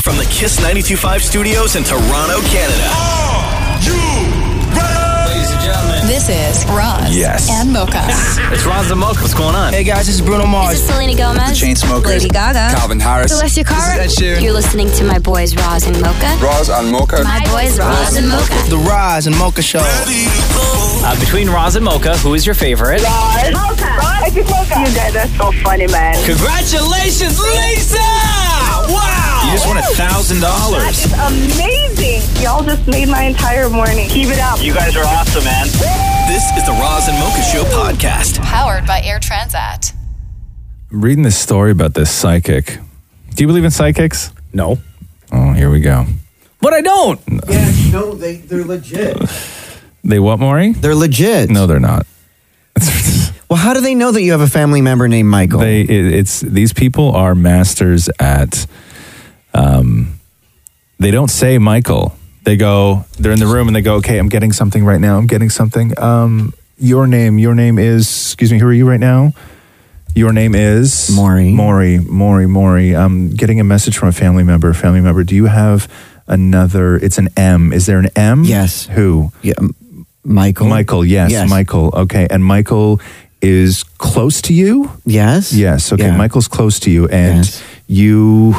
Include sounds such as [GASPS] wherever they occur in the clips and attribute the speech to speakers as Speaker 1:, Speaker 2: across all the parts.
Speaker 1: From the Kiss 925 studios in Toronto, Canada. Ladies and gentlemen.
Speaker 2: This is Roz
Speaker 1: Yes.
Speaker 2: and Mocha.
Speaker 1: It's Roz the Mocha. What's going
Speaker 3: [LAUGHS]
Speaker 1: on?
Speaker 3: Hey guys, this is Bruno
Speaker 2: This
Speaker 3: Mars.
Speaker 2: is Selena Gomez.
Speaker 3: Chainsmokers.
Speaker 2: Lady Gaga.
Speaker 3: Calvin Harris.
Speaker 2: Celestia Carr.
Speaker 3: This is Ed Sheeran.
Speaker 2: You're listening to my boys Roz and Mocha.
Speaker 3: Roz on Mocha.
Speaker 2: My boys Roz and Mocha.
Speaker 3: The Roz and Mocha Show.
Speaker 1: Uh, between Roz and Mocha, who is your favorite?
Speaker 4: You guys are so funny, man.
Speaker 1: Congratulations, Lisa! Wow! You just won a thousand dollars.
Speaker 4: It's amazing. Y'all just made my entire morning. Keep it up.
Speaker 1: You guys are awesome, man. This is the Roz and Mocha Show
Speaker 3: [LAUGHS]
Speaker 1: podcast.
Speaker 2: Powered by Air Transat.
Speaker 5: I'm reading this story about this psychic. Do you believe in psychics?
Speaker 1: No.
Speaker 5: Oh, here we go.
Speaker 3: But I don't.
Speaker 6: Yeah, no, they they're legit.
Speaker 5: They what, Maury?
Speaker 6: They're legit.
Speaker 5: No, they're not.
Speaker 6: [LAUGHS] Well, how do they know that you have a family member named Michael?
Speaker 5: They it, it's these people are masters at. Um, they don't say Michael. They go. They're in the room and they go. Okay, I'm getting something right now. I'm getting something. Um, your name. Your name is. Excuse me. Who are you right now? Your name is
Speaker 6: Maury.
Speaker 5: Maury. Maury. Maury. I'm getting a message from a family member. Family member. Do you have another? It's an M. Is there an M?
Speaker 6: Yes.
Speaker 5: Who?
Speaker 6: yeah, M- Michael.
Speaker 5: Michael. Yes.
Speaker 6: Yes.
Speaker 5: Michael. Okay. And Michael is close to you.
Speaker 6: Yes.
Speaker 5: Yes. Okay.
Speaker 6: Yeah.
Speaker 5: Michael's close to you, and
Speaker 6: Yes.
Speaker 5: you,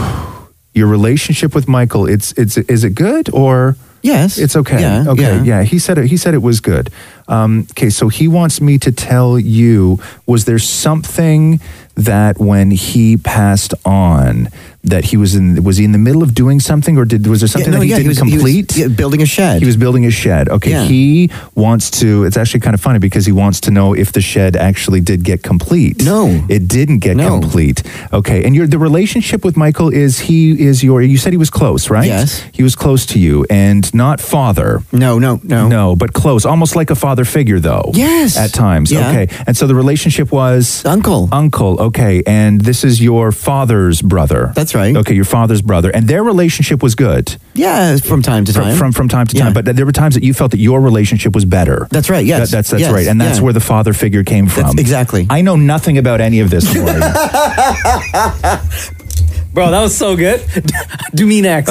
Speaker 5: your relationship with Michael, it's it's is it good or
Speaker 6: Yes.
Speaker 5: it's okay?
Speaker 6: Yeah,
Speaker 5: okay.
Speaker 6: yeah.
Speaker 5: He said it. He said it was good. Um, okay. So he wants me to tell you: was there something that when he passed on that he was in was he in the middle of doing something or did was there something
Speaker 6: Yeah, no,
Speaker 5: that he
Speaker 6: yeah,
Speaker 5: didn't
Speaker 6: was-
Speaker 5: complete?
Speaker 6: was, yeah, building a shed.
Speaker 5: He
Speaker 6: [LAUGHS]
Speaker 5: was building a shed. Okay,
Speaker 6: Yeah.
Speaker 5: he wants to. It's actually kind of funny because he wants to know if the shed actually did get complete.
Speaker 6: No.
Speaker 5: it didn't get
Speaker 6: No.
Speaker 5: complete. Okay, and your the relationship with Michael is he is your. You said he was close, right?
Speaker 6: Yes.
Speaker 5: he was close to you, and not father.
Speaker 6: No, no, no.
Speaker 5: No, but close, almost like a father figure, though.
Speaker 6: Yes.
Speaker 5: at times.
Speaker 6: Yeah.
Speaker 5: Okay, and so the relationship was
Speaker 6: Uncle.
Speaker 5: uncle. Okay, and this is your father's brother.
Speaker 6: That's right.
Speaker 5: Okay, your father's brother, and their relationship was good
Speaker 6: yeah, from time to time.
Speaker 5: from, from from time to
Speaker 6: Yeah.
Speaker 5: time. But th- there were times that you felt that your relationship was better.
Speaker 6: That's right, yes.
Speaker 5: That- that's that's
Speaker 6: Yes,
Speaker 5: right, and that's
Speaker 6: yeah.
Speaker 5: where the father figure came from.
Speaker 6: That's- exactly.
Speaker 5: I know nothing about any of this. Lori.
Speaker 6: [LAUGHS]
Speaker 3: Bro, that was so good. [LAUGHS] Do me [LAUGHS] next.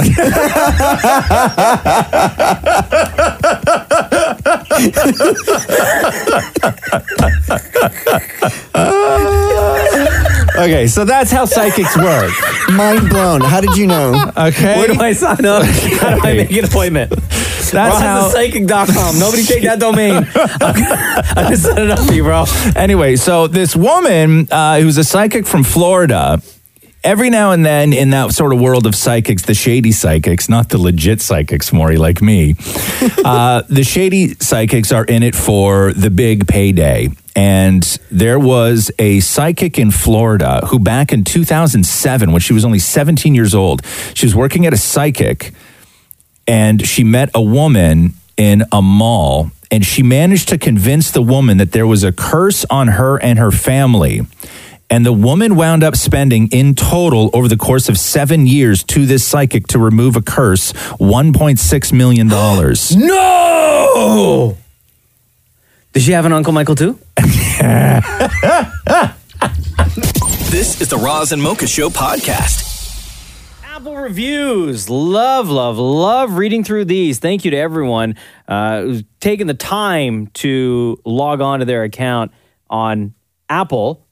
Speaker 5: okay, so that's
Speaker 6: [LAUGHS]
Speaker 5: how psychics work.
Speaker 6: Mind blown. How did you know?
Speaker 5: Okay,
Speaker 3: Where do I sign
Speaker 5: [LAUGHS]
Speaker 3: up? How do I make an appointment? That's
Speaker 5: how-
Speaker 3: psychic.com. Nobody take that [LAUGHS] domain. I'm gonna set it up for you, bro.
Speaker 5: anyway, so this woman uh, who's a psychic from Florida. Every now and then, in that sort of world of psychics, the shady psychics, not the legit psychics, Maury, like me, uh, the shady psychics are in it for the big payday. And there was a psychic in Florida who, back in 2007, when she was only 17 years old, she was working at a psychic and she met a woman in a mall and she managed to convince the woman that there was a curse on her and her family and the woman wound up spending in total over the course of seven years to this psychic to remove a curse $1.6 million dollars.
Speaker 3: No. Did she have an Uncle Michael too?
Speaker 1: This is the Roz and Mocha Show podcast.
Speaker 3: Apple reviews. Love, love, love reading through these. Thank you to everyone uh, who's taken the time to log on to their account on Apple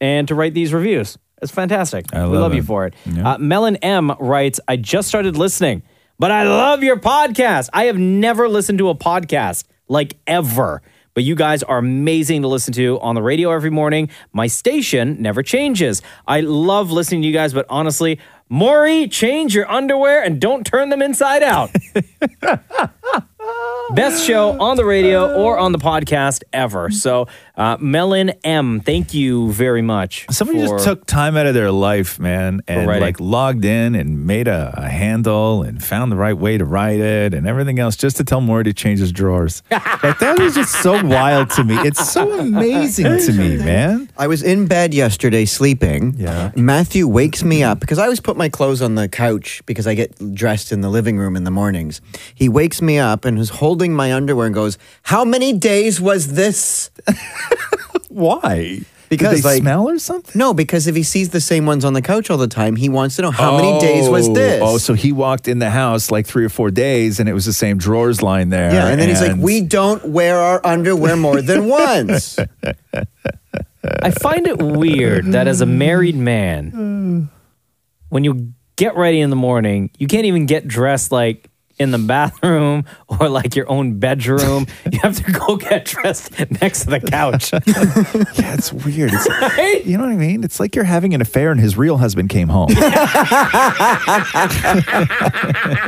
Speaker 3: and to write these reviews. It's fantastic.
Speaker 5: I
Speaker 3: we
Speaker 5: love
Speaker 3: love you
Speaker 5: it.
Speaker 3: for it. Uh, Melon M writes I just started listening, but I love your podcast. I have never listened to a podcast like ever. But you guys are amazing to listen to on the radio every morning. My station never changes. I love listening to you guys, but honestly,
Speaker 5: [LAUGHS]
Speaker 3: Maury, change your underwear and don't turn them inside out. Best show on the radio or on the podcast ever. So, uh, Melon M, thank you very much.
Speaker 5: Somebody
Speaker 3: for-
Speaker 5: just took time out of their life, man, and
Speaker 3: writing.
Speaker 5: like logged in and made a, a handle and found the right way to write it and everything else just to tell Maury to change his drawers. like, that is just so wild to me. It's so amazing to me, man.
Speaker 6: I was in bed yesterday sleeping. Yeah. Matthew wakes me up because I always put my clothes on the couch because I get dressed in the living room in the mornings. He wakes me up and is holding my underwear and goes, How many days was this?
Speaker 5: [LAUGHS] Why?
Speaker 6: Because
Speaker 5: Did they
Speaker 6: like
Speaker 5: smell or something?
Speaker 6: No, because if he sees the same ones on the couch all the time, he wants to know how many days was
Speaker 5: Oh,
Speaker 6: this?
Speaker 5: Oh, so he walked in the house like three or four days and it was the same drawers line there.
Speaker 6: yeah, and then he's like, "We don't wear our underwear more
Speaker 5: [LAUGHS]
Speaker 6: than once."
Speaker 3: I find it
Speaker 5: [LAUGHS]
Speaker 3: weird that as a married man, when you get ready in the morning, you can't even get dressed like in the bathroom [LAUGHS] or like your own
Speaker 5: [LAUGHS]
Speaker 3: bedroom. you have to go get dressed next to the couch. [LAUGHS]
Speaker 5: [LAUGHS] Yeah, it's weird.
Speaker 6: [LAUGHS]
Speaker 5: It's, You know what I mean? It's like you're having an affair and his real husband came
Speaker 6: [LAUGHS]
Speaker 5: home.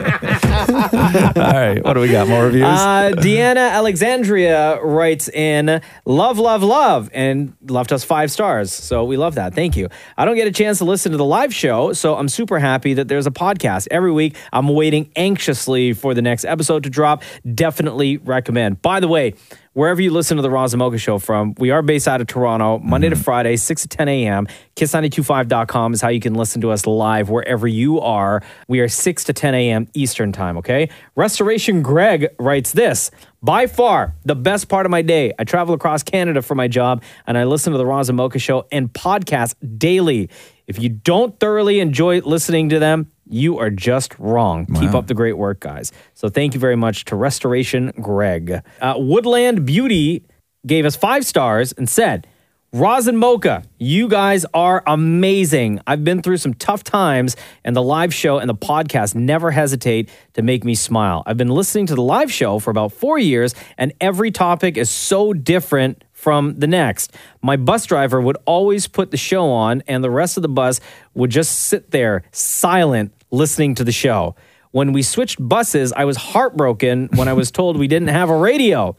Speaker 5: All right, what do we got? More reviews?
Speaker 3: Uh, Deanna Alexandria writes in love, love, love, and left us five stars. So we love that. Thank you. I don't get a chance to listen to the live show, so I'm super happy that there's a podcast every week. I'm waiting anxiously for the next episode to drop. Definitely recommend. By the way, wherever you listen to the Roz and Mocha show from, we are based out of Toronto, Monday to Friday, 6 to 10 a.m. Kiss925.com is how you can listen to us live wherever you are. We are 6 to 10 a.m. Eastern time, okay? Restoration Greg writes this By far, the best part of my day. I travel across Canada for my job and I listen to the Roz and Mocha show and podcast daily. If you don't thoroughly enjoy listening to them, you are just wrong. Keep up the great work, guys. So thank you very much to Restoration Greg. Uh, Woodland Beauty gave us five stars and said, Roz and Mocha, you guys are amazing. I've been through some tough times, and the live show and the podcast never hesitate to make me smile. I've been listening to the live show for about four years, and every topic is so different from the next. My bus driver would always put the show on, and the rest of the bus would just sit there silent listening to the show. When we switched buses, I was heartbroken when I was told we didn't have a radio.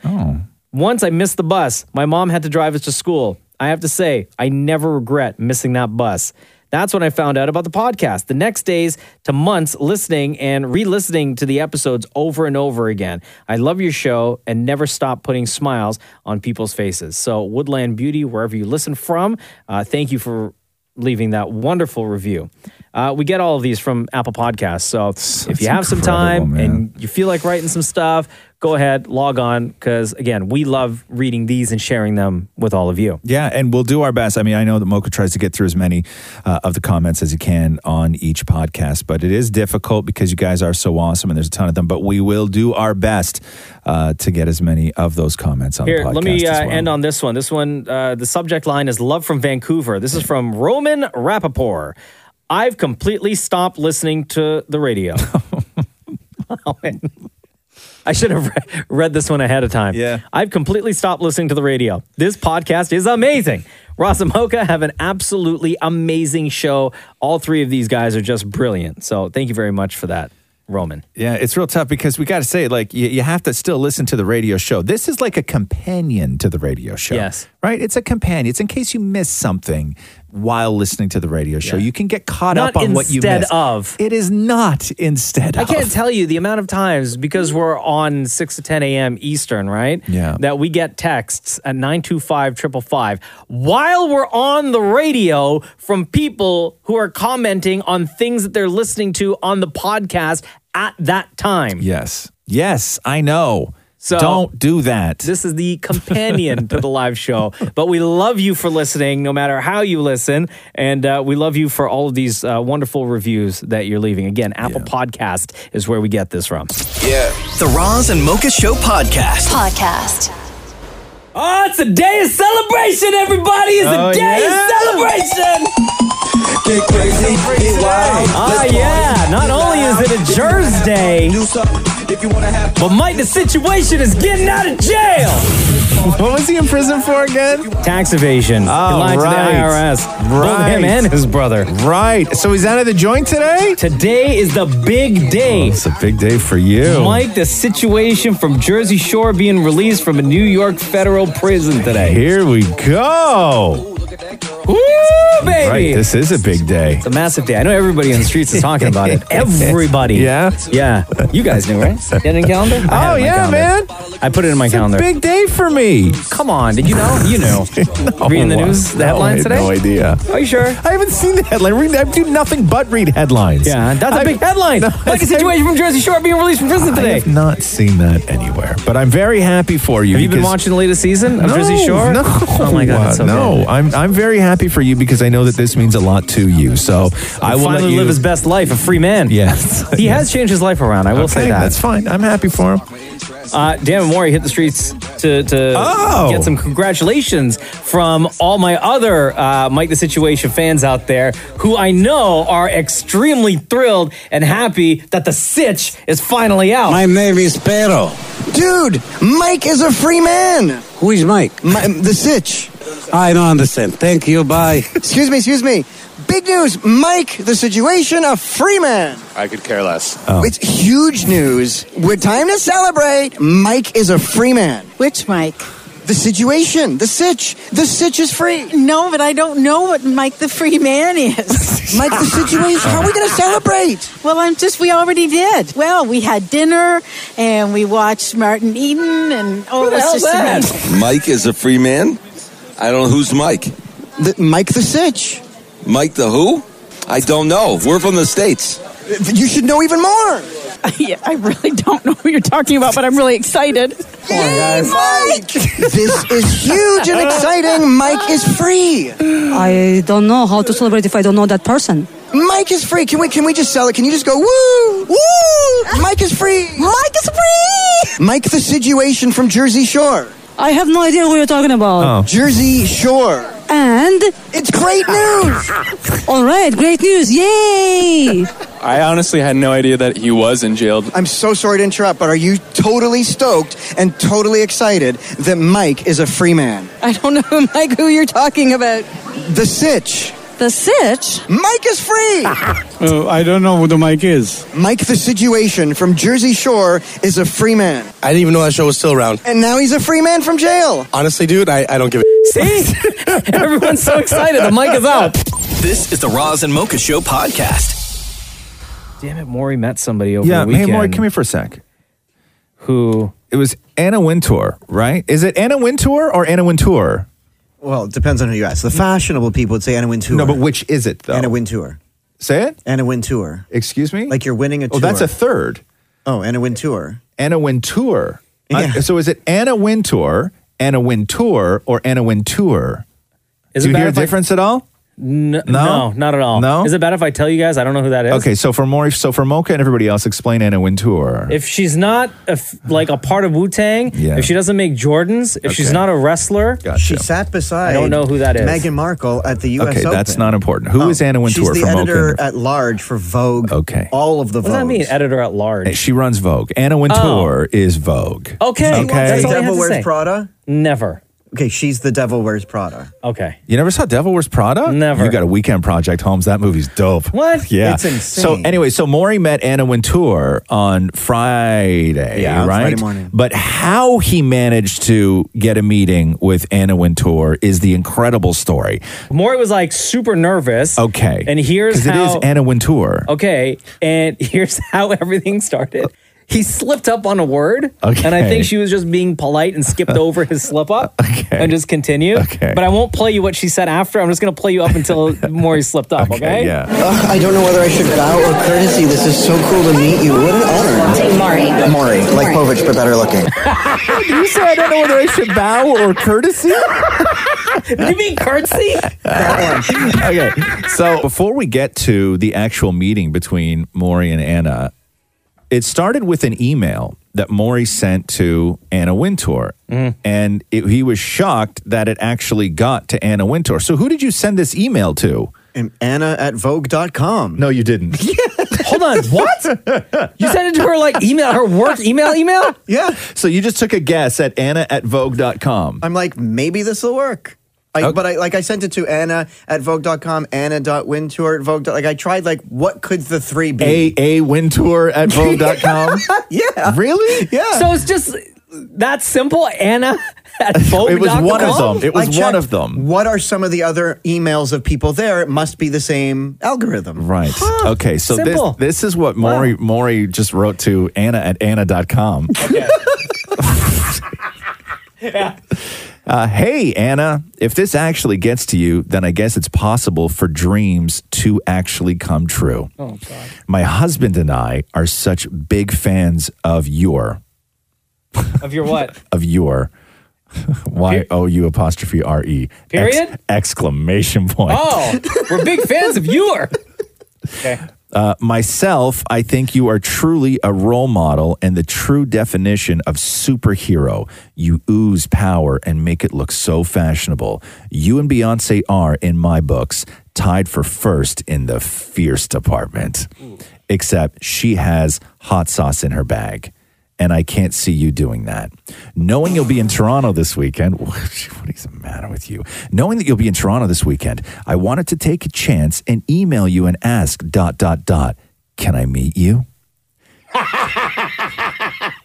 Speaker 3: Once I missed the bus, my mom had to drive us to school. I have to say, I never regret missing that bus. That's when I found out about the podcast. The next days to months listening and re listening to the episodes over and over again. I love your show and never stop putting smiles on people's faces. So, Woodland Beauty, wherever you listen from, uh, thank you for leaving that wonderful review. Uh, we get all of these from Apple Podcasts. So, if you have some time
Speaker 5: incredible, man.
Speaker 3: and you feel like writing some stuff, go ahead, log on. Because again, we love reading these and sharing them with all of you.
Speaker 5: Yeah, and we'll do our best. I mean, I know that Mocha tries to get through as many uh, of the comments as he can on each podcast, but it is difficult because you guys are so awesome and there's a ton of them. But we will do our best uh, to get as many of those comments on
Speaker 3: Here,
Speaker 5: the podcast.
Speaker 3: let me uh,
Speaker 5: as well.
Speaker 3: end on this one. This one, uh, the subject line is Love from Vancouver. This is from Roman Rappaport. I've completely stopped listening to the
Speaker 5: [LAUGHS]
Speaker 3: radio. [LAUGHS] I should have re- read this one ahead of time.
Speaker 5: Yeah.
Speaker 3: I've completely stopped listening to the radio. This podcast is amazing. Ross and Mocha have an absolutely amazing show. All three of these guys are just brilliant. So thank you very much for that, Roman.
Speaker 5: Yeah, it's real tough because we got to say, like, you, you have to still listen to the radio show. This is like a companion to the radio show.
Speaker 3: Yes.
Speaker 5: Right? It's a companion. It's in case you miss something while listening to the radio show. You can get caught
Speaker 3: Not
Speaker 5: up on what you
Speaker 3: instead
Speaker 5: missed.
Speaker 3: of.
Speaker 5: It is not instead
Speaker 3: I
Speaker 5: of.
Speaker 3: can't tell you the amount of times because we're on 6 to 10 a.m. Eastern, right?
Speaker 5: Yeah.
Speaker 3: That we get texts at 925 555 while we're on the radio from people who are commenting on things that they're listening to on the podcast at that time.
Speaker 5: Yes. Yes, I know.
Speaker 3: So-
Speaker 5: Don't do that.
Speaker 3: This is the companion to the live
Speaker 5: [LAUGHS]
Speaker 3: show, but we love you for listening, no matter how you listen, and uh, we love you for all of these uh, wonderful reviews that you're leaving. Again, Apple Podcast is where we get this from.
Speaker 6: the Roz and Mocha Show podcast.
Speaker 7: Podcast.
Speaker 3: Oh, it's a day of celebration, everybody! It's a
Speaker 5: Oh,
Speaker 3: day
Speaker 5: yeah.
Speaker 3: of celebration! Ah, Oh, yeah! Not only is it a Jersey Day, But Mike, the situation is getting out of jail.
Speaker 5: What was he in prison for again?
Speaker 3: Tax evasion.
Speaker 5: Oh,
Speaker 3: he lied
Speaker 5: right.
Speaker 3: to the IRS. Both
Speaker 5: Right.
Speaker 3: him and his brother.
Speaker 5: Right. So he's out of the joint today?
Speaker 3: Today is the big day.
Speaker 5: It's a big day for you.
Speaker 3: Mike, the situation from Jersey Shore being released from a New York federal prison today.
Speaker 5: Here we go.
Speaker 3: Woo, baby!
Speaker 5: Right. This is a big day.
Speaker 3: it's a massive day. I know everybody on the streets is talking about
Speaker 5: [LAUGHS]
Speaker 3: it. Everybody.
Speaker 5: Yeah?
Speaker 3: Yeah. You guys knew, right? You had it in calendar? I had it in
Speaker 5: Oh,
Speaker 3: my
Speaker 5: yeah,
Speaker 3: calendar.
Speaker 5: man.
Speaker 3: I put it in my
Speaker 5: It's
Speaker 3: calendar.
Speaker 5: a big day for me.
Speaker 3: Come on, did you know? You knew. Reading the
Speaker 5: Oh,
Speaker 3: news, the
Speaker 5: [LAUGHS] no, I
Speaker 3: headlines
Speaker 5: had
Speaker 3: today?
Speaker 5: No idea.
Speaker 3: Are you sure?
Speaker 5: I haven't seen the headline. Read, I do nothing but read headlines.
Speaker 3: Yeah, that's a
Speaker 5: I-
Speaker 3: big headline.
Speaker 5: No,
Speaker 3: like a
Speaker 5: that's-
Speaker 3: situation from Jersey Shore being released from prison
Speaker 5: I
Speaker 3: today.
Speaker 5: have not seen that anywhere, but I'm very happy for you.
Speaker 3: Have you been
Speaker 5: because-
Speaker 3: watching the latest season of
Speaker 5: no,
Speaker 3: Jersey Shore?
Speaker 5: No,
Speaker 3: Oh my god, it's so
Speaker 5: no.
Speaker 3: good.
Speaker 5: I'm I'm very happy for you because I know that this means a lot to you. So I
Speaker 3: I
Speaker 5: will
Speaker 3: finally
Speaker 5: let you,
Speaker 3: live his best life, a free man.
Speaker 5: [LAUGHS] Yes,
Speaker 3: He has changed his life around. I will
Speaker 5: Okay,
Speaker 3: say that.
Speaker 5: that's fine. I'm happy for him.
Speaker 3: Uh, Dan Mori hit the streets to, to
Speaker 5: Oh.
Speaker 3: get some congratulations from all my other uh, Mike the Situation fans out there who I know are extremely thrilled and happy that the sitch is finally out.
Speaker 8: name is Pero.
Speaker 6: Dude, Mike is a free man.
Speaker 8: Who is Mike?
Speaker 6: My, the sitch.
Speaker 8: I don't understand. Thank you. Bye.
Speaker 6: [LAUGHS] Excuse me, excuse me. Big news, Mike. The situation, a free man.
Speaker 9: I could care less.
Speaker 8: Oh.
Speaker 6: It's huge news. We're time to celebrate. Mike is a free man.
Speaker 7: Which Mike?
Speaker 6: The situation, the sitch, the sitch is free.
Speaker 7: No, but I don't know what Mike the Free Man is. [LAUGHS]
Speaker 6: Mike, the situation. How are we going to celebrate?
Speaker 7: well, I'm just, we already did. Well, we had dinner and we watched Martin Eden and oh,
Speaker 3: Who
Speaker 7: it
Speaker 3: the
Speaker 7: was
Speaker 3: hell's
Speaker 7: just
Speaker 3: that?
Speaker 7: amazing.
Speaker 9: Mike is a free man? I don't know who's Mike.
Speaker 6: The, Mike the sitch.
Speaker 9: Mike the who? I don't know. We're from the States.
Speaker 6: You should know even more.
Speaker 7: [LAUGHS] Yeah, I really don't know what you're talking about, but I'm really excited.
Speaker 6: Mike! [LAUGHS] this is huge and exciting. Mike is free.
Speaker 10: I don't know how to celebrate if I don't know that person.
Speaker 6: Mike is free. Can we can we just sell it? Can you just go woo woo? Mike is free. Mike is free. Mike the situation from Jersey Shore.
Speaker 10: I have no idea what you're talking about.
Speaker 6: Jersey Shore.
Speaker 10: And,
Speaker 6: It's great news.
Speaker 7: [LAUGHS]
Speaker 10: all right, great news. Yay!
Speaker 9: I honestly had no idea that he was in jail.
Speaker 6: I'm so sorry to interrupt, but are you totally stoked and totally excited that Mike is a free man?
Speaker 10: I don't know, [LAUGHS] Mike, who you're talking about.
Speaker 6: The sitch.
Speaker 10: The sitch?
Speaker 6: Mike is free.
Speaker 8: Uh, I don't know who the Mike is.
Speaker 6: Mike the situation from Jersey Shore is a free man.
Speaker 9: I didn't even know that show was still around.
Speaker 6: And now he's a free man from jail.
Speaker 9: Honestly, dude, I, I don't give a.
Speaker 3: See?
Speaker 9: [LAUGHS]
Speaker 3: Everyone's so excited. The mic is out.
Speaker 8: This is the Roz and Mocha Show podcast.
Speaker 3: Damn it, Maury met somebody over
Speaker 5: Yeah,
Speaker 3: the weekend
Speaker 5: hey, Maury, come here for a sec.
Speaker 3: who
Speaker 5: It was Anna Wintour, right? Is it Anna Wintour or Anna Wintour?
Speaker 6: Well, it depends on who you ask. The fashionable people would say Anna Wintour.
Speaker 5: No, but which is it though?
Speaker 6: Anna Wintour.
Speaker 5: Say it.
Speaker 6: Anna Wintour.
Speaker 5: Excuse me.
Speaker 6: Like you're winning a
Speaker 5: Oh, that's
Speaker 6: tour.
Speaker 5: a third.
Speaker 6: Oh, Anna Wintour.
Speaker 5: Anna Wintour. I-
Speaker 6: Yeah.
Speaker 5: so is it Anna Wintour, Anna Wintour, or Anna Wintour?
Speaker 3: is it
Speaker 5: Do you
Speaker 3: bad
Speaker 5: hear a
Speaker 3: if I-
Speaker 5: difference at all?
Speaker 3: N- no? not at all.
Speaker 5: No?
Speaker 3: Is it bad if I tell you guys I don't know who that is?
Speaker 5: Okay, so for Maury, so for Mocha and everybody else, explain Anna Wintour.
Speaker 3: If she's not a f like a part of Wu Tang,
Speaker 5: Yeah.
Speaker 3: if she doesn't make Jordans, if she's
Speaker 5: Okay.
Speaker 3: not a wrestler,
Speaker 5: Gotcha.
Speaker 6: She sat beside.
Speaker 3: I don't know who that is.
Speaker 6: Meghan Markle at the U.S.
Speaker 5: okay,
Speaker 6: Open. Oh,
Speaker 5: that's not important. Who is Anna Wintour
Speaker 6: She's the
Speaker 5: for
Speaker 6: editor
Speaker 5: Mocha?
Speaker 6: at large for Vogue.
Speaker 5: Okay.
Speaker 6: All of the
Speaker 3: what does that
Speaker 6: Vogue.
Speaker 3: mean? Editor at large.
Speaker 5: she runs Vogue. Anna Wintour is Vogue.
Speaker 3: Oh. Okay,
Speaker 5: Okay.
Speaker 3: that's all I have
Speaker 6: Devil
Speaker 3: to
Speaker 6: Wears
Speaker 3: say.
Speaker 6: Prada.
Speaker 3: Never.
Speaker 6: Okay, she's the Devil Wears Prada.
Speaker 3: Okay.
Speaker 5: You never saw Devil Wears Prada?
Speaker 3: Never.
Speaker 5: You got a weekend project, Holmes. That movie's dope.
Speaker 3: What?
Speaker 5: Yeah.
Speaker 6: It's insane.
Speaker 5: So anyway, so Maury met Anna Wintour on Friday,
Speaker 6: Yeah,
Speaker 5: right?
Speaker 6: Friday morning.
Speaker 5: But how he managed to get a meeting with Anna Wintour is the incredible story.
Speaker 3: Maury was like super nervous.
Speaker 5: Okay.
Speaker 3: And here's
Speaker 5: 'Cause it
Speaker 3: how.
Speaker 5: is
Speaker 3: [LAUGHS]
Speaker 5: Anna Wintour.
Speaker 3: okay. And [LAUGHS] here's how everything started. He slipped up on a word,
Speaker 5: Okay.
Speaker 3: and I think she was just being polite and
Speaker 5: [LAUGHS]
Speaker 3: skipped over his slip up
Speaker 5: Okay.
Speaker 3: and just continued.
Speaker 5: Okay.
Speaker 3: But I won't play you what she said after. I'm just going to play you up
Speaker 5: [LAUGHS]
Speaker 3: until Maury slipped up. Okay.
Speaker 5: Yeah.
Speaker 6: Ugh, I don't know whether I should bow or courtesy. This is so cool to meet you. What an honor.
Speaker 10: Take Maury.
Speaker 6: Maury, like Povich, but better looking.
Speaker 5: [LAUGHS] you said I don't know whether I should bow
Speaker 6: [LAUGHS]
Speaker 5: or courtesy.
Speaker 3: You mean curtsy?
Speaker 5: okay. So before we get to the actual meeting between Maury and Anna, it started with an email that Maury sent to Anna Wintour.
Speaker 6: Mm.
Speaker 5: And it, he was shocked that it actually got to Anna Wintour. So who did you send this email to?
Speaker 6: And Anna at Vogue.com.
Speaker 5: No, you didn't.
Speaker 3: Hold on, what? You
Speaker 7: [LAUGHS]
Speaker 3: sent it to her like email, her work email, email?
Speaker 5: Yeah. [LAUGHS] So you just took a guess at Anna at Vogue.com.
Speaker 6: I'm like, maybe this will work. I, But I like I sent it to Anna at Vogue.com, Anna.wintour at Vogue. Like I tried like what could the three be?
Speaker 5: A A Wintour
Speaker 6: [LAUGHS]
Speaker 5: at Vogue.com.
Speaker 6: yeah.
Speaker 5: Really?
Speaker 6: Yeah.
Speaker 3: So it's just that simple, Anna at Vogue.
Speaker 5: It was one of them. It was
Speaker 6: I
Speaker 5: one
Speaker 6: checked,
Speaker 5: of them.
Speaker 6: What are some of the other emails of people there? It must be the same algorithm.
Speaker 5: Right. okay. So
Speaker 6: Simple.
Speaker 5: this this is what Maury Maury just wrote to Anna at Anna.com. Uh, hey, Anna, if this actually gets to you, then I guess it's possible for dreams to actually come true.
Speaker 1: Oh,
Speaker 5: God. My husband and I are such big fans of your,
Speaker 3: Of your
Speaker 5: [LAUGHS]
Speaker 3: what? [LAUGHS]
Speaker 5: of your, Y O U apostrophe R E. ex-
Speaker 3: Period?
Speaker 5: exclamation point.
Speaker 3: Oh, we're big fans of your. Okay.
Speaker 5: Uh, myself, I think you are truly a role model and the true definition of superhero. You ooze power and make it look so fashionable. You and Beyonce are, in my books, tied for first in the fierce department. Except she has hot sauce in her bag. And I can't see you doing that. Knowing you'll be in Toronto this weekend, [LAUGHS] what is the matter with you? Knowing that you'll be in Toronto this weekend, I wanted to take a chance and email you and ask dot dot dot. Can I meet you?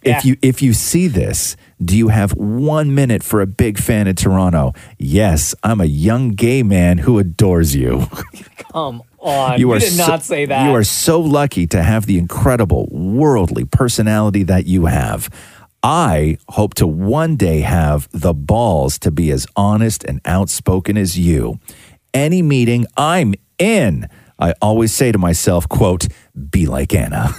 Speaker 5: If you if you see this, do you have one minute for a big fan in Toronto? Yes, I'm a young gay man who adores you. [LAUGHS]
Speaker 3: Come on. You, did
Speaker 5: so-
Speaker 3: not say that. [LAUGHS]
Speaker 5: You are so lucky to have the incredible worldly personality that you have. I hope to one day have the balls to be as honest and outspoken as you. Any meeting I'm in, I always say to myself, quote, be like Anna. [LAUGHS]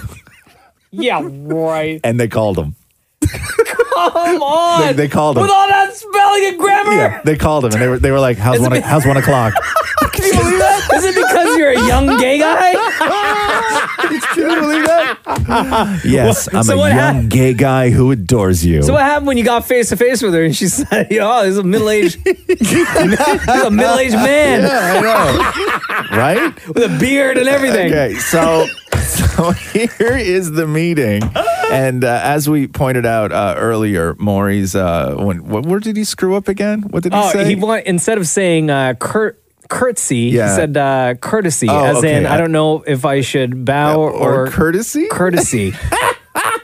Speaker 3: Yeah, right.
Speaker 5: and they called him.
Speaker 3: [LAUGHS] Come on.
Speaker 5: They- they called him.
Speaker 3: With all that spelling and grammar.
Speaker 5: Yeah, they called him and they were they were like, How's one o- how's
Speaker 3: [LAUGHS]
Speaker 5: one o'clock?
Speaker 3: Can you believe that? Is it because you're a young gay
Speaker 6: [LAUGHS]
Speaker 3: guy?
Speaker 5: Can you believe
Speaker 3: [LAUGHS]
Speaker 5: that? Yes, I'm
Speaker 3: so
Speaker 5: a
Speaker 3: what
Speaker 5: young
Speaker 3: hap-
Speaker 5: gay guy who adores you.
Speaker 3: So what happened when you got face to face with her and she said, [LAUGHS] "Oh, this is a middle aged, a middle aged man,
Speaker 5: [LAUGHS] Yeah, I know.
Speaker 3: [LAUGHS]
Speaker 5: right?
Speaker 3: with a beard and everything."
Speaker 5: Okay, so so [LAUGHS] here is the meeting, and uh, as we pointed out uh, earlier, Maury's uh, when what, where did he screw up again? What did he
Speaker 3: oh,
Speaker 5: say?
Speaker 3: he want instead of saying uh, cur- curtsy,
Speaker 5: Yeah.
Speaker 3: he said uh, courtesy,
Speaker 5: Oh,
Speaker 3: as in
Speaker 5: okay. Uh,
Speaker 3: I don't know if I should bow or,
Speaker 5: or courtesy, [LAUGHS]
Speaker 3: courtesy,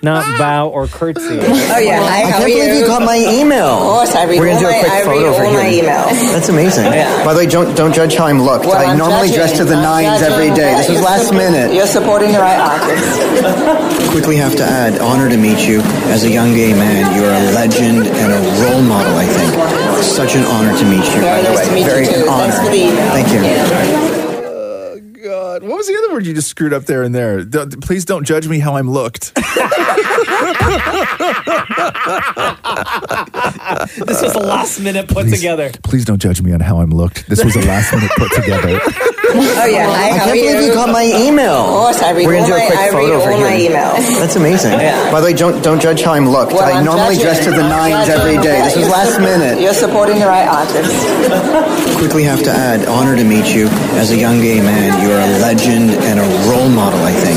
Speaker 3: not bow or curtsy.
Speaker 11: Oh yeah, hi.
Speaker 6: I
Speaker 11: how
Speaker 6: can't
Speaker 11: are Oh,
Speaker 6: believe you got my email.
Speaker 11: Of course, I read
Speaker 6: We're gonna do
Speaker 11: all
Speaker 6: a
Speaker 11: my-
Speaker 6: quick
Speaker 11: I read
Speaker 6: photo for
Speaker 11: all
Speaker 6: him.
Speaker 11: my emails.
Speaker 6: That's amazing.
Speaker 11: Yeah.
Speaker 6: By the way, don't don't judge how I'm looked.
Speaker 11: Well,
Speaker 6: I
Speaker 11: I'm
Speaker 6: normally
Speaker 11: judging.
Speaker 6: dress to the
Speaker 11: I'm
Speaker 6: nines
Speaker 11: judging.
Speaker 6: every day. This was
Speaker 11: Yeah, you're
Speaker 6: last
Speaker 11: sup-
Speaker 6: minute.
Speaker 11: You're supporting the right artist.
Speaker 6: Quickly have to add, honor to meet you. As a young gay man, you're a legend and a role model, I think. Such an honor to meet you, by
Speaker 11: Very
Speaker 6: the
Speaker 11: nice
Speaker 6: way.
Speaker 11: to meet you,
Speaker 6: Very
Speaker 11: too. Thanks
Speaker 6: honor.
Speaker 11: for the email.
Speaker 6: Thank you.
Speaker 5: God, Uh, what was the other word you just screwed up there and there? D- please don't judge me how I'm looked.
Speaker 3: this was a last minute
Speaker 6: Oh,
Speaker 3: put together.
Speaker 5: please don't judge me on how I'm looked. This was a last minute put together.
Speaker 3: [LAUGHS]
Speaker 11: [LAUGHS] Oh yeah, hi.
Speaker 6: I
Speaker 11: how
Speaker 6: can't
Speaker 11: are
Speaker 6: believe you got my email.
Speaker 11: Of course, I read
Speaker 6: We're
Speaker 11: all
Speaker 6: gonna do
Speaker 11: my-
Speaker 6: a quick
Speaker 11: I read
Speaker 6: photo for
Speaker 11: all my
Speaker 6: him.
Speaker 11: emails.
Speaker 6: That's amazing.
Speaker 11: Yeah.
Speaker 6: By the way, don't don't judge how I'm looked.
Speaker 11: Well,
Speaker 6: I
Speaker 11: I'm
Speaker 6: normally
Speaker 11: judging.
Speaker 6: dress to the
Speaker 11: I'm
Speaker 6: nines
Speaker 11: judging.
Speaker 6: every day.
Speaker 11: Yeah,
Speaker 6: This was
Speaker 11: you're
Speaker 6: last
Speaker 11: [LAUGHS] sup-
Speaker 6: minute.
Speaker 11: You're supporting the right artist.
Speaker 6: Quickly have to add, honor to meet you. As a young gay man, you're a legend and a role model, I think.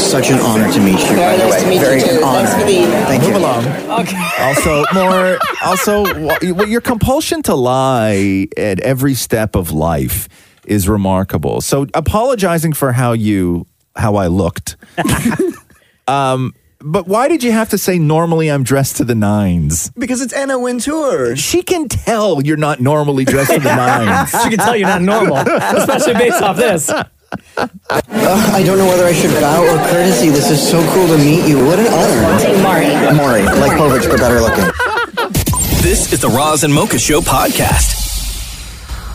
Speaker 6: Such an honor to meet you, by the
Speaker 11: Very nice
Speaker 6: way.
Speaker 11: to meet you,
Speaker 6: Very
Speaker 11: too.
Speaker 6: honored.
Speaker 11: Thanks for the email.
Speaker 6: Thank you.
Speaker 5: Move along.
Speaker 3: Okay.
Speaker 5: also more also wh- what your compulsion to lie at every step of life is remarkable so apologizing for how you how
Speaker 3: [LAUGHS]
Speaker 5: i looked um but why did you have to say normally i'm dressed to the nines
Speaker 6: Because it's Anna Wintour.
Speaker 5: she can tell you're not normally dressed to
Speaker 3: [LAUGHS]
Speaker 5: the nines
Speaker 3: She can tell you're not normal, especially based off this.
Speaker 6: Ugh, Uh, I don't know whether I should bow or courtesy. This is so cool to meet you. What an honor. Maury. Maury, like Povich, but better looking.
Speaker 1: This is the Roz and Mocha Show podcast.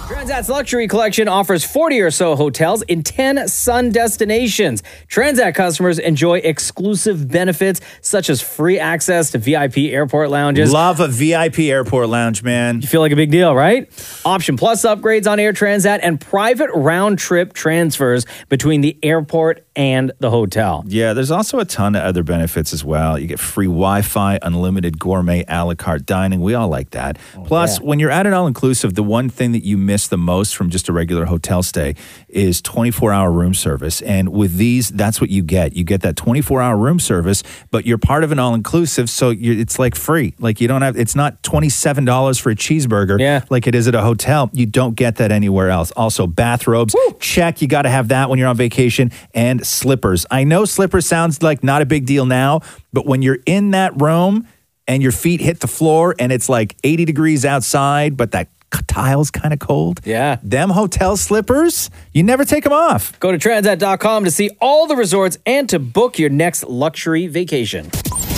Speaker 3: Transat's luxury collection offers 40 or so hotels in 10 sun destinations. Transat customers enjoy exclusive benefits such as free access to VIP airport lounges.
Speaker 5: Love a VIP airport lounge, man.
Speaker 3: You feel like a big deal, right? Option Plus upgrades on Air Transat and private round trip transfers between the airport and the hotel.
Speaker 5: Yeah, there's also a ton of other benefits as well. You get free Wi Fi, unlimited gourmet a la carte dining. We all like that. Plus, when you're at an all inclusive, the one thing that you miss the most from just a regular hotel stay is 24 hour room service. And with these, that's what you get. You get that 24 hour room service, but you're part of an all inclusive. So you're, it's like free. Like you don't have, it's not $27 for a cheeseburger yeah. like it is at a hotel. You don't get that anywhere else. Also, bathrobes, check. You got to have that when you're on vacation and slippers. I know slippers sounds like not a big deal now, but when you're in that room, and your feet hit the floor and it's like 80 degrees outside, but that c- tile's kind of cold.
Speaker 3: Yeah.
Speaker 5: Them hotel slippers, you never take them off.
Speaker 3: Go to transat.com to see all the resorts and to book your next luxury vacation.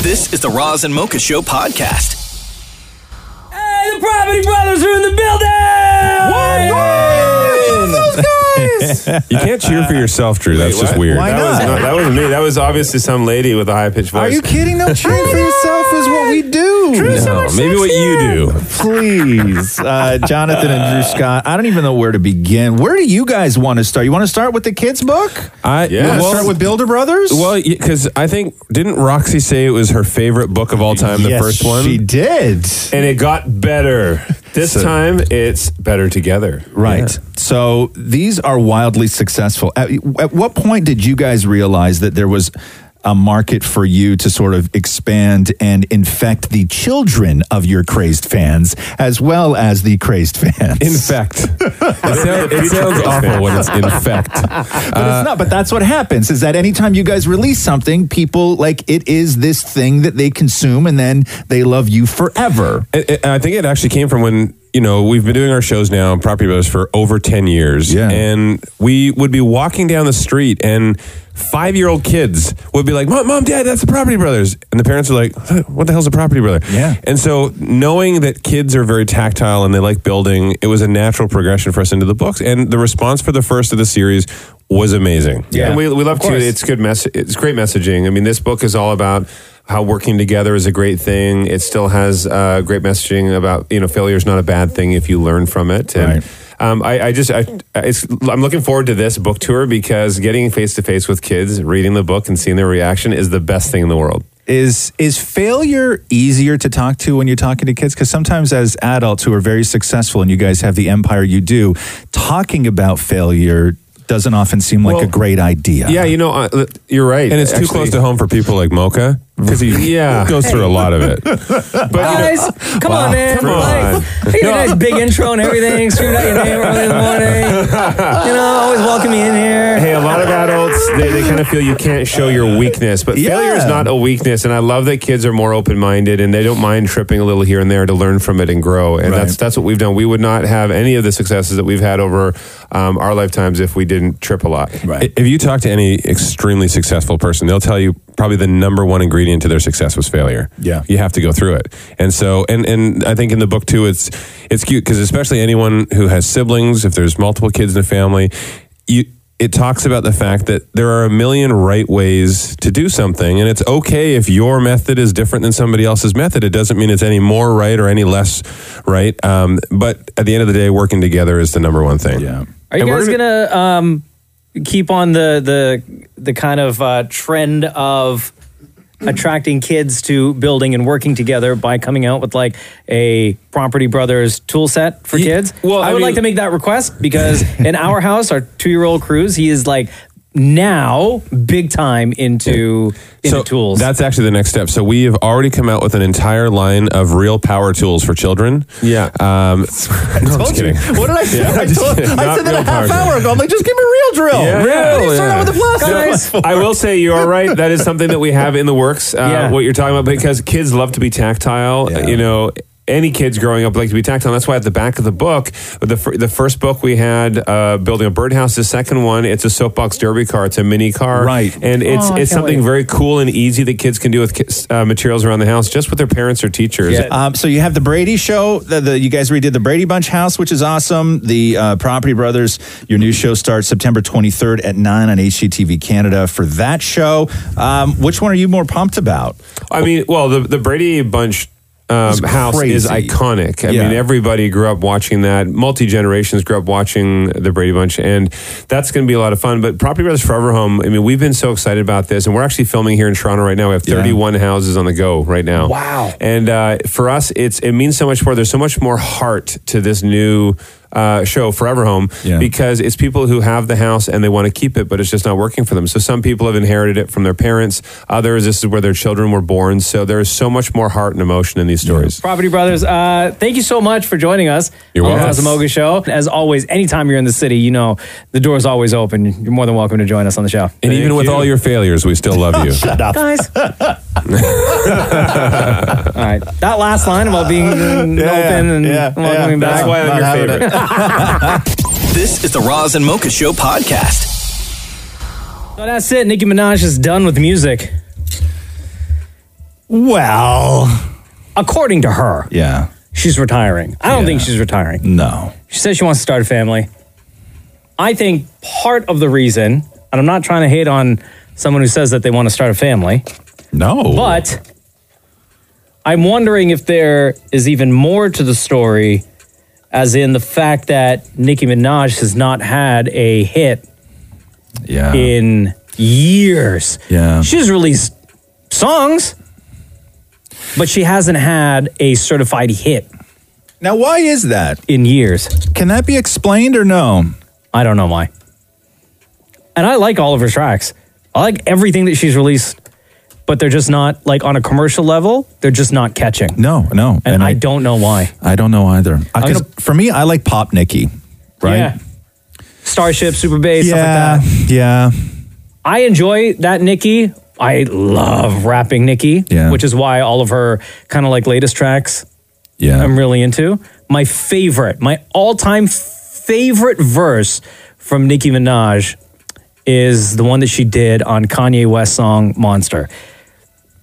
Speaker 1: This is the Roz and Mocha Show podcast. Hey, the Property Brothers are in the building!
Speaker 12: you can't cheer for yourself, Drew. That's just weird.
Speaker 5: Why
Speaker 12: that
Speaker 5: not?
Speaker 12: was that wasn't me. That was obviously some lady with a high pitched voice.
Speaker 5: Are you kidding? No, cheering for yourself is what we do.
Speaker 12: No, maybe what you do.
Speaker 5: Please, uh, Jonathan and Drew Scott. I don't even know where to begin. Where do you guys want to start? You want to start with the kids' book?
Speaker 12: I
Speaker 5: You wanna start with Builder Brothers.
Speaker 12: Well, because I think didn't Roxy say it was her favorite book of all time, the
Speaker 5: Yes,
Speaker 12: first one.
Speaker 5: she did,
Speaker 12: and it got better. This
Speaker 5: So-
Speaker 12: time, it's better together.
Speaker 5: Right. So these are wildly successful. At, at what point did you guys realize that there was a market for you to sort of expand and infect the children of your crazed fans as well as the crazed fans? [LAUGHS]
Speaker 12: Infect. It, sound- it sounds awful when it's infect.
Speaker 5: [LAUGHS] but it's not. But that's what happens. Is that anytime you guys release something, people like it is this thing that they consume, and then they love you forever.
Speaker 12: And- and I think it actually came from when you know we've been doing our shows now, Property Brothers, for over ten years. Yeah, and we would be walking down the street and. Five year old kids would be like, Mom, Mom, Dad, that's the Property Brothers. And the parents are like, "Huh, What the hell's a Property Brother? Yeah. And so, knowing that kids are very tactile and they like building, it was a natural progression for us into the books. And the response for the first of the series was amazing.
Speaker 5: Yeah.
Speaker 12: And we, we love
Speaker 5: Of
Speaker 12: to.
Speaker 5: course.
Speaker 12: It's good mess. It's great messaging. I mean, this book is all about how working together is a great thing. It still has uh, great messaging about you know failure is not a bad thing if you learn from it. And, Um, I, I just I, it's, I'm looking forward to this book tour because getting face to face with kids, reading the book, and seeing their reaction is the best thing in the world.
Speaker 5: Is is failure easier to talk to when you're talking to kids? Because sometimes, as adults who are very successful, and you guys have the empire you do, talking about failure doesn't often seem like a great idea.
Speaker 12: Yeah, you know, uh, you're right, and it's too close to home for people like Mocha because he
Speaker 5: Yeah.
Speaker 12: goes through a lot of [LAUGHS] it.
Speaker 5: But
Speaker 3: Guys, come on, man.
Speaker 12: Come on.
Speaker 3: I get a nice big intro and everything. Screaming out your name early in
Speaker 5: [LAUGHS]
Speaker 3: the morning. You know, always welcome me in here.
Speaker 12: Hey, a lot of adults, they, they kind of feel you can't show your weakness, but failure is not a weakness. And I love that kids are more open minded and they don't mind tripping a little here and there to learn from it and grow. And that's that's what we've done. We would not have any of the successes that we've had over um, our lifetimes if we didn't trip a lot. Right. If you talk to any extremely successful person, they'll tell you probably the number one ingredient to their success was failure.
Speaker 5: Yeah.
Speaker 12: You have to go through it. And so and and I think in the book too it's it's cute cuz especially anyone who has siblings, if there's multiple kids in the family, you it talks about the fact that there are a million right ways to do something and it's okay if your method is different than somebody else's method it doesn't mean it's any more right or any less right um, but at the end of the day working together is the number one thing yeah
Speaker 3: Are you guys gonna, um, keep on the the the kind of uh, trend of attracting kids to building and working together by coming out with like a Property Brothers tool set for kids? Well, I,
Speaker 1: I
Speaker 3: would
Speaker 1: mean-
Speaker 3: like to make that request because in our house, our two year old Cruz, he is like now big time into into tools.
Speaker 12: That's actually the next step. So we have already come out with an entire line of real power tools for children.
Speaker 3: [LAUGHS]
Speaker 12: Yeah. Um, [LAUGHS] no, I'm just kidding. [LAUGHS]
Speaker 5: What did I [LAUGHS] say?
Speaker 12: Yeah,
Speaker 5: I,
Speaker 12: just
Speaker 5: told,
Speaker 12: kidding.
Speaker 5: I
Speaker 12: Not
Speaker 5: said that
Speaker 12: real
Speaker 5: a half
Speaker 12: power
Speaker 5: hour ago. I'm like, just give me real drill.
Speaker 12: Yeah.
Speaker 5: I
Speaker 12: Real,
Speaker 5: didn't start
Speaker 12: yeah.
Speaker 5: out with the plus
Speaker 12: Guys, I will say you are right. That is something that we have in the works. Uh, What you're talking about because kids love to be tactile. You know. Any kids growing up like to be tactile. That's why at the back of the book, the, fir- the first book we had, uh, building a birdhouse. The second one, it's a soapbox derby car. It's a mini car, right? And it's
Speaker 5: Oh, I
Speaker 12: it's
Speaker 5: can't
Speaker 12: something
Speaker 5: wait.
Speaker 12: very cool and easy that kids can do with kids, uh, materials around the house, just with their parents or teachers.
Speaker 5: Um, so you have the Brady show. The, the you guys redid the Brady Bunch house, which is awesome. The uh, Property Brothers. Your new show starts September 23rd at nine on HGTV Canada for that show. Um, which one are you more pumped about?
Speaker 12: I mean, well, the the Brady Bunch um,
Speaker 5: It's
Speaker 12: house is
Speaker 5: crazy.
Speaker 12: iconic. I
Speaker 5: Yeah.
Speaker 12: mean, everybody grew up watching that. Multi generations grew up watching the Brady Bunch, and that's going to be a lot of fun. But Property Brothers Forever Home. I mean, we've been so excited about this, and we're actually filming here in Toronto right now. We have
Speaker 5: Yeah.
Speaker 12: 31 houses on the go right now.
Speaker 5: Wow.
Speaker 12: And uh, for us, it's it means so much more. There's so much more heart to this new uh, show, Forever Home, because it's people who have the house and they want to keep it, but it's just not working for them. So some people have inherited it from their parents. Others, this is where their children were born. So there is so much more heart and emotion in these stories.
Speaker 3: Property Brothers, uh, thank you so much for joining us
Speaker 12: You're
Speaker 3: on the
Speaker 12: welcome.
Speaker 3: Razamoga Show. As always, anytime you're in the city, you know the door's always open. You're more than welcome to join us on the show.
Speaker 12: And even with
Speaker 1: [LAUGHS]
Speaker 12: all your failures, we still
Speaker 3: [LAUGHS]
Speaker 12: love you.
Speaker 3: Shut up. Guys. All right. That last line about being open and welcoming back.
Speaker 1: That's why I'm your favorite. [LAUGHS]
Speaker 3: This is the Roz and Mocha Show podcast. So that's it. Nicki Minaj is done with music. Well, according to her,
Speaker 5: yeah,
Speaker 3: she's retiring. I don't think she's retiring.
Speaker 5: No,
Speaker 3: she says she wants to start a family. I think part of the reason, and I'm not trying to hate on someone who says that they want to start a family.
Speaker 5: No,
Speaker 3: but I'm wondering if there is even more to the story, as in the fact that Nicki Minaj has not had a hit
Speaker 5: yeah.
Speaker 3: in years.
Speaker 5: Yeah.
Speaker 3: She's released songs, but she hasn't had a certified hit.
Speaker 5: Now, why is that?
Speaker 3: In years.
Speaker 5: Can that be explained or no?
Speaker 3: I don't know why. And I like all of her tracks. I like everything that she's released, but they're just not like on a commercial level, they're just not catching.
Speaker 5: No, no.
Speaker 3: And, I, don't know why.
Speaker 5: I don't know either. I, 'cause for me, I like Pop Nikki, right?
Speaker 3: Yeah. Starship, Super Bass,
Speaker 5: Yeah,
Speaker 3: stuff like that.
Speaker 5: yeah.
Speaker 3: I enjoy that Nikki. I love rapping Nikki,
Speaker 5: Yeah.
Speaker 3: which is why all of her kind of like latest tracks
Speaker 5: yeah.
Speaker 3: I'm really into. My favorite, my all time favorite verse from Nicki Minaj is the one that she did on Kanye West's song Monster.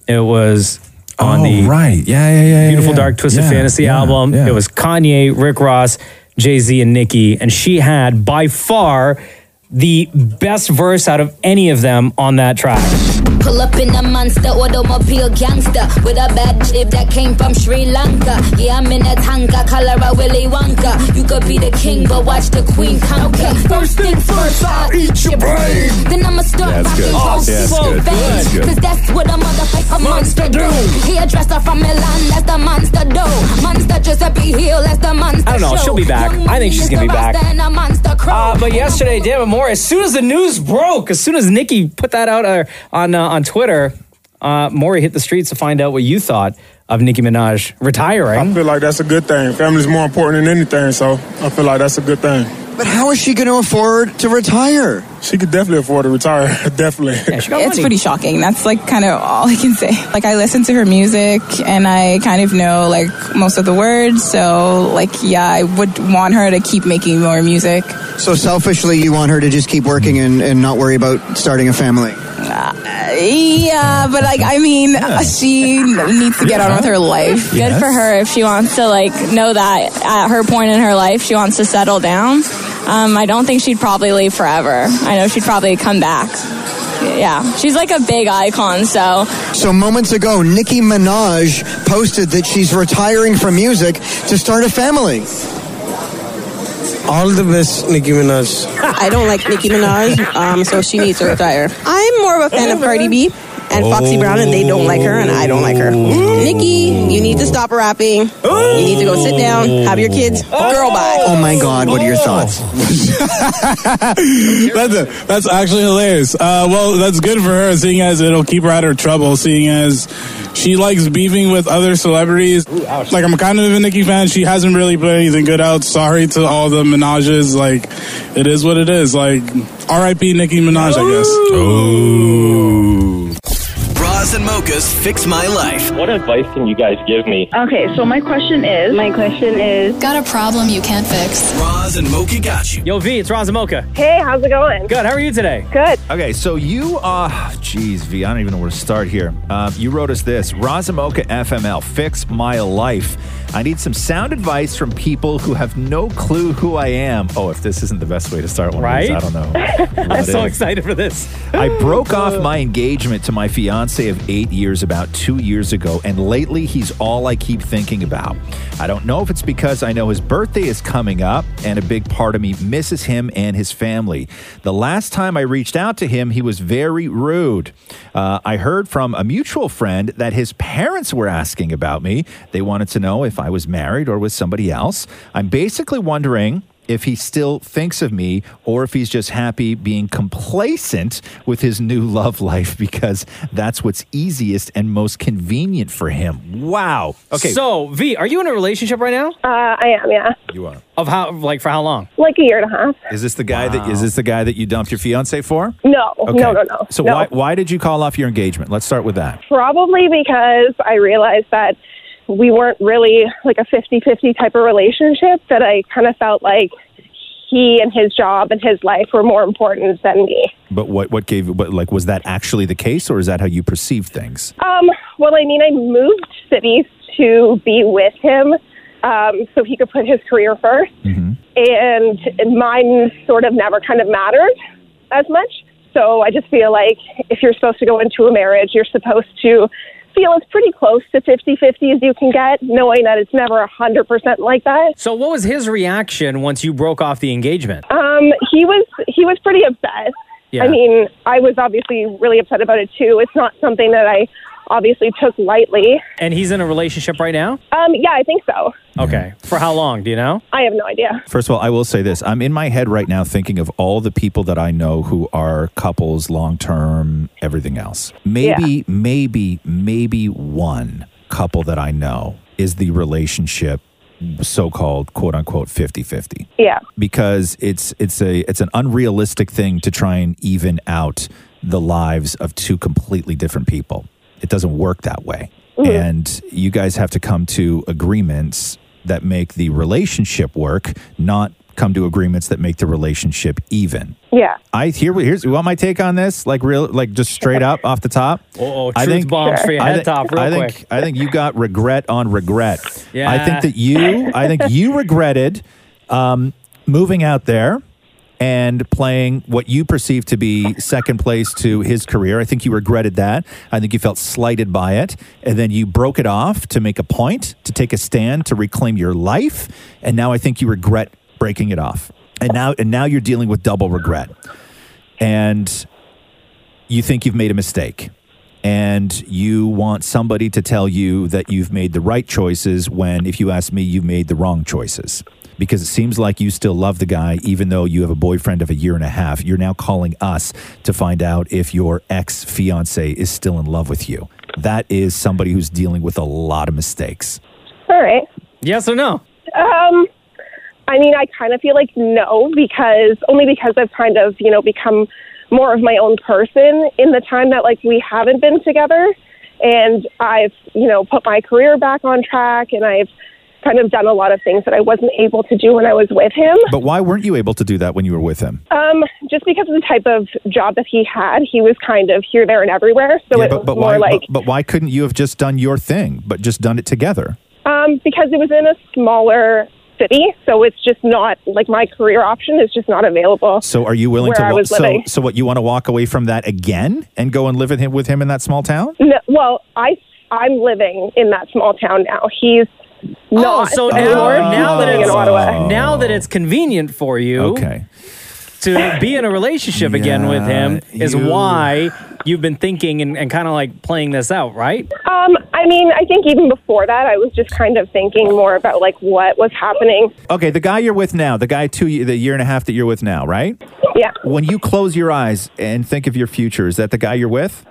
Speaker 3: It was on
Speaker 5: Oh,
Speaker 3: the
Speaker 5: right. Yeah, yeah, yeah, yeah,
Speaker 3: Beautiful
Speaker 5: yeah.
Speaker 3: Dark Twisted
Speaker 5: Yeah,
Speaker 3: Fantasy
Speaker 5: yeah,
Speaker 3: album.
Speaker 5: yeah.
Speaker 3: It was Kanye, Rick Ross, Jay Z, and Nicki. And she had by far the best verse out of any of them on that track.
Speaker 13: Pull up in a monster automobile gangster with a bad jib that came from Sri Lanka. Yeah, I'm in a tanka, color a Willy Wonka. You could be the king, but watch the queen conquer. First things first, I'll eat your brain. Then I'ma
Speaker 1: Yeah,
Speaker 13: start
Speaker 1: that's good.
Speaker 13: rocking
Speaker 1: Oh, yeah, that's good. That's good.
Speaker 13: Cause that's what a motherfucker monster do. Here dressed up from Milan, that's the monster do. Monster Giuseppe Hill, that's the monster
Speaker 3: I don't know.
Speaker 13: show.
Speaker 3: She'll be back.
Speaker 13: Young
Speaker 3: I think she's
Speaker 13: is
Speaker 3: gonna
Speaker 13: the
Speaker 3: be back.
Speaker 13: monster and a monster crow.
Speaker 3: Uh, but yesterday, David Moore, as soon as the news broke, as soon as Nikki put that out uh, on uh, on Twitter, uh, Maury hit the streets to find out what you thought of Nicki Minaj retiring.
Speaker 14: I feel like that's a good thing. Family's more important than anything, so I feel like that's a good thing. But how is she going to afford to retire? She could definitely afford to retire. [LAUGHS] definitely.
Speaker 15: It's pretty shocking. That's like kind of all [LAUGHS] I can say. Like I listen to her music and I kind of know like most of the words. So like yeah, I would want her to keep making more music.
Speaker 6: So selfishly, you want her to just keep working and, and not worry about starting a family.
Speaker 15: Uh, yeah, but like I mean, uh, she needs to get on with her life.
Speaker 6: Yes.
Speaker 16: Good for her if she wants to like know that at her point in her life she wants to settle down. Um, I don't think she'd probably leave forever. I know she'd probably come back. Yeah, she's like a big icon. So
Speaker 6: So moments ago, Nicki Minaj posted that she's retiring from music to start a family. All the best, Nicki Minaj.
Speaker 17: I don't like Nicki Minaj, um, so she needs to retire. I'm more of a fan of Cardi B and Foxy Brown, and they don't like her, and I don't like her. Nicki, you need to stop rapping. You need to go sit down, have your kids. Girl, bye.
Speaker 6: Oh my God, what are your thoughts?
Speaker 18: Oh.
Speaker 7: [LAUGHS]
Speaker 18: [LAUGHS]
Speaker 15: [LAUGHS]
Speaker 18: that's, that's actually hilarious. Uh, well, that's good for her, seeing as it'll keep her out of trouble, seeing as she likes beefing with other celebrities. like, I'm kind of a Nicki fan. She hasn't really put anything good out. Sorry to all the Minages. Like, it is what it is. Like, R.I.P. Nicki Minaj, I guess.
Speaker 3: Oh.
Speaker 1: Roz and Mocha's Fix My Life. What advice can you guys give me?
Speaker 19: Okay, so my question is. My question is. Got a problem you can't fix.
Speaker 1: Roz and Mocha got you.
Speaker 3: Yo, V, it's Roz and Mocha.
Speaker 19: Hey, how's it going?
Speaker 3: Good. How are you today?
Speaker 19: Good.
Speaker 5: Okay, so you, uh, geez, V, I don't even know where to start here. Uh, you wrote us this Razamoka FML, fix my life. I need some sound advice from people who have no clue who I am. Oh, if this isn't the best way to start one, of these,
Speaker 3: Right?
Speaker 5: I don't
Speaker 3: [LAUGHS]
Speaker 5: know.
Speaker 19: [LAUGHS]
Speaker 3: I'm
Speaker 5: what
Speaker 3: so
Speaker 5: is.
Speaker 3: excited for this.
Speaker 5: I broke off my engagement to my fiance of eight years about two years ago, and lately he's all I keep thinking about. I don't know if it's because I know his birthday is coming up, and a big part of me misses him and his family. The last time I reached out to him, he was very rude. Uh, I heard from a mutual friend that his parents were asking about me. They wanted to know if I was married or with somebody else. I'm basically wondering if he still thinks of me or if he's just happy being complacent with his new [LAUGHS] love life because that's what's easiest and most convenient for him. Wow. Okay.
Speaker 3: So, V, are you in a relationship right now?
Speaker 20: Uh, I am, yeah.
Speaker 5: you are.
Speaker 3: Of how, like, for how long?
Speaker 20: Like a year and a half.
Speaker 5: Is this the guy that is this the guy that you dumped your fiance for?
Speaker 20: No, no, no, no.
Speaker 5: So
Speaker 20: no.
Speaker 5: why why did you call off your engagement? Let's start with that.
Speaker 20: Probably because I realized that we weren't really like a 50 50 type of relationship, that I kind of felt like he and his job and his life were more important than me.
Speaker 5: But what what gave what like was that actually the case or is that how you perceive things?
Speaker 20: Um, well, I mean, I moved cities to be with him um, so he could put his career 1st And, and mine sort of never kind of mattered as much. So I just feel like if you're supposed to go into a marriage, you're supposed to feel it's pretty close to 50 50 as you can get, knowing that it's never 100% like that.
Speaker 3: So, what was his reaction once you broke off the engagement?
Speaker 20: Um, he was he was pretty upset.
Speaker 3: Yeah.
Speaker 20: I mean, I was obviously really upset about it too. It's not something that I obviously took lightly.
Speaker 3: And he's in a relationship right now?
Speaker 20: Um, yeah, I think so.
Speaker 3: Okay.
Speaker 5: Oh.
Speaker 3: For how long? Do you know?
Speaker 20: I have no idea.
Speaker 5: First of all, I will say this. I'm in my head right now thinking of all the people that I know who are couples, long term, everything else. Maybe,
Speaker 21: Yeah.
Speaker 5: maybe, maybe one couple that I know is the relationship so called quote unquote 50 50
Speaker 20: Yeah.
Speaker 5: because it's it's a it's an unrealistic thing to try and even out the lives of two completely different people. It doesn't work that way. And you guys have to come to agreements that make the relationship work, not come to agreements that make the relationship even.
Speaker 20: Yeah.
Speaker 5: I here here's you want my take on this like real like just straight up off the top.
Speaker 3: [LAUGHS] Uh-oh, truth bombs for your
Speaker 5: I
Speaker 3: head
Speaker 5: think-
Speaker 3: top real
Speaker 5: I think
Speaker 3: quick.
Speaker 5: I think you got regret on regret.
Speaker 3: Yeah.
Speaker 5: I think that you I think you regretted um, moving out there and playing what you perceive to be second place to his career. I think you regretted that. I think you felt slighted by it. And then you broke it off to make a point, to take a stand, to reclaim your life. And now I think you regret breaking it off. And now and now you're dealing with double regret. And you think you've made a mistake and you want somebody to tell you that you've made the right choices when if you ask me you've made the wrong choices because it seems like you still love the guy even though you have a boyfriend of a year and a half you're now calling us to find out if your ex fiance is still in love with you that is somebody who's dealing with a lot of mistakes
Speaker 20: All right.
Speaker 3: yes or no
Speaker 20: Um, I mean, I kind of feel like no, because only because I've kind of, you know, become more of my own person in the time that, like, we haven't been together. And I've, you know, put my career back on track and I've kind of done a lot of things that I wasn't able to do when I was with him.
Speaker 5: but why weren't you able to do that when you were with him
Speaker 20: Um, just because of the type of job that he had, he was kind of here, there, and everywhere. So it
Speaker 5: but,
Speaker 20: was
Speaker 5: but
Speaker 20: more
Speaker 5: why
Speaker 20: like,
Speaker 5: but, but why couldn't you have just done your thing but just done it together
Speaker 20: um, because it was in a smaller city. So it's just not like my career option is just not available.
Speaker 5: So are you willing
Speaker 20: where
Speaker 5: to
Speaker 20: I
Speaker 5: wa-
Speaker 20: was
Speaker 5: so
Speaker 20: living.
Speaker 5: so what you want to walk away from that again and go and live with him with him in that small town?
Speaker 20: No, well, I I'm living in that small town now. He's
Speaker 5: Oh,
Speaker 20: not.
Speaker 3: so now, now that
Speaker 20: living
Speaker 3: it's
Speaker 20: in Ottawa.
Speaker 3: now that it's convenient for you, okay, to be in a relationship again with him is
Speaker 20: you-
Speaker 3: why you've been thinking and, and kind of like playing this out, right?
Speaker 20: Um, I mean, I think even before that, I was just kind of thinking more about like what was happening.
Speaker 5: Okay, the guy you're with now, the guy two ye- the year and a half that you're with now, right?
Speaker 20: Yeah.
Speaker 5: When you close your eyes and think of your future, is that the guy you're with?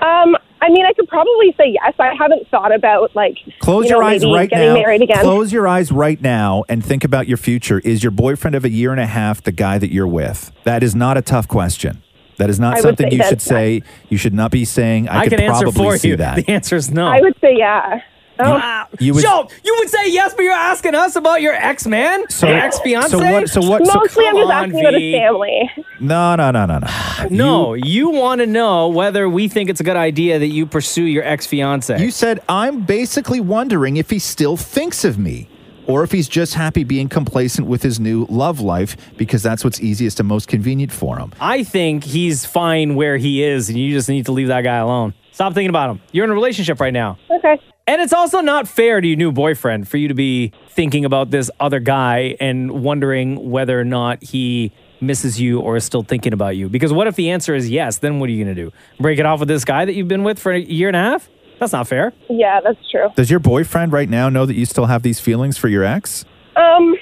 Speaker 20: Um, I mean, I could probably say yes. I haven't thought about like
Speaker 5: Close
Speaker 20: you know,
Speaker 5: your eyes
Speaker 20: maybe
Speaker 5: right
Speaker 20: getting
Speaker 5: now.
Speaker 20: married again.
Speaker 5: Close your eyes right now and think about your future. Is your boyfriend of a year and a half the guy that you're with? That is not a tough question. That is
Speaker 20: I
Speaker 5: not
Speaker 20: would
Speaker 5: something
Speaker 20: say
Speaker 5: you should
Speaker 20: that's-
Speaker 5: say. You should not be saying. I,
Speaker 3: I
Speaker 5: could
Speaker 3: can answer
Speaker 5: probably
Speaker 3: for
Speaker 5: see
Speaker 3: you.
Speaker 5: that.
Speaker 3: [LAUGHS] The answer is no.
Speaker 20: I would say yeah. Oh.
Speaker 5: You would-
Speaker 3: Yo, you would say yes, but you're asking us about your ex man,
Speaker 5: So-
Speaker 3: your ex fiance.
Speaker 5: so what- so what- so Mostly I'm
Speaker 20: just asking about his family.
Speaker 5: No, no, no, no, no.
Speaker 3: No, you, want to know whether we think it's a good idea that you pursue your ex fiance.
Speaker 5: You said, I'm basically wondering if he still thinks of me or if he's just happy being complacent with his new love life because that's what's easiest and most convenient for him.
Speaker 3: I think he's fine where he is, and you just need to leave that guy alone. Stop thinking about him. You're in a relationship right now.
Speaker 20: Okay.
Speaker 3: And it's also not fair to your new boyfriend for you to be thinking about this other guy and wondering whether or not he misses you or is still thinking about you. Because what if the answer is yes? Then what are you going to do? Break it off with this guy that you've been with for a year and a half? That's not fair.
Speaker 20: Yeah, that's true.
Speaker 5: Does your boyfriend right now know that you still have these feelings for your ex?
Speaker 20: Um,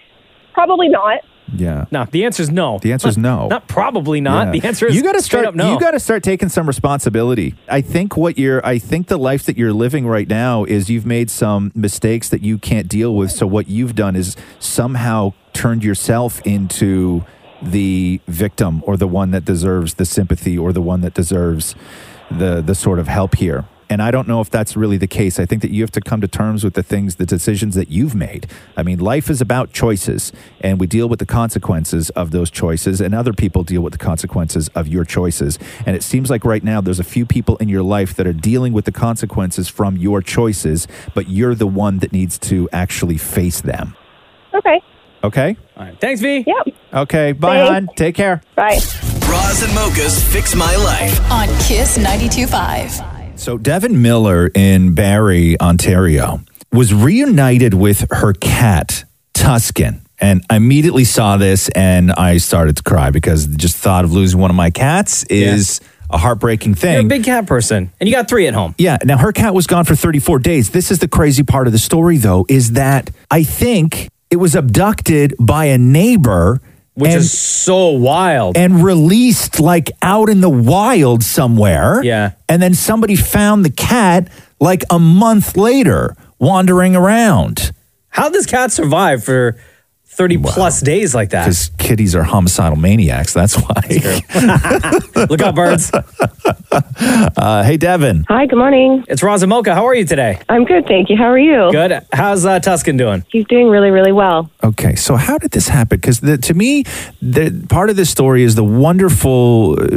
Speaker 20: Probably not.
Speaker 5: Yeah.
Speaker 3: No, the answer is no.
Speaker 5: The answer is no.
Speaker 3: Not probably not.
Speaker 5: Yeah.
Speaker 3: The answer is
Speaker 5: you got to
Speaker 3: straight
Speaker 5: start.
Speaker 3: up no.
Speaker 5: You got to start taking some responsibility. I think what you're. I think the life that you're living right now is you've made some mistakes that you can't deal with. So what you've done is somehow turned yourself into the victim or the one that deserves the sympathy or the one that deserves the the sort of help here. And I don't know if that's really the case. I think that you have to come to terms with the things, the decisions that you've made. I mean, life is about choices, and we deal with the consequences of those choices, and other people deal with the consequences of your choices. And it seems like right now there's a few people in your life that are dealing with the consequences from your choices, but you're the one that needs to actually face them.
Speaker 20: Okay.
Speaker 5: Okay?
Speaker 3: All right. Thanks, V. Yep.
Speaker 5: Okay. Bye, hon. Take care.
Speaker 20: Bye.
Speaker 1: Roz and Mocha's Fix My Life.
Speaker 22: On Kiss 92.5.
Speaker 5: So Devin Miller in Barrie, Ontario, was reunited with her cat, Tuscan. And I immediately saw this and I started to cry because just thought of losing one of my cats is a heartbreaking thing.
Speaker 3: You're a big cat person, and you got three at home.
Speaker 5: Yeah. Now her cat was gone for 34 days. This is the crazy part of the story, though, is that I think it was abducted by a neighbor,
Speaker 3: Which is so wild.
Speaker 5: and released like out in the wild somewhere.
Speaker 3: Yeah.
Speaker 5: And then somebody found the cat like a month later wandering around.
Speaker 3: How'd this cat survive for 30 plus days like
Speaker 5: [LAUGHS]
Speaker 3: that?
Speaker 5: Because kitties are homicidal maniacs. That's [LAUGHS] why.
Speaker 3: Look out, birds.
Speaker 5: [LAUGHS] uh, hey, Devin.
Speaker 21: Hi, good morning.
Speaker 3: It's Roz and Mocha. How are you today?
Speaker 21: I'm good, thank you. How are you?
Speaker 3: Good. How's uh, Tuscan doing?
Speaker 21: He's doing really, really well.
Speaker 5: Okay, so how did this happen? Because to me, the, part of this story is the wonderful uh,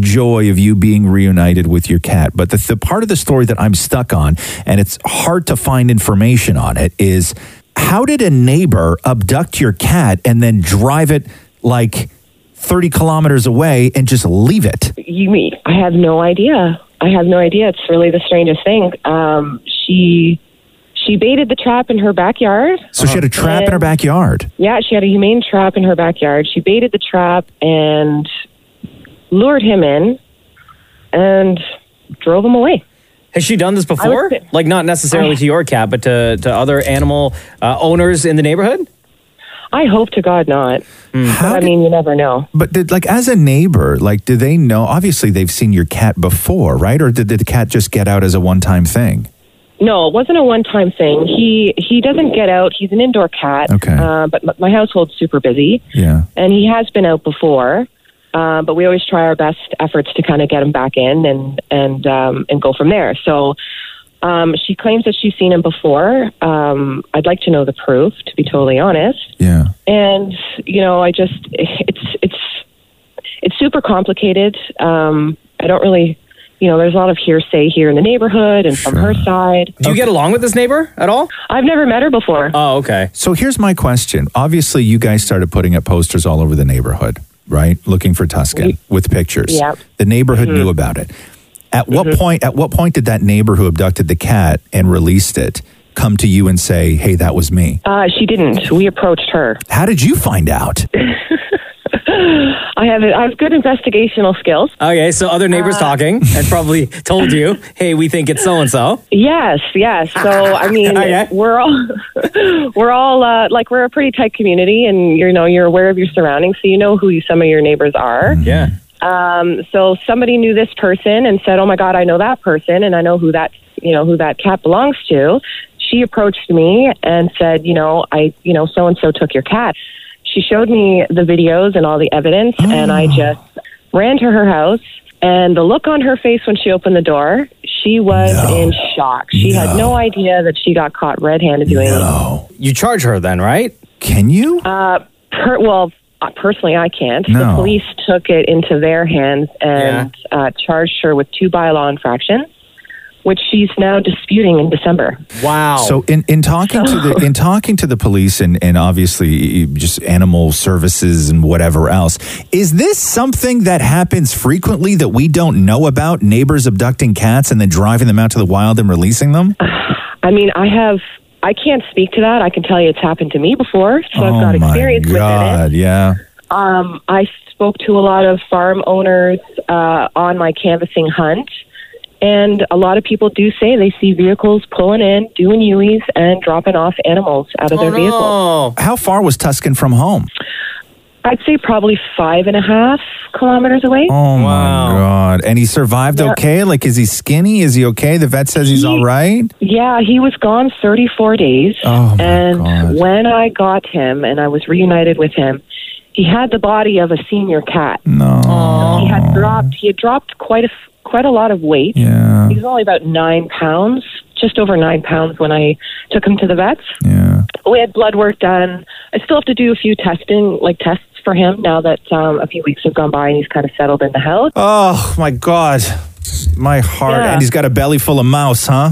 Speaker 5: joy of you being reunited with your cat. But the, the part of the story that I'm stuck on, and it's hard to find information on it, is how did a neighbor abduct your cat and then drive it like 30 kilometers away and just leave it?
Speaker 21: You mean I have no idea. I have no idea. It's really the strangest thing. Um, she she baited the trap in her backyard.
Speaker 5: So she had a trap in her
Speaker 21: And-
Speaker 5: backyard.
Speaker 21: Yeah, she had a humane trap in her backyard. She baited the trap and lured him in and drove him away.
Speaker 3: Has she done this before? Like, not necessarily to your cat, but to, to other animal uh, owners in the neighborhood?
Speaker 21: I hope to God not. But I mean, you never know.
Speaker 5: But did, like as a neighbor, like do they know? Obviously, they've seen your cat before, right? Or did the cat just get out as a one-time thing?
Speaker 21: No, it wasn't a one-time thing. He he doesn't get out. He's an indoor cat. Okay. Uh, but m- my household's super busy.
Speaker 5: Yeah.
Speaker 21: and he has been out before. Um, but we always try our best efforts to kind of get him back in and and um, and go from there. So um, she claims that she's seen him before. Um, I'd like to know the proof, to be totally honest.
Speaker 5: Yeah.
Speaker 21: And you know, I just it's it's it's super complicated. Um, I don't really, you know, there's a lot of hearsay here in the neighborhood and from her side.
Speaker 3: Do you get along with this neighbor at all?
Speaker 21: I've never met her before.
Speaker 3: Oh, okay.
Speaker 5: So here's my question. Obviously, you guys started putting up posters all over the neighborhood, right? Looking for Tuscan with pictures.
Speaker 4: Yep.
Speaker 5: The neighborhood
Speaker 21: Mm-hmm.
Speaker 5: knew about it. At what point? At what point did that neighbor who abducted the cat and released it come to you and say, "Hey, that was me"?
Speaker 21: Uh, she didn't. We approached her.
Speaker 5: How did you find out?
Speaker 21: I have I have good investigational skills.
Speaker 3: Okay, so other neighbors talking and probably told you, hey, we think it's so and so.
Speaker 21: Yes, yes. So I mean,
Speaker 3: Okay.
Speaker 21: we're all [LAUGHS] we're all uh, like we're a pretty tight community, and you know you're aware of your surroundings, so you know who you, some of your neighbors are.
Speaker 3: Yeah.
Speaker 21: Um, so somebody knew this person and said, "Oh my God, I know that person, and I know who that you know who that cat belongs to." She approached me and said, "You know, I you know so and so took your cat." She showed me the videos and all the evidence, and I just ran to her house. And the look on her face when she opened the door, she was in shock. She had no idea that she got caught red-handed doing no.
Speaker 3: You charge her then, right?
Speaker 5: Can you?
Speaker 21: Uh, per- well, uh, personally, I can't. The
Speaker 3: No.
Speaker 21: police took it into their hands and uh, charged her with two bylaw infractions, which she's now disputing in December.
Speaker 3: Wow.
Speaker 5: So in, in talking to the in talking to the police and and obviously just animal services and whatever else, is this something that happens frequently that we don't know about? Neighbors abducting cats and then driving them out to the wild and
Speaker 21: [LAUGHS]
Speaker 5: releasing them?
Speaker 21: I mean, I have. I can't speak to that. I can tell you it's happened to me before, so I've got experience with it.
Speaker 5: God, yeah.
Speaker 21: Um, I spoke to a lot of farm owners uh, on my canvassing hunt, And a lot of people do say they see vehicles pulling in, doing UEs, and dropping off animals out of their
Speaker 5: Oh,
Speaker 21: vehicles.
Speaker 5: How far was Tuscan from home?
Speaker 21: I'd say probably five and a half kilometers away.
Speaker 5: Oh my god! And he survived
Speaker 21: Yeah.
Speaker 5: okay. Like, is he skinny? Is he okay? The vet says he's all right.
Speaker 21: Yeah, he was gone 34 days.
Speaker 5: Oh, my
Speaker 21: and when I got him and I was reunited with him, he had the body of a senior cat.
Speaker 5: No.
Speaker 21: He had dropped he had dropped quite a f- quite a lot of weight.
Speaker 5: Yeah.
Speaker 21: He was only about 9 pounds, just over 9 pounds when I took him to the vets.
Speaker 5: Yeah.
Speaker 21: We had blood work done. I still have to do a few testing like tests for him now that um, a few weeks have gone by and he's kind of settled in the house.
Speaker 5: Oh my god, my heart!
Speaker 21: Yeah.
Speaker 5: And he's got a belly full of mouse, huh?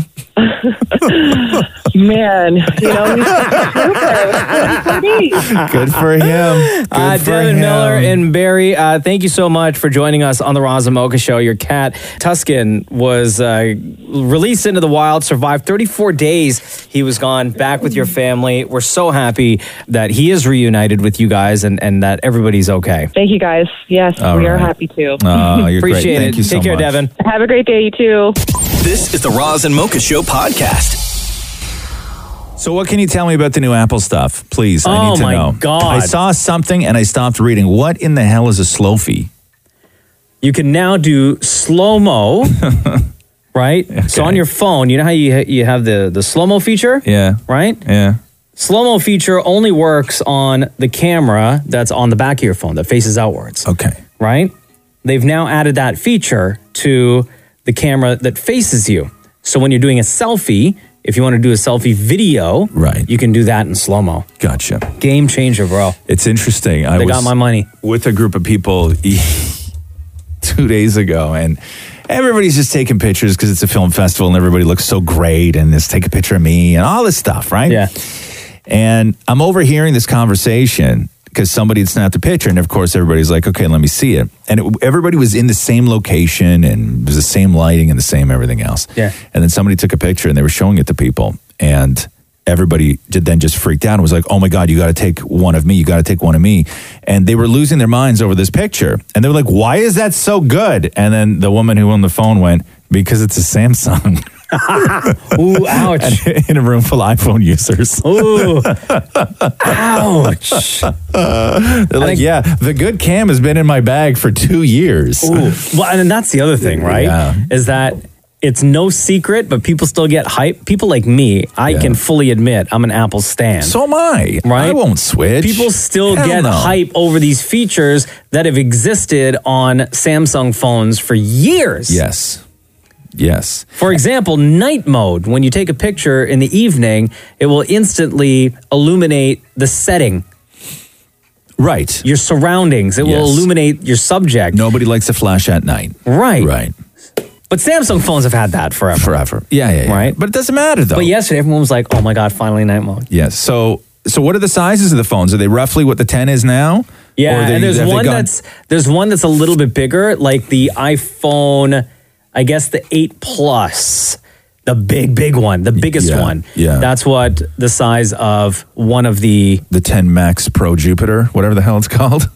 Speaker 21: Man, you know, he's
Speaker 5: [LAUGHS]
Speaker 21: a trooper. 34 days.
Speaker 5: Good for him.
Speaker 3: [LAUGHS] Uh, Devin Miller and Barry, uh, thank you so much for joining us on the Roz and Mocha Show. Your cat, Tuscan, was uh, released into the wild, survived 34 days. He was gone back with your family. We're so happy that he is reunited with you guys and, and that everybody's okay.
Speaker 21: Thank you guys. Yes,
Speaker 3: All
Speaker 21: we are
Speaker 3: right.
Speaker 21: happy to.
Speaker 3: Oh, you're great. [LAUGHS] Appreciate Thank it. you so Take care, much. Devin.
Speaker 21: Have a great day, you too.
Speaker 1: This is the Roz and Mocha
Speaker 3: [LAUGHS]
Speaker 1: Show podcast.
Speaker 5: So, what can you tell me about the new Apple stuff, please? I
Speaker 1: Oh
Speaker 5: need to
Speaker 1: my
Speaker 5: know.
Speaker 1: God.
Speaker 5: I saw something and I stopped reading. What in the hell is a slowfie?
Speaker 3: You can now do slow
Speaker 5: [LAUGHS]
Speaker 3: mo, right? So on your phone, you know how you you have the the slow mo feature,
Speaker 5: Yeah.
Speaker 3: right?
Speaker 5: Yeah.
Speaker 3: Slow mo feature only works on the camera that's on the back of your phone that faces outwards.
Speaker 5: Okay.
Speaker 3: Right? They've now added that feature to the camera that faces you. So when you're doing a selfie, if you want to do a selfie video,
Speaker 5: right,
Speaker 3: you can do that in slow mo.
Speaker 5: Gotcha.
Speaker 3: Game changer, bro.
Speaker 5: It's interesting. I
Speaker 3: They
Speaker 5: was
Speaker 3: got my money
Speaker 5: with a group of people [LAUGHS] two days ago, and everybody's just taking pictures because it's a film festival, and everybody looks so great, and just take a picture of me, and all this stuff, right? Yeah. And I'm overhearing this conversation because somebody had snapped a picture, and of course, everybody's like, "Okay, let me see it." And it, everybody was in the same location, and it was the same lighting and the same everything else.
Speaker 3: Yeah.
Speaker 5: And then somebody took a picture, and they were showing it to people, and everybody did then just freaked out and was like, "Oh my god, you got to take one of me! You got to take one of me!" And they were losing their minds over this picture, and they were like, "Why is that so good?" And then the woman who owned the phone went, "Because it's a Samsung."
Speaker 3: [LAUGHS] Ooh,
Speaker 5: [LAUGHS]
Speaker 3: ouch.
Speaker 5: In a room full of iPhone users. [LAUGHS]
Speaker 3: Ooh. ouch.
Speaker 5: They're like, yeah, the good cam has been in my bag for two years.
Speaker 3: Ooh. Well, and that's the other thing, right?
Speaker 5: Yeah.
Speaker 3: Is that it's no secret, but people still get hype. People like me, I can fully admit I'm an Apple stan.
Speaker 5: So am I.
Speaker 3: Right?
Speaker 5: I won't switch.
Speaker 3: People still
Speaker 5: Hell
Speaker 3: get
Speaker 5: no.
Speaker 3: hype over these features that have existed on Samsung phones for years.
Speaker 5: Yes. Yes.
Speaker 3: For example, night mode, when you take a picture in the evening, it will instantly illuminate the setting.
Speaker 5: Right.
Speaker 3: Your surroundings. It will
Speaker 5: Yes.
Speaker 3: illuminate your subject.
Speaker 5: Nobody likes to flash at night.
Speaker 3: Right.
Speaker 5: Right.
Speaker 3: But Samsung phones have had that forever.
Speaker 5: Forever. Yeah, yeah, yeah.
Speaker 3: Right.
Speaker 5: But it doesn't matter though.
Speaker 3: But yesterday everyone was like, "Oh my god, finally night mode."
Speaker 5: Yes. So, so what are the sizes of the phones? Are they roughly what the 10 is now? Or
Speaker 3: Yeah,
Speaker 5: they-
Speaker 3: and there's
Speaker 5: have they
Speaker 3: one
Speaker 5: gone-
Speaker 3: that's there's one that's a little bit bigger, like the iPhone, I guess the eight plus, the big big one, the biggest
Speaker 5: Yeah,
Speaker 3: one.
Speaker 5: yeah.
Speaker 3: that's what the size of one of
Speaker 5: [LAUGHS]
Speaker 3: the
Speaker 5: the 10 Max Pro Jupiter, whatever the hell it's [LAUGHS] called.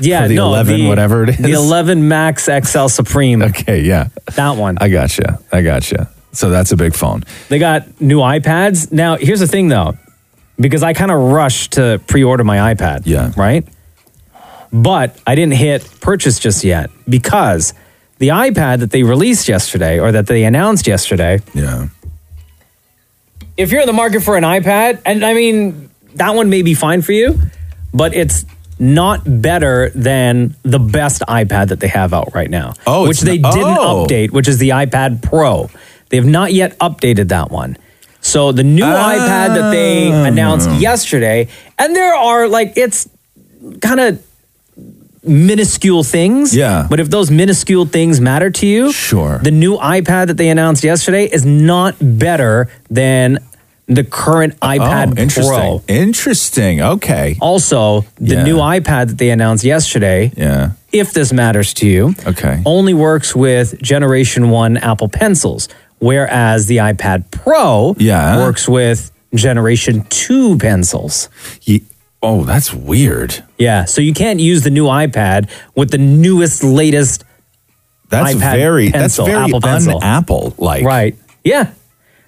Speaker 3: yeah
Speaker 5: Or the
Speaker 3: no,
Speaker 5: 11, whatever it
Speaker 3: the
Speaker 5: is.
Speaker 3: eleven Max XL Supreme.
Speaker 5: [LAUGHS] okay, yeah,
Speaker 3: that one.
Speaker 5: I gotcha. I gotcha. So that's a big phone.
Speaker 3: They got new iPads. Now, here's the thing though, because I kind of rushed to pre order my iPad. Yeah. Right? But I didn't hit purchase just yet because the iPad that they released yesterday or that they announced yesterday.
Speaker 5: Yeah.
Speaker 3: If you're in the market for an iPad, and I mean, that one may be fine for you, but it's not better than the best iPad that they have out right now.
Speaker 5: Oh,
Speaker 3: which
Speaker 5: it's
Speaker 3: they
Speaker 5: not-
Speaker 3: didn't
Speaker 5: oh.
Speaker 3: update, which is the iPad Pro. They have not yet updated that one. So the new iPad that they
Speaker 5: Ah.
Speaker 3: announced yesterday, and there are like it's kind of minuscule things.
Speaker 5: Yeah.
Speaker 3: But if those minuscule things matter to you,
Speaker 5: sure.
Speaker 3: The new iPad that they announced yesterday is not better than the current iPad
Speaker 5: oh, interesting.
Speaker 3: Pro.
Speaker 5: Interesting. Okay.
Speaker 3: Also, the
Speaker 5: Yeah.
Speaker 3: new iPad that they announced yesterday,
Speaker 5: yeah.
Speaker 3: if this matters to you,
Speaker 5: okay,
Speaker 3: only works with Generation 1 Apple Pencils, whereas the iPad Pro
Speaker 5: Yeah.
Speaker 3: works with Generation 2 pencils.
Speaker 5: oh, that's weird.
Speaker 3: Yeah, so you can't use the new iPad with the newest, latest
Speaker 5: That's
Speaker 3: iPad
Speaker 5: very
Speaker 3: pencil,
Speaker 5: that's very
Speaker 3: Apple pencil.
Speaker 5: apple like.
Speaker 3: Right. Yeah.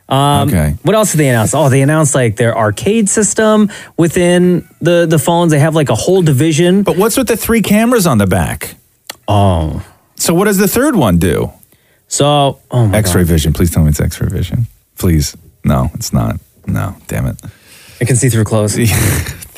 Speaker 3: Um, okay. What else did they announce? Oh, they announced like their arcade system within the the phones. They have like a whole division.
Speaker 5: But what's with the three cameras on the back?
Speaker 3: Oh.
Speaker 5: So what does the third one do?
Speaker 3: So oh
Speaker 5: X-ray vision. Please tell me it's X-ray vision. Please. No, it's not. No, damn it.
Speaker 3: I can see through clothes.
Speaker 5: [LAUGHS]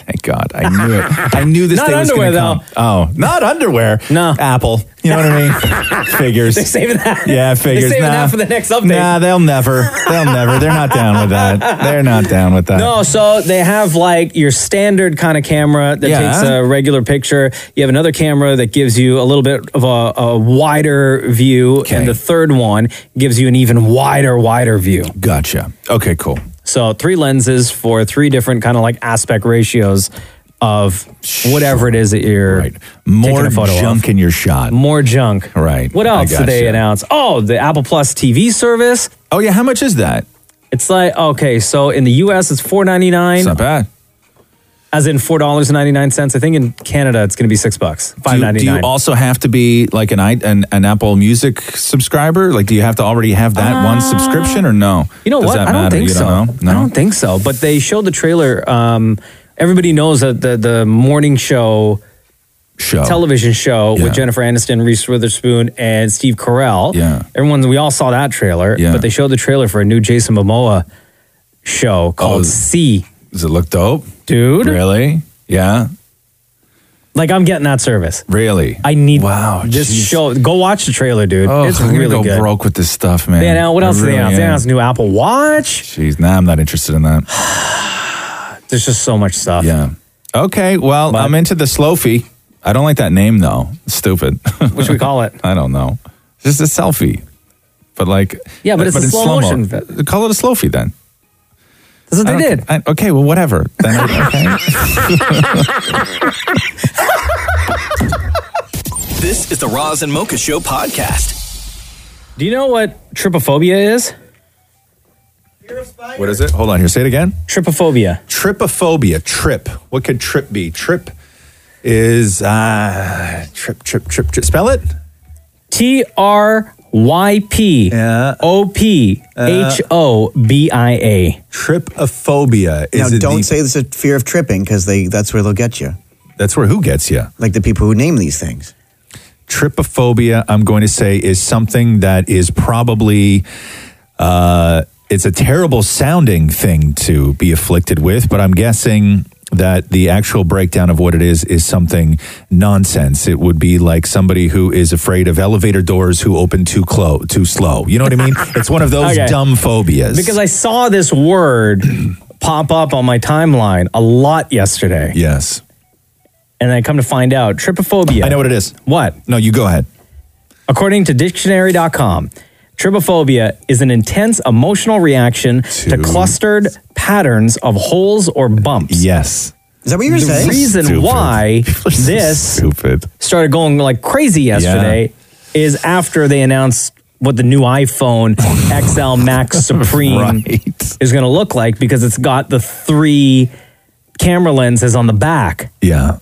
Speaker 5: Thank God. I knew it. I knew this
Speaker 3: Not
Speaker 5: day was going
Speaker 3: underwear,
Speaker 5: to come. Oh, not underwear. No. Apple. You know what I
Speaker 3: [LAUGHS]
Speaker 5: mean? figures.
Speaker 3: They're saving that. [LAUGHS]
Speaker 5: Yeah, figures.
Speaker 3: They're saving
Speaker 5: nah.
Speaker 3: that for the next update.
Speaker 5: Nah, they'll never. They'll never. They're not down with that. They're not down with that.
Speaker 3: No, so they have like your standard kind of camera that
Speaker 5: Yeah.
Speaker 3: takes a regular picture. You have another camera that gives you a little bit of a, a wider view, and the third one gives you an even wider, wider view.
Speaker 5: Gotcha. Okay, cool.
Speaker 3: So three lenses for three different kind of like aspect ratios of whatever it is that you're
Speaker 5: More
Speaker 3: taking a photo
Speaker 5: junk
Speaker 3: Of.
Speaker 5: in your shot.
Speaker 3: More junk.
Speaker 5: Right.
Speaker 3: What
Speaker 5: I
Speaker 3: else did they
Speaker 5: gotcha.
Speaker 3: announce? Oh, the Apple Plus TV service.
Speaker 5: Oh yeah, how much is that?
Speaker 3: It's like okay, so in the U.S. it's four ninety nine. It's
Speaker 5: not bad.
Speaker 3: As in four dollars and ninety nine cents. I think in Canada it's going to be six bucks,
Speaker 5: Do
Speaker 3: five
Speaker 5: you,
Speaker 3: ninety
Speaker 5: do you
Speaker 3: nine.
Speaker 5: also have to be like an, i- an an Apple Music subscriber? Like, do you have to already have that one subscription or no?
Speaker 3: Uh, You know
Speaker 5: Does
Speaker 3: what?
Speaker 5: that
Speaker 3: I don't
Speaker 5: matter?
Speaker 3: think
Speaker 5: You
Speaker 3: so.
Speaker 5: know?
Speaker 3: I don't think so. But they showed the trailer. Um, everybody knows that the the morning show,
Speaker 5: Show.
Speaker 3: television show
Speaker 5: Yeah.
Speaker 3: with Jennifer Aniston, Reese Witherspoon, and Steve Carell.
Speaker 5: Yeah.
Speaker 3: everyone we all saw that trailer.
Speaker 5: Yeah.
Speaker 3: but they showed the trailer for a new Jason Momoa show called C.
Speaker 5: Oh, Does it look dope,
Speaker 3: dude?
Speaker 5: Really? Yeah.
Speaker 3: Like I'm getting that service.
Speaker 5: Really?
Speaker 3: I need
Speaker 5: wow.
Speaker 3: This
Speaker 5: jeez.
Speaker 3: show. Go watch the trailer, dude.
Speaker 5: Oh,
Speaker 3: it's
Speaker 5: I'm gonna
Speaker 3: really
Speaker 5: go
Speaker 3: good.
Speaker 5: broke with this stuff, man.
Speaker 3: They announced, what
Speaker 5: I
Speaker 3: else did they
Speaker 5: really
Speaker 3: announce? They
Speaker 5: am.
Speaker 3: announced new Apple Watch.
Speaker 5: Jeez, now I'm not interested in that.
Speaker 3: [SIGHS] There's just so much stuff.
Speaker 5: Yeah. Okay. Well, I'm into the Slofie. I don't like that name though. It's stupid.
Speaker 3: What
Speaker 5: [LAUGHS]
Speaker 3: should we call it?
Speaker 5: I don't know. It's just a selfie, but like
Speaker 3: Yeah, but it's a
Speaker 5: in
Speaker 3: slow
Speaker 5: slow-mo. Uh,
Speaker 3: motion.
Speaker 5: Call it a Slofie then.
Speaker 3: That's what
Speaker 5: I
Speaker 3: they
Speaker 5: don't
Speaker 3: did.
Speaker 5: ca- I- okay. Well, whatever. Then I- okay.
Speaker 1: This is the Roz and Mocha Show podcast.
Speaker 3: Do you know what trypophobia is?
Speaker 5: [LAUGHS] What is it? Hold on here. Say it again.
Speaker 3: Trypophobia.
Speaker 5: Trypophobia. Trip. What could trip be? Trip is uh trip trip trip trip. Spell it.
Speaker 3: T R Y P O P H O B I A.
Speaker 5: Trypophobia.
Speaker 6: Now,
Speaker 5: Is it
Speaker 6: don't
Speaker 5: the-
Speaker 6: say it's a fear of tripping because they that's where they'll get you.
Speaker 5: That's where who gets you?
Speaker 6: Like the people who name these things.
Speaker 5: Trypophobia. I'm going to say is something that is probably. Uh, it's a terrible sounding thing to be afflicted with, but I'm guessing that the actual breakdown of what it is is something nonsense. It would be like somebody who is afraid of elevator doors who open too clo- too slow. You know what I mean? It's one of
Speaker 3: [LAUGHS]
Speaker 5: those
Speaker 3: Okay.
Speaker 5: dumb phobias.
Speaker 3: Because I saw this word [CLEARS THROAT] pop up on my timeline a lot yesterday.
Speaker 5: Yes.
Speaker 3: And I come to find out trypophobia. I know
Speaker 5: what it is.
Speaker 3: What?
Speaker 5: No, you go ahead.
Speaker 3: According to dictionary.com, trypophobia is an intense emotional reaction to, clustered patterns of holes or bumps.
Speaker 5: Yes.
Speaker 6: Is that what you were
Speaker 3: the
Speaker 6: saying?
Speaker 3: reason
Speaker 6: Stupid.
Speaker 5: [LAUGHS]
Speaker 3: why this
Speaker 5: stupid.
Speaker 3: started going like crazy yesterday is after they announced what the new
Speaker 5: [LAUGHS]
Speaker 3: iPhone XL Max Supreme is going to look like because it's got the three camera lenses on the back.
Speaker 5: Yeah.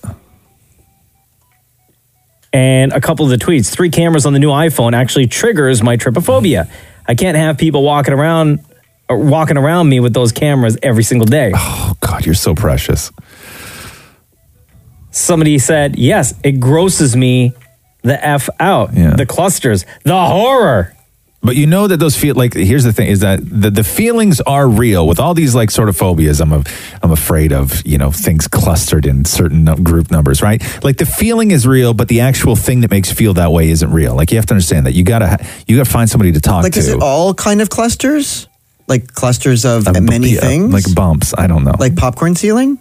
Speaker 3: And a couple of the tweets three cameras on the new iPhone actually triggers my trypophobia. I can't have people walking around. or Walking around me with those cameras every single day.
Speaker 5: Oh God, you're so precious.
Speaker 3: Somebody said, "Yes, it grosses me the f out. The clusters, the horror."
Speaker 5: But you know that those feel like here's the thing is that the, the feelings are real with all these like sort of phobias. I'm a, I'm afraid of you know things clustered in certain nu- group numbers, right? Like the feeling is real, but the actual thing that makes you feel that way isn't real. Like you have to understand that you gotta ha- you gotta find somebody to talk
Speaker 6: Like,
Speaker 5: to.
Speaker 6: is it all kind of clusters? Like clusters of many
Speaker 5: yeah,
Speaker 6: things?
Speaker 5: like bumps. I don't know.
Speaker 6: Like popcorn ceiling?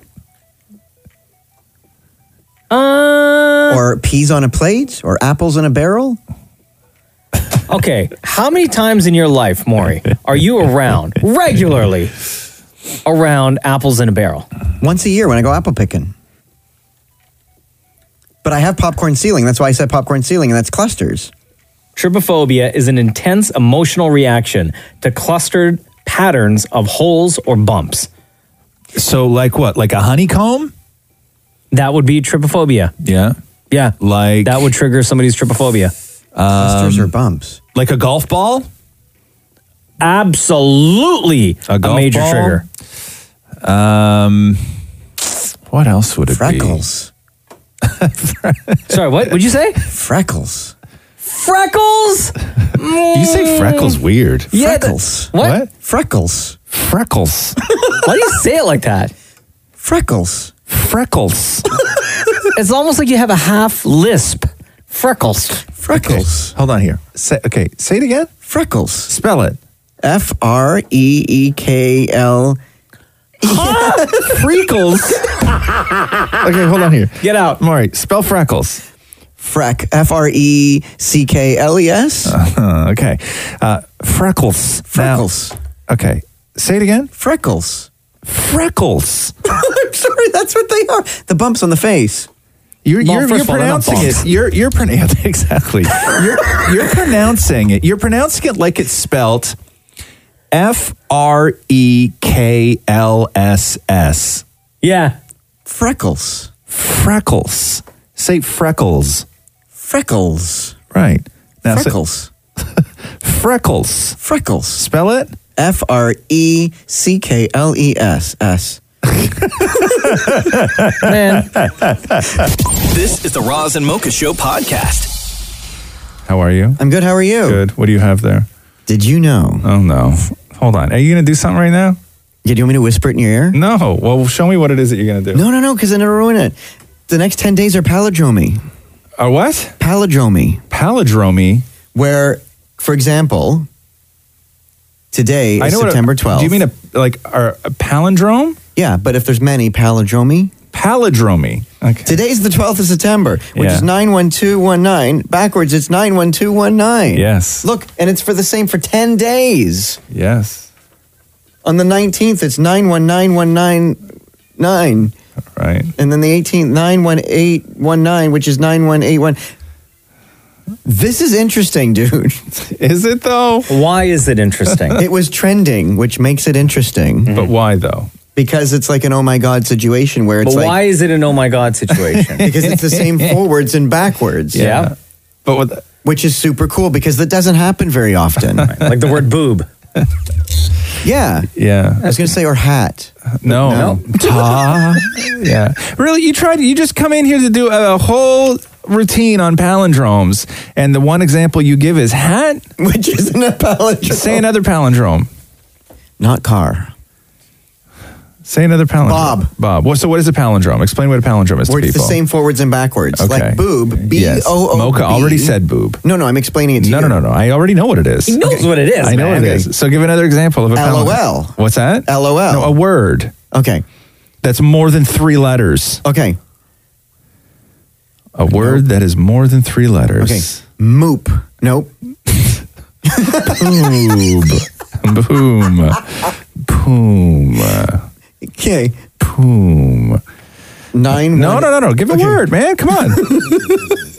Speaker 3: Uh,
Speaker 6: or peas on a plate? Or apples in a barrel?
Speaker 3: Okay, how many times in your life, Maury, are you
Speaker 5: [LAUGHS]
Speaker 3: around regularly around apples in a barrel?
Speaker 6: Once a year when I go apple picking. But I have popcorn ceiling. That's why I said popcorn ceiling, and that's clusters.
Speaker 3: Trypophobia is an intense emotional reaction to clustered patterns of holes or bumps.
Speaker 5: So, like what? Like a honeycomb?
Speaker 3: That would be trypophobia.
Speaker 5: Yeah.
Speaker 3: Yeah.
Speaker 5: Like Um,
Speaker 3: that would trigger somebody's trypophobia.
Speaker 6: Clusters or bumps?
Speaker 5: Like a golf ball?
Speaker 6: [LAUGHS]
Speaker 3: Absolutely a, major trigger.
Speaker 5: Um, what else would it [LAUGHS]
Speaker 6: Freckles.
Speaker 5: be?
Speaker 3: Sorry, what would you say?
Speaker 6: Freckles.
Speaker 3: Freckles.
Speaker 5: You say freckles weird.
Speaker 3: Yeah, the-
Speaker 6: freckles.
Speaker 3: what?
Speaker 6: Freckles.
Speaker 5: Freckles.
Speaker 3: Why do you say it like that?
Speaker 6: Freckles.
Speaker 5: Freckles.
Speaker 3: it's almost like you have a half lisp. Freckles.
Speaker 6: Freckles.
Speaker 5: Hold on here. Say, okay, say it again.
Speaker 6: Freckles.
Speaker 5: Spell it.
Speaker 6: F R E E K L. E
Speaker 5: Freckles.
Speaker 3: [LAUGHS]
Speaker 5: okay, hold on here.
Speaker 3: Get out.
Speaker 5: All right, spell freckles.
Speaker 6: Freck. F R E C K L E S.
Speaker 5: okay. [LAUGHS] Uh, freckles.
Speaker 6: Freckles.
Speaker 5: okay. Say it again.
Speaker 6: Freckles.
Speaker 5: Freckles.
Speaker 6: [LAUGHS] I'm sorry, that's what they are. The bumps on the face.
Speaker 5: You're, you're, you're pronouncing it. You're you're pro- [LAUGHS] yeah, exactly. You're you're pronouncing it. You're pronouncing it like it's spelt F R E K L S S.
Speaker 3: Yeah.
Speaker 6: Freckles.
Speaker 5: Freckles. Say freckles.
Speaker 6: Freckles.
Speaker 5: Right. say- [LAUGHS]
Speaker 6: Freckles.
Speaker 5: freckles.
Speaker 6: Freckles.
Speaker 5: Spell it.
Speaker 6: F R E C K L E S S.
Speaker 3: Man.
Speaker 1: This is the Roz and Mocha Show podcast.
Speaker 5: How are you?
Speaker 6: I'm good. How are you?
Speaker 5: Good. What do you have there?
Speaker 6: Did you know?
Speaker 5: Oh no. Hold on. Are you gonna do something right now?
Speaker 6: Yeah, do you want me to whisper it in your ear?
Speaker 5: No. Well, show me what it is that you're gonna do.
Speaker 6: No, no, no, because then it'll ruin it. The next 10 days are palindromy.
Speaker 5: Are what?
Speaker 6: Palindromy.
Speaker 5: Palindromy?
Speaker 6: Where, for example, today is
Speaker 5: what a-
Speaker 6: September 12th.
Speaker 5: Do you mean a like a, a palindrome?
Speaker 6: Yeah, but if there's many, palindromy.
Speaker 5: Palindromy. Okay.
Speaker 6: Today's the 12th of September, which
Speaker 5: Yeah.
Speaker 6: is 91219. Backwards, it's 91219.
Speaker 5: Yes.
Speaker 6: Look, and it's for the same for 10 days.
Speaker 5: Yes.
Speaker 6: On the 19th, it's 919199.
Speaker 5: Right.
Speaker 6: And then the 18th, 91819, which is 9181. This is interesting, dude.
Speaker 5: [LAUGHS] Is it though?
Speaker 3: Why is it interesting?
Speaker 6: [LAUGHS]
Speaker 3: Mm-hmm.
Speaker 6: it was trending, which makes it interesting.
Speaker 5: But why though?
Speaker 6: Because it's like an oh my god situation where it's
Speaker 3: but
Speaker 6: like
Speaker 3: why is it an oh my god situation?
Speaker 6: [LAUGHS] because it's
Speaker 3: [LAUGHS]
Speaker 6: the
Speaker 5: [LAUGHS]
Speaker 6: same forwards and backwards.
Speaker 3: Yeah.
Speaker 5: But with
Speaker 6: which is super cool because that doesn't happen very often.
Speaker 3: like the word boob.
Speaker 6: [LAUGHS] Yeah.
Speaker 5: Yeah.
Speaker 6: I was going to say or hat.
Speaker 5: No.
Speaker 6: [LAUGHS]
Speaker 5: Ta. yeah. Really, you tried. You just come in here to do a, whole routine on palindromes, and the one example you give is hat,
Speaker 6: which isn't a palindrome.
Speaker 5: Say another palindrome.
Speaker 6: Not car.
Speaker 5: Say another palindrome.
Speaker 6: Bob.
Speaker 5: Bob. What, so, what is a palindrome? Explain what a palindrome is
Speaker 6: Where
Speaker 5: to
Speaker 6: it's
Speaker 5: people.
Speaker 6: the same forwards and backwards.
Speaker 5: Okay.
Speaker 6: Like boob, B
Speaker 5: Yes.
Speaker 6: O O.
Speaker 5: Mocha
Speaker 6: B.
Speaker 5: already said boob.
Speaker 6: No, no, I'm explaining it to
Speaker 5: No,
Speaker 6: you.
Speaker 5: no, no, no. I already know what it is.
Speaker 6: He knows Okay. what it is,
Speaker 5: I know
Speaker 6: man.
Speaker 5: what it is. So give another example of a palindrome.
Speaker 6: LOL.
Speaker 5: What's that?
Speaker 6: LOL.
Speaker 5: No, a word.
Speaker 6: Okay.
Speaker 5: That's more than three letters.
Speaker 6: Okay.
Speaker 5: A word that is more than three letters.
Speaker 6: Okay. Moop. Nope.
Speaker 5: Boom. Boom. Boom.
Speaker 6: Okay.
Speaker 5: Boom.
Speaker 6: Nine.
Speaker 5: No, no, no, no. Give a word, man. Come on.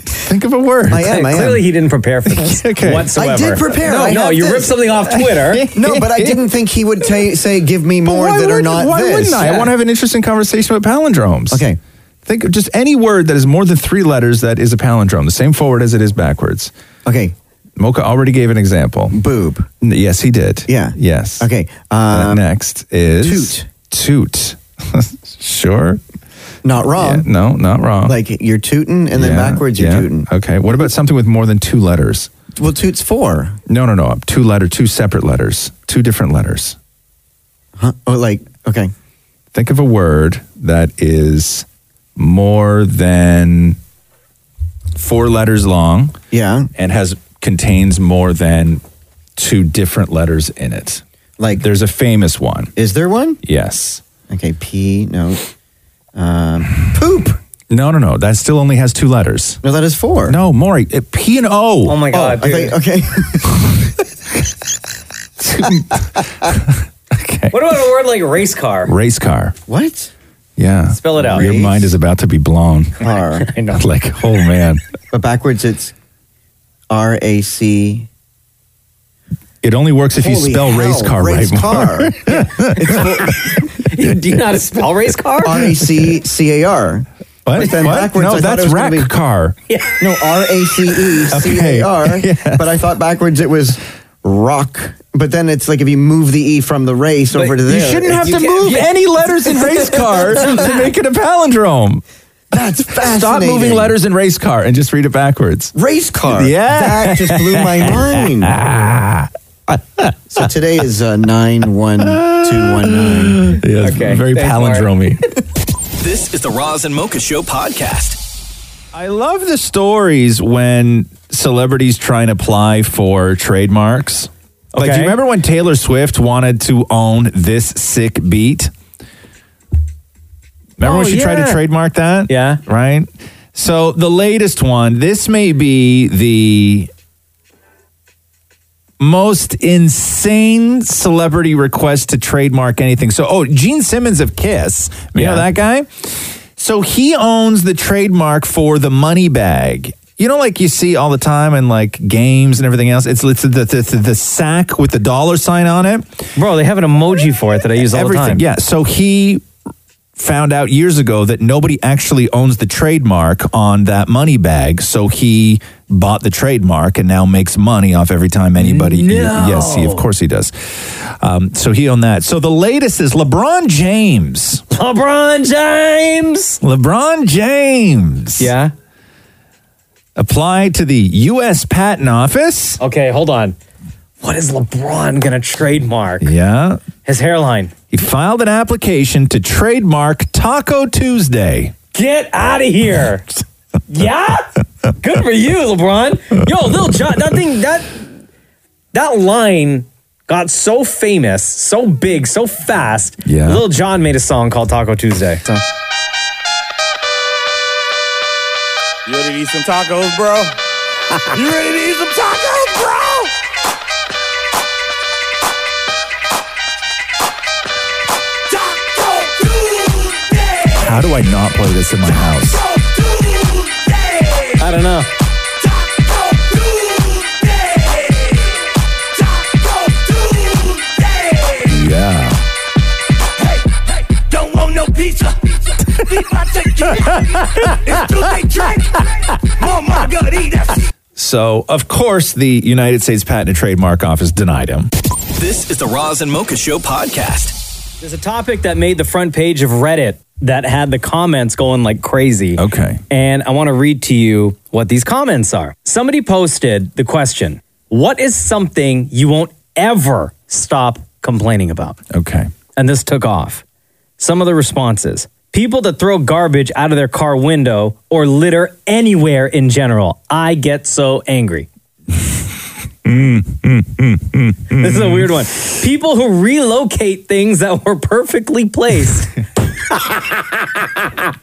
Speaker 5: Think of a word.
Speaker 6: I am, I am.
Speaker 3: Clearly,
Speaker 5: [LAUGHS]
Speaker 3: he didn't prepare for this
Speaker 5: Okay.
Speaker 3: whatsoever.
Speaker 6: I did prepare.
Speaker 3: No,
Speaker 6: I
Speaker 3: no,
Speaker 6: have
Speaker 3: you
Speaker 6: this.
Speaker 3: ripped something
Speaker 6: [LAUGHS]
Speaker 3: off Twitter.
Speaker 6: no, but I didn't think he would ta say, "Give me more
Speaker 5: why
Speaker 6: that are
Speaker 5: would-
Speaker 6: not
Speaker 5: why
Speaker 6: this."
Speaker 5: wouldn't I? I want to have an interesting conversation about palindromes.
Speaker 6: Okay.
Speaker 5: Think of just any word that is more than three letters that is a palindrome, the same forward as it is backwards.
Speaker 6: Okay.
Speaker 5: Mocha already gave an example.
Speaker 6: Boob.
Speaker 5: N- yes, he did.
Speaker 6: Yeah.
Speaker 5: Yes.
Speaker 6: Okay.
Speaker 5: Uh,
Speaker 6: Um,
Speaker 5: next is toot. Toot. [LAUGHS] sure.
Speaker 6: Not wrong.
Speaker 5: Yeah, no, not wrong.
Speaker 6: Like you're tooting, and then
Speaker 5: Yeah,
Speaker 6: backwards you're
Speaker 5: yeah.
Speaker 6: tooting.
Speaker 5: Okay. What about something with more than two letters?
Speaker 6: Well, toot's four.
Speaker 5: No, no, no. Two letter, two separate letters, two different letters.
Speaker 6: Huh? Oh, like okay.
Speaker 5: Think of a word that is more than four letters long
Speaker 6: Yeah.
Speaker 5: and has contains more than two different letters in it.
Speaker 6: Like
Speaker 5: there's a famous one.
Speaker 6: Is there one?
Speaker 5: Yes.
Speaker 6: Okay. P. No. Um, poop.
Speaker 5: No, no, no. That still only has two letters.
Speaker 6: No, that is four.
Speaker 5: No, Maury. It, P and O.
Speaker 3: Oh my god,
Speaker 6: I
Speaker 3: dude.
Speaker 6: thought- okay.
Speaker 5: [LAUGHS]
Speaker 3: What about a word like race car?
Speaker 5: Race car.
Speaker 6: What?
Speaker 5: [LAUGHS] Yeah.
Speaker 3: Spell it out.
Speaker 5: Your
Speaker 3: Race?
Speaker 5: mind is about to [LAUGHS] be blown. [LAUGHS]
Speaker 6: R.
Speaker 3: I know.
Speaker 5: Like, oh man.
Speaker 6: But backwards it's R A C.
Speaker 5: It only works if you
Speaker 6: Holy
Speaker 5: spell race
Speaker 6: hell,
Speaker 5: car
Speaker 6: race
Speaker 5: right.
Speaker 6: car. [LAUGHS]
Speaker 5: Maury. [LAUGHS]
Speaker 3: Do you know how to spell race car?
Speaker 6: R A C C A R.
Speaker 5: What?
Speaker 6: But then
Speaker 5: What?
Speaker 6: backwards,
Speaker 5: No,
Speaker 6: I thought
Speaker 5: that's
Speaker 6: it was
Speaker 5: rack
Speaker 6: gonna be-
Speaker 5: car.
Speaker 6: [LAUGHS] No, R A C E C A
Speaker 5: [LAUGHS]
Speaker 6: R. But I thought backwards it was rock. But then it's like if you move the E from the race over to
Speaker 5: you
Speaker 6: there.
Speaker 5: shouldn't have
Speaker 6: you
Speaker 5: to
Speaker 6: can't-
Speaker 5: move
Speaker 6: [LAUGHS] yeah.
Speaker 5: any letters in race
Speaker 6: [LAUGHS]
Speaker 5: car to make it a palindrome.
Speaker 6: That's
Speaker 5: [LAUGHS] Stop
Speaker 6: fascinating.
Speaker 5: moving letters in race car and just read it backwards.
Speaker 6: Race car.
Speaker 5: Yeah.
Speaker 6: That just blew
Speaker 5: [LAUGHS]
Speaker 6: my mind. so today is uh, 91219.
Speaker 5: Yeah,
Speaker 6: it's
Speaker 5: Okay, very thanks, Mark. palindromey.
Speaker 1: This is the Roz and Mocha Show podcast.
Speaker 5: I love the stories when celebrities try and apply for trademarks. Like, do you remember when Taylor Swift wanted to own this sick beat? Remember when
Speaker 12: Oh,
Speaker 5: she tried to
Speaker 12: yeah.
Speaker 5: trademark that? Yeah. Right? So, the latest one, this may be the most insane celebrity request to trademark anything. So, oh, Gene Simmons of Kiss. You know that guy? So he owns the trademark for the money bag. You know, like you see all the time in like games and everything else. It's, it's the, the, the, the sack with the dollar sign on it.
Speaker 3: Bro, they have an emoji for it that I use all
Speaker 5: Everything.
Speaker 3: the time.
Speaker 5: Yeah. So he found out years ago that nobody actually owns the trademark on that money bag. So he bought the trademark and now makes money off every time anybody. Yes, he, of course he does. Um, so he owned that. So the latest is LeBron James.
Speaker 3: LeBron James.
Speaker 5: LeBron James.
Speaker 3: Yeah.
Speaker 5: Apply to the U.S. Patent Office.
Speaker 3: Okay, hold on. What is LeBron going to trademark?
Speaker 5: Yeah.
Speaker 3: His hairline.
Speaker 5: He filed an application to trademark Taco Tuesday.
Speaker 3: Get out of here. yeah? Good for you, LeBron. Yo, Lil John, that thing, that, that line got so famous, so big, so fast. Yeah. Lil John made a song called Taco Tuesday. So-
Speaker 7: You ready to eat some tacos, bro? you ready to eat some tacos, bro?
Speaker 5: [LAUGHS] How do I not play this in my house?
Speaker 3: I don't know.
Speaker 5: Yeah.
Speaker 7: Don't want no pizza. Eat my tequila. It's Tuesday drink. Mama, gotta eat that
Speaker 5: So, of course, the United States Patent and Trademark Office denied him.
Speaker 1: This is the Roz and Mocha Show podcast.
Speaker 3: There's a topic that made the front page of Reddit that had the comments going like crazy.
Speaker 5: Okay.
Speaker 3: And I want to read to you what these comments are. Somebody posted the question What is something you won't ever stop complaining about?
Speaker 5: Okay.
Speaker 3: And this took off. Some of the responses people that throw garbage out of their car window or litter anywhere in general. I get so angry. This
Speaker 5: Mm.
Speaker 3: is a weird one. People who relocate things that were perfectly
Speaker 5: [LAUGHS]
Speaker 3: placed.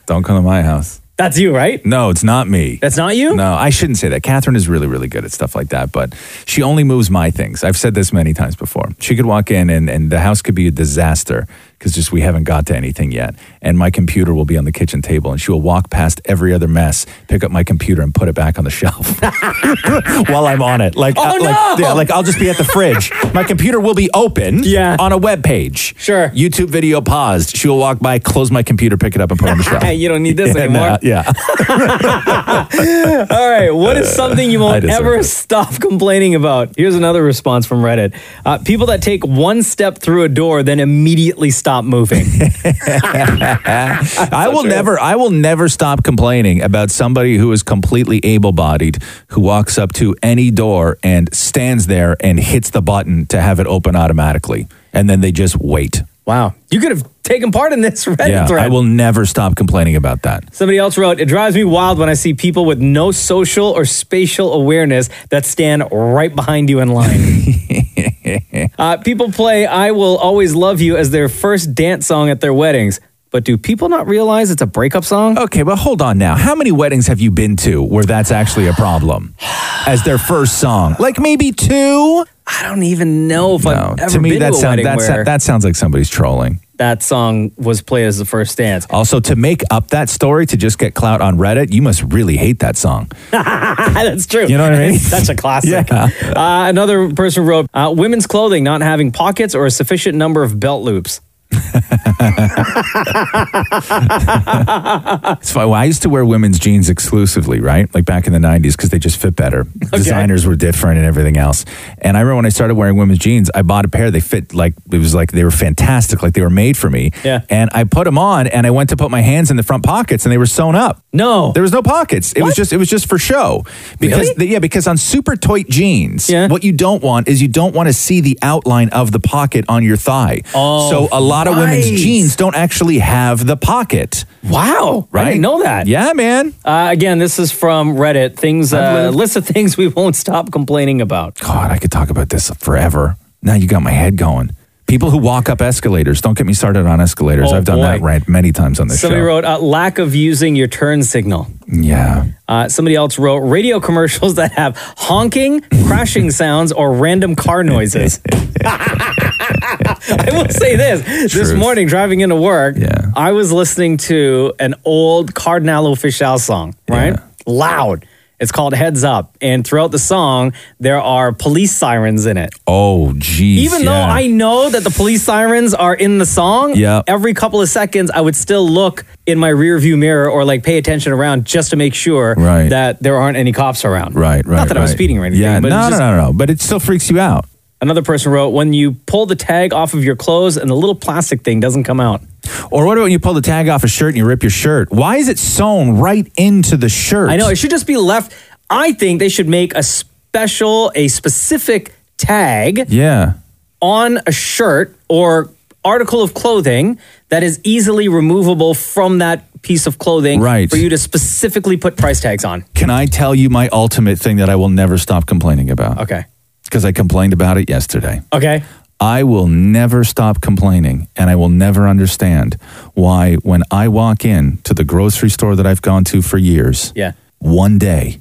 Speaker 5: Don't come to my house.
Speaker 3: That's you, right?
Speaker 5: No, it's not me.
Speaker 3: That's not you?
Speaker 5: No, I shouldn't say that. Catherine is really, really good at stuff like that, but she only moves my things. I've said this many times before. She could walk in and, and the house could be a disaster because just we haven't got to anything yet. And my computer will be on the kitchen table and she will walk past every other mess, pick up my computer and put it back on the [LAUGHS]
Speaker 3: [LAUGHS]
Speaker 5: shelf [COUGHS] while I'm on it. Like,
Speaker 12: Oh,
Speaker 5: uh, like,
Speaker 12: no!
Speaker 5: yeah, like I'll just be at the
Speaker 1: [LAUGHS]
Speaker 5: fridge. My computer will be open yeah. on a web page. Sure. YouTube video paused. She will walk by, close my computer, pick it up
Speaker 3: [LAUGHS]
Speaker 5: and put it on the shelf.
Speaker 3: Hey, you don't need this
Speaker 5: [LAUGHS] Yeah,
Speaker 3: anymore.
Speaker 5: nah, yeah.
Speaker 3: [LAUGHS] All right. What is something you
Speaker 5: Uh, I
Speaker 3: won't
Speaker 5: deserve
Speaker 3: ever
Speaker 5: it.
Speaker 3: stop complaining about? Here's another response from Reddit uh, People that take one step through a door, then immediately stop moving. [LAUGHS]
Speaker 5: [LAUGHS] I will never I will never stop complaining about somebody who is completely able-bodied who walks up to any door and stands there and hits the button to have it open automatically and then they just wait.
Speaker 3: Wow. [LAUGHS] You could have taken part in this Reddit
Speaker 5: yeah,
Speaker 3: thread.
Speaker 5: I will never stop complaining about that.
Speaker 3: Somebody else wrote, It drives me wild when I see people with no social or spatial awareness that stand right behind you in
Speaker 5: [LAUGHS]
Speaker 3: line. uh, people play I Will Always Love You as their first dance song at their weddings. But do people not realize it's a breakup song?
Speaker 5: Okay, but hold on now. How many weddings have you been to where that's actually a problem as their first song? Like maybe two?
Speaker 3: I don't even know if I've ever
Speaker 5: to me
Speaker 3: been
Speaker 5: that
Speaker 3: to a
Speaker 5: sounds
Speaker 3: wedding
Speaker 5: that,
Speaker 3: where
Speaker 5: sound- that sounds like somebody's trolling.
Speaker 3: that song was played as the first dance. [LAUGHS]
Speaker 5: Also, to make up that story to just get clout on Reddit, you must really hate that song.
Speaker 3: That's true.
Speaker 5: You know what I mean?
Speaker 3: It's [LAUGHS] such a classic. uh, another person wrote, uh, "Women's clothing not having pockets or a sufficient number of belt loops."
Speaker 5: [LAUGHS] It's fine. Well, I used to wear women's jeans exclusively, right? Like back in the 90s because they just
Speaker 3: [LAUGHS]
Speaker 5: fit better. Designers were different and everything else. And I remember when I started wearing women's jeans, I bought a pair. They fit like, it was like they were fantastic, like they were made for me.
Speaker 3: Yeah.
Speaker 5: And I put them on and I went to put my hands in the front pockets and they were sewn up.
Speaker 3: No.
Speaker 5: There was no pockets. It was just it was just for show. Because the- yeah, because on super tight jeans, what you don't want is you don't want to see the outline of the pocket on your thigh.
Speaker 3: Oh,
Speaker 5: so a lot of women's
Speaker 3: right.
Speaker 5: jeans don't actually have the pocket.
Speaker 3: Wow.
Speaker 5: Right?
Speaker 3: I didn't know that.
Speaker 5: Yeah, man.
Speaker 3: Uh, again, this is from Reddit. Things, uh, list of things we won't stop complaining about.
Speaker 5: God, I could talk about this forever. Now you got my head going. People who walk up escalators. Don't get me started on escalators.
Speaker 3: Oh,
Speaker 5: I've done
Speaker 3: boy.
Speaker 5: that rant many times on this
Speaker 3: Somebody
Speaker 5: show.
Speaker 3: wrote uh, lack of using your turn signal.
Speaker 5: Yeah.
Speaker 3: Uh, somebody else wrote radio commercials that have honking, crashing sounds, or random car noises. [LAUGHS] I will say this: this morning, driving into work, I was listening to an old Cardinal Official song, right? Loud. It's called "Heads Up," and throughout the song, there are police sirens in it.
Speaker 5: Oh, geez.
Speaker 3: Even though
Speaker 5: yeah.
Speaker 3: I know that the police sirens are in the song,
Speaker 5: Yeah.
Speaker 3: every couple of seconds I would still look in my rearview mirror or like pay attention around just to make sure
Speaker 5: Right.
Speaker 3: that there aren't any cops around.
Speaker 5: Right, right.
Speaker 3: Not that I was
Speaker 5: right.
Speaker 3: speeding or anything,
Speaker 5: Yeah,
Speaker 3: but
Speaker 5: no,
Speaker 3: it's
Speaker 5: no,
Speaker 3: just-
Speaker 5: no, no, no. But it still freaks you out.
Speaker 3: Another person wrote, when you pull the tag off of your clothes and the little plastic thing doesn't come out.
Speaker 5: Or what about when you pull the tag off a shirt and you rip your shirt? Why is it sewn right into the shirt?
Speaker 3: I know it should just be left. I think they should make a special, a specific tag
Speaker 5: Yeah.
Speaker 3: on a shirt or article of clothing that is easily removable from that piece of clothing
Speaker 5: Right.
Speaker 3: for you to specifically put price tags on.
Speaker 5: Can I tell you my ultimate thing that I will never stop complaining about?
Speaker 3: Okay.
Speaker 5: Because I complained about it yesterday.
Speaker 3: Okay.
Speaker 5: I will never stop complaining and I will never understand why, when I walk in to the grocery store that I've gone to for years,
Speaker 3: Yeah.
Speaker 5: one day,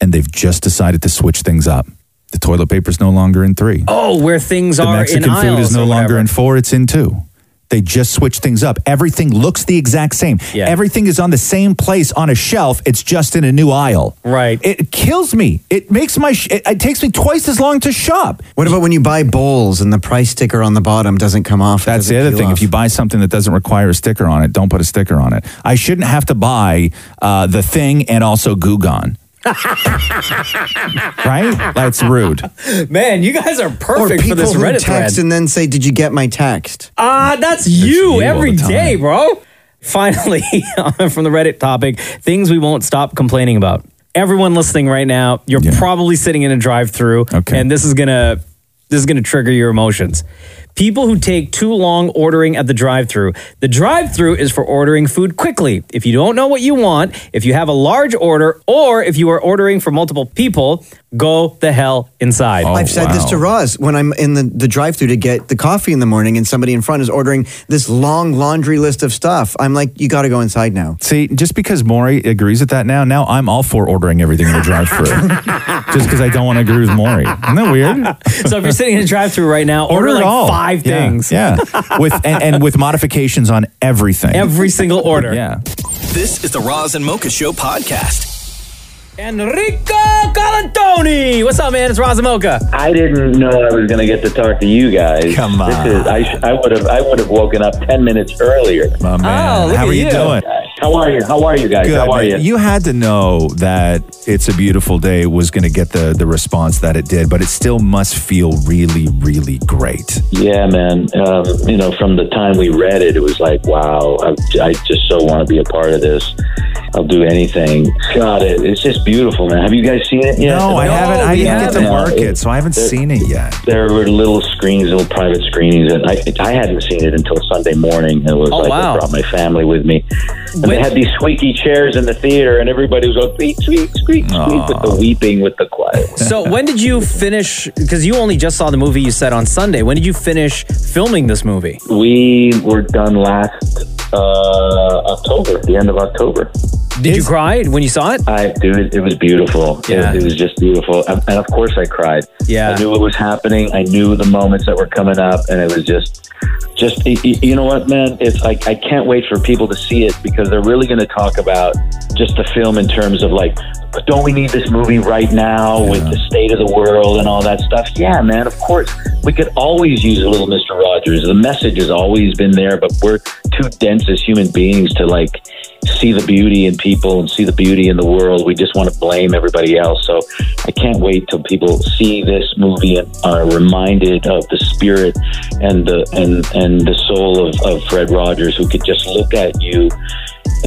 Speaker 5: and they've just decided to switch things up. The toilet paper's no longer in three.
Speaker 3: Oh, where things
Speaker 5: the
Speaker 3: are
Speaker 5: Mexican
Speaker 3: in
Speaker 5: food
Speaker 3: aisles
Speaker 5: is
Speaker 3: [LAUGHS]
Speaker 5: no
Speaker 3: or
Speaker 5: longer in four; it's in two. They just switched things up. Everything looks the exact same.
Speaker 3: Yeah.
Speaker 5: Everything is on the same place on a shelf. It's just in a new aisle.
Speaker 3: Right.
Speaker 5: It kills me. It makes my. Sh- it, it takes me twice as long to shop.
Speaker 6: What about when you buy bowls and the price sticker on the bottom doesn't come off?
Speaker 5: That's the other thing. If you buy something that doesn't require a sticker on it, don't put a sticker on it. I shouldn't have to buy uh, the thing and also Goo Gone. right? That's rude.
Speaker 3: Man, you guys are perfect
Speaker 6: or
Speaker 3: for this
Speaker 6: people who
Speaker 3: Reddit
Speaker 6: text
Speaker 3: thread.
Speaker 6: and then say, "Did you get my text?"
Speaker 3: Ah, that's you, every day, bro. Finally, [LAUGHS] from the Reddit topic, things we won't stop complaining about. Everyone listening right now, you're probably sitting in a drive-through, and this is gonna this is gonna trigger your emotions. People who take too long ordering at the drive-through. The drive-through is for ordering food quickly. If you don't know what you want, if you have a large order, or if you are ordering for multiple people, go the hell inside.
Speaker 5: Oh,
Speaker 6: I've said this to Roz when I'm in the, the drive through to get the coffee in the morning and somebody in front is ordering this long laundry list of stuff. I'm like, you got to go inside now.
Speaker 5: See, just because Maury agrees with that now, now I'm all for ordering everything in the
Speaker 3: [LAUGHS]
Speaker 5: drive-thru. just because I don't want to agree with Maury. Isn't that weird?
Speaker 3: so if you're sitting in a drive-through right now, order,
Speaker 5: Order it
Speaker 3: like
Speaker 5: all.
Speaker 3: five
Speaker 5: Yeah,
Speaker 3: things.
Speaker 5: Yeah. With and, and with modifications on everything.
Speaker 3: Every single order.
Speaker 5: Yeah.
Speaker 23: This is the Roz and Mocha Show podcast.
Speaker 3: Enrico Calantoni. What's up, man? It's Razamoka.
Speaker 24: I didn't know I was going to get to talk to you guys. Come on, this is, I, sh- I would have I would have woken up ten minutes earlier.
Speaker 5: My man.
Speaker 24: Oh, look
Speaker 5: How
Speaker 24: at
Speaker 5: are you,
Speaker 24: you.
Speaker 5: doing?
Speaker 24: How are you? How are you guys?
Speaker 5: Good,
Speaker 24: How are
Speaker 5: man.
Speaker 24: you?
Speaker 5: had to know that it's a beautiful day was going to get the the response that it did, but it still must feel really, really great.
Speaker 24: Yeah, man. Um, you know, from the time we read it, it was like, wow, I, I just so want to be a part of this. I'll do anything. God, it, it's just beautiful, man. Have you guys seen it yet?
Speaker 5: No, I haven't. I
Speaker 24: we
Speaker 5: didn't get to
Speaker 24: haven't.
Speaker 5: work it, so I haven't
Speaker 24: It-
Speaker 5: seen it yet.
Speaker 24: There were little screens, little private screenings, and I, I hadn't seen it until Sunday morning. It was
Speaker 3: Oh,
Speaker 24: like
Speaker 3: wow.
Speaker 24: I brought my family with me, and
Speaker 3: When-
Speaker 24: they had these squeaky chairs in the theater, and everybody was going squeak, squeak, squeak, squeak, with the weeping, with the quiet.
Speaker 3: So when did you finish? Because you only just saw the movie you said on Sunday. When did you finish filming this movie?
Speaker 24: We were done last uh, October, the end of October.
Speaker 3: Did you cry when you saw it?
Speaker 24: I, dude, it was beautiful.
Speaker 3: Yeah.
Speaker 24: It, it was just beautiful, and, and of course, I cried.
Speaker 3: Yeah.
Speaker 24: I knew what was happening. I knew the moments that were coming up, and it was just, just y- y- you know what, man? It's like I can't wait for people to see it because they're really going to talk about just the film in terms of like but don't we need this movie right now with the state of the world and all that stuff? Yeah, man, of course. We could always use a little Mr. Rogers. The message has always been there, but we're too dense as human beings to like see the beauty in people and see the beauty in the world. We just want to blame everybody else. So I can't wait till people see this movie and are reminded of the spirit and the and and the soul of, of Fred Rogers who could just look at you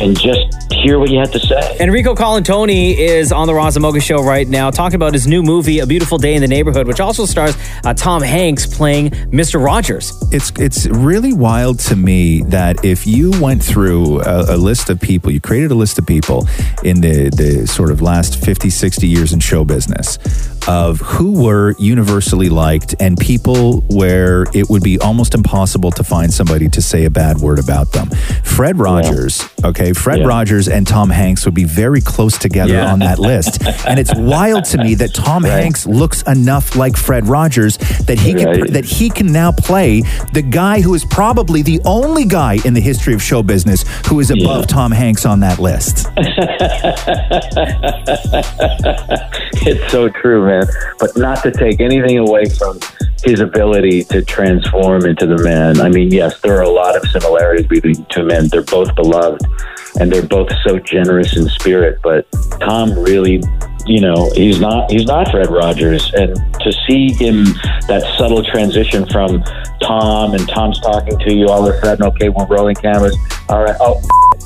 Speaker 24: and just hear what you had to say.
Speaker 3: Enrico Colantoni is on the Roz and Mocha show right now talking about his new movie, A Beautiful Day in the Neighborhood, which also stars uh, Tom Hanks playing Mr. Rogers.
Speaker 5: It's it's really wild to me that if you went through a, a list of people, you created a list of people in the the sort of last 50, 60 years in show business of who were universally liked and people where it would be almost impossible to find somebody to say a bad word about them. Fred Rogers, okay, Fred
Speaker 7: Yeah.
Speaker 5: Rogers and Tom Hanks would be very close together
Speaker 7: Yeah.
Speaker 5: on
Speaker 7: [LAUGHS]
Speaker 5: that list. and it's wild to me that Tom Hanks looks enough like Fred Rogers that he can
Speaker 7: Right.
Speaker 5: that he can now play the guy who is probably the only guy in the history of show business who is above Tom Hanks on that list.
Speaker 24: [LAUGHS] it's so true, man. But not to take anything away from his ability to transform into the man. I mean, yes, there are a lot of similarities between the two men. They're both beloved, and they're both so generous in spirit. But Tom really, you know, he's not he's not Fred Rogers, and to see him that subtle transition from Tom and Tom's talking to you all of a sudden. Okay, we're rolling cameras. All right. Oh.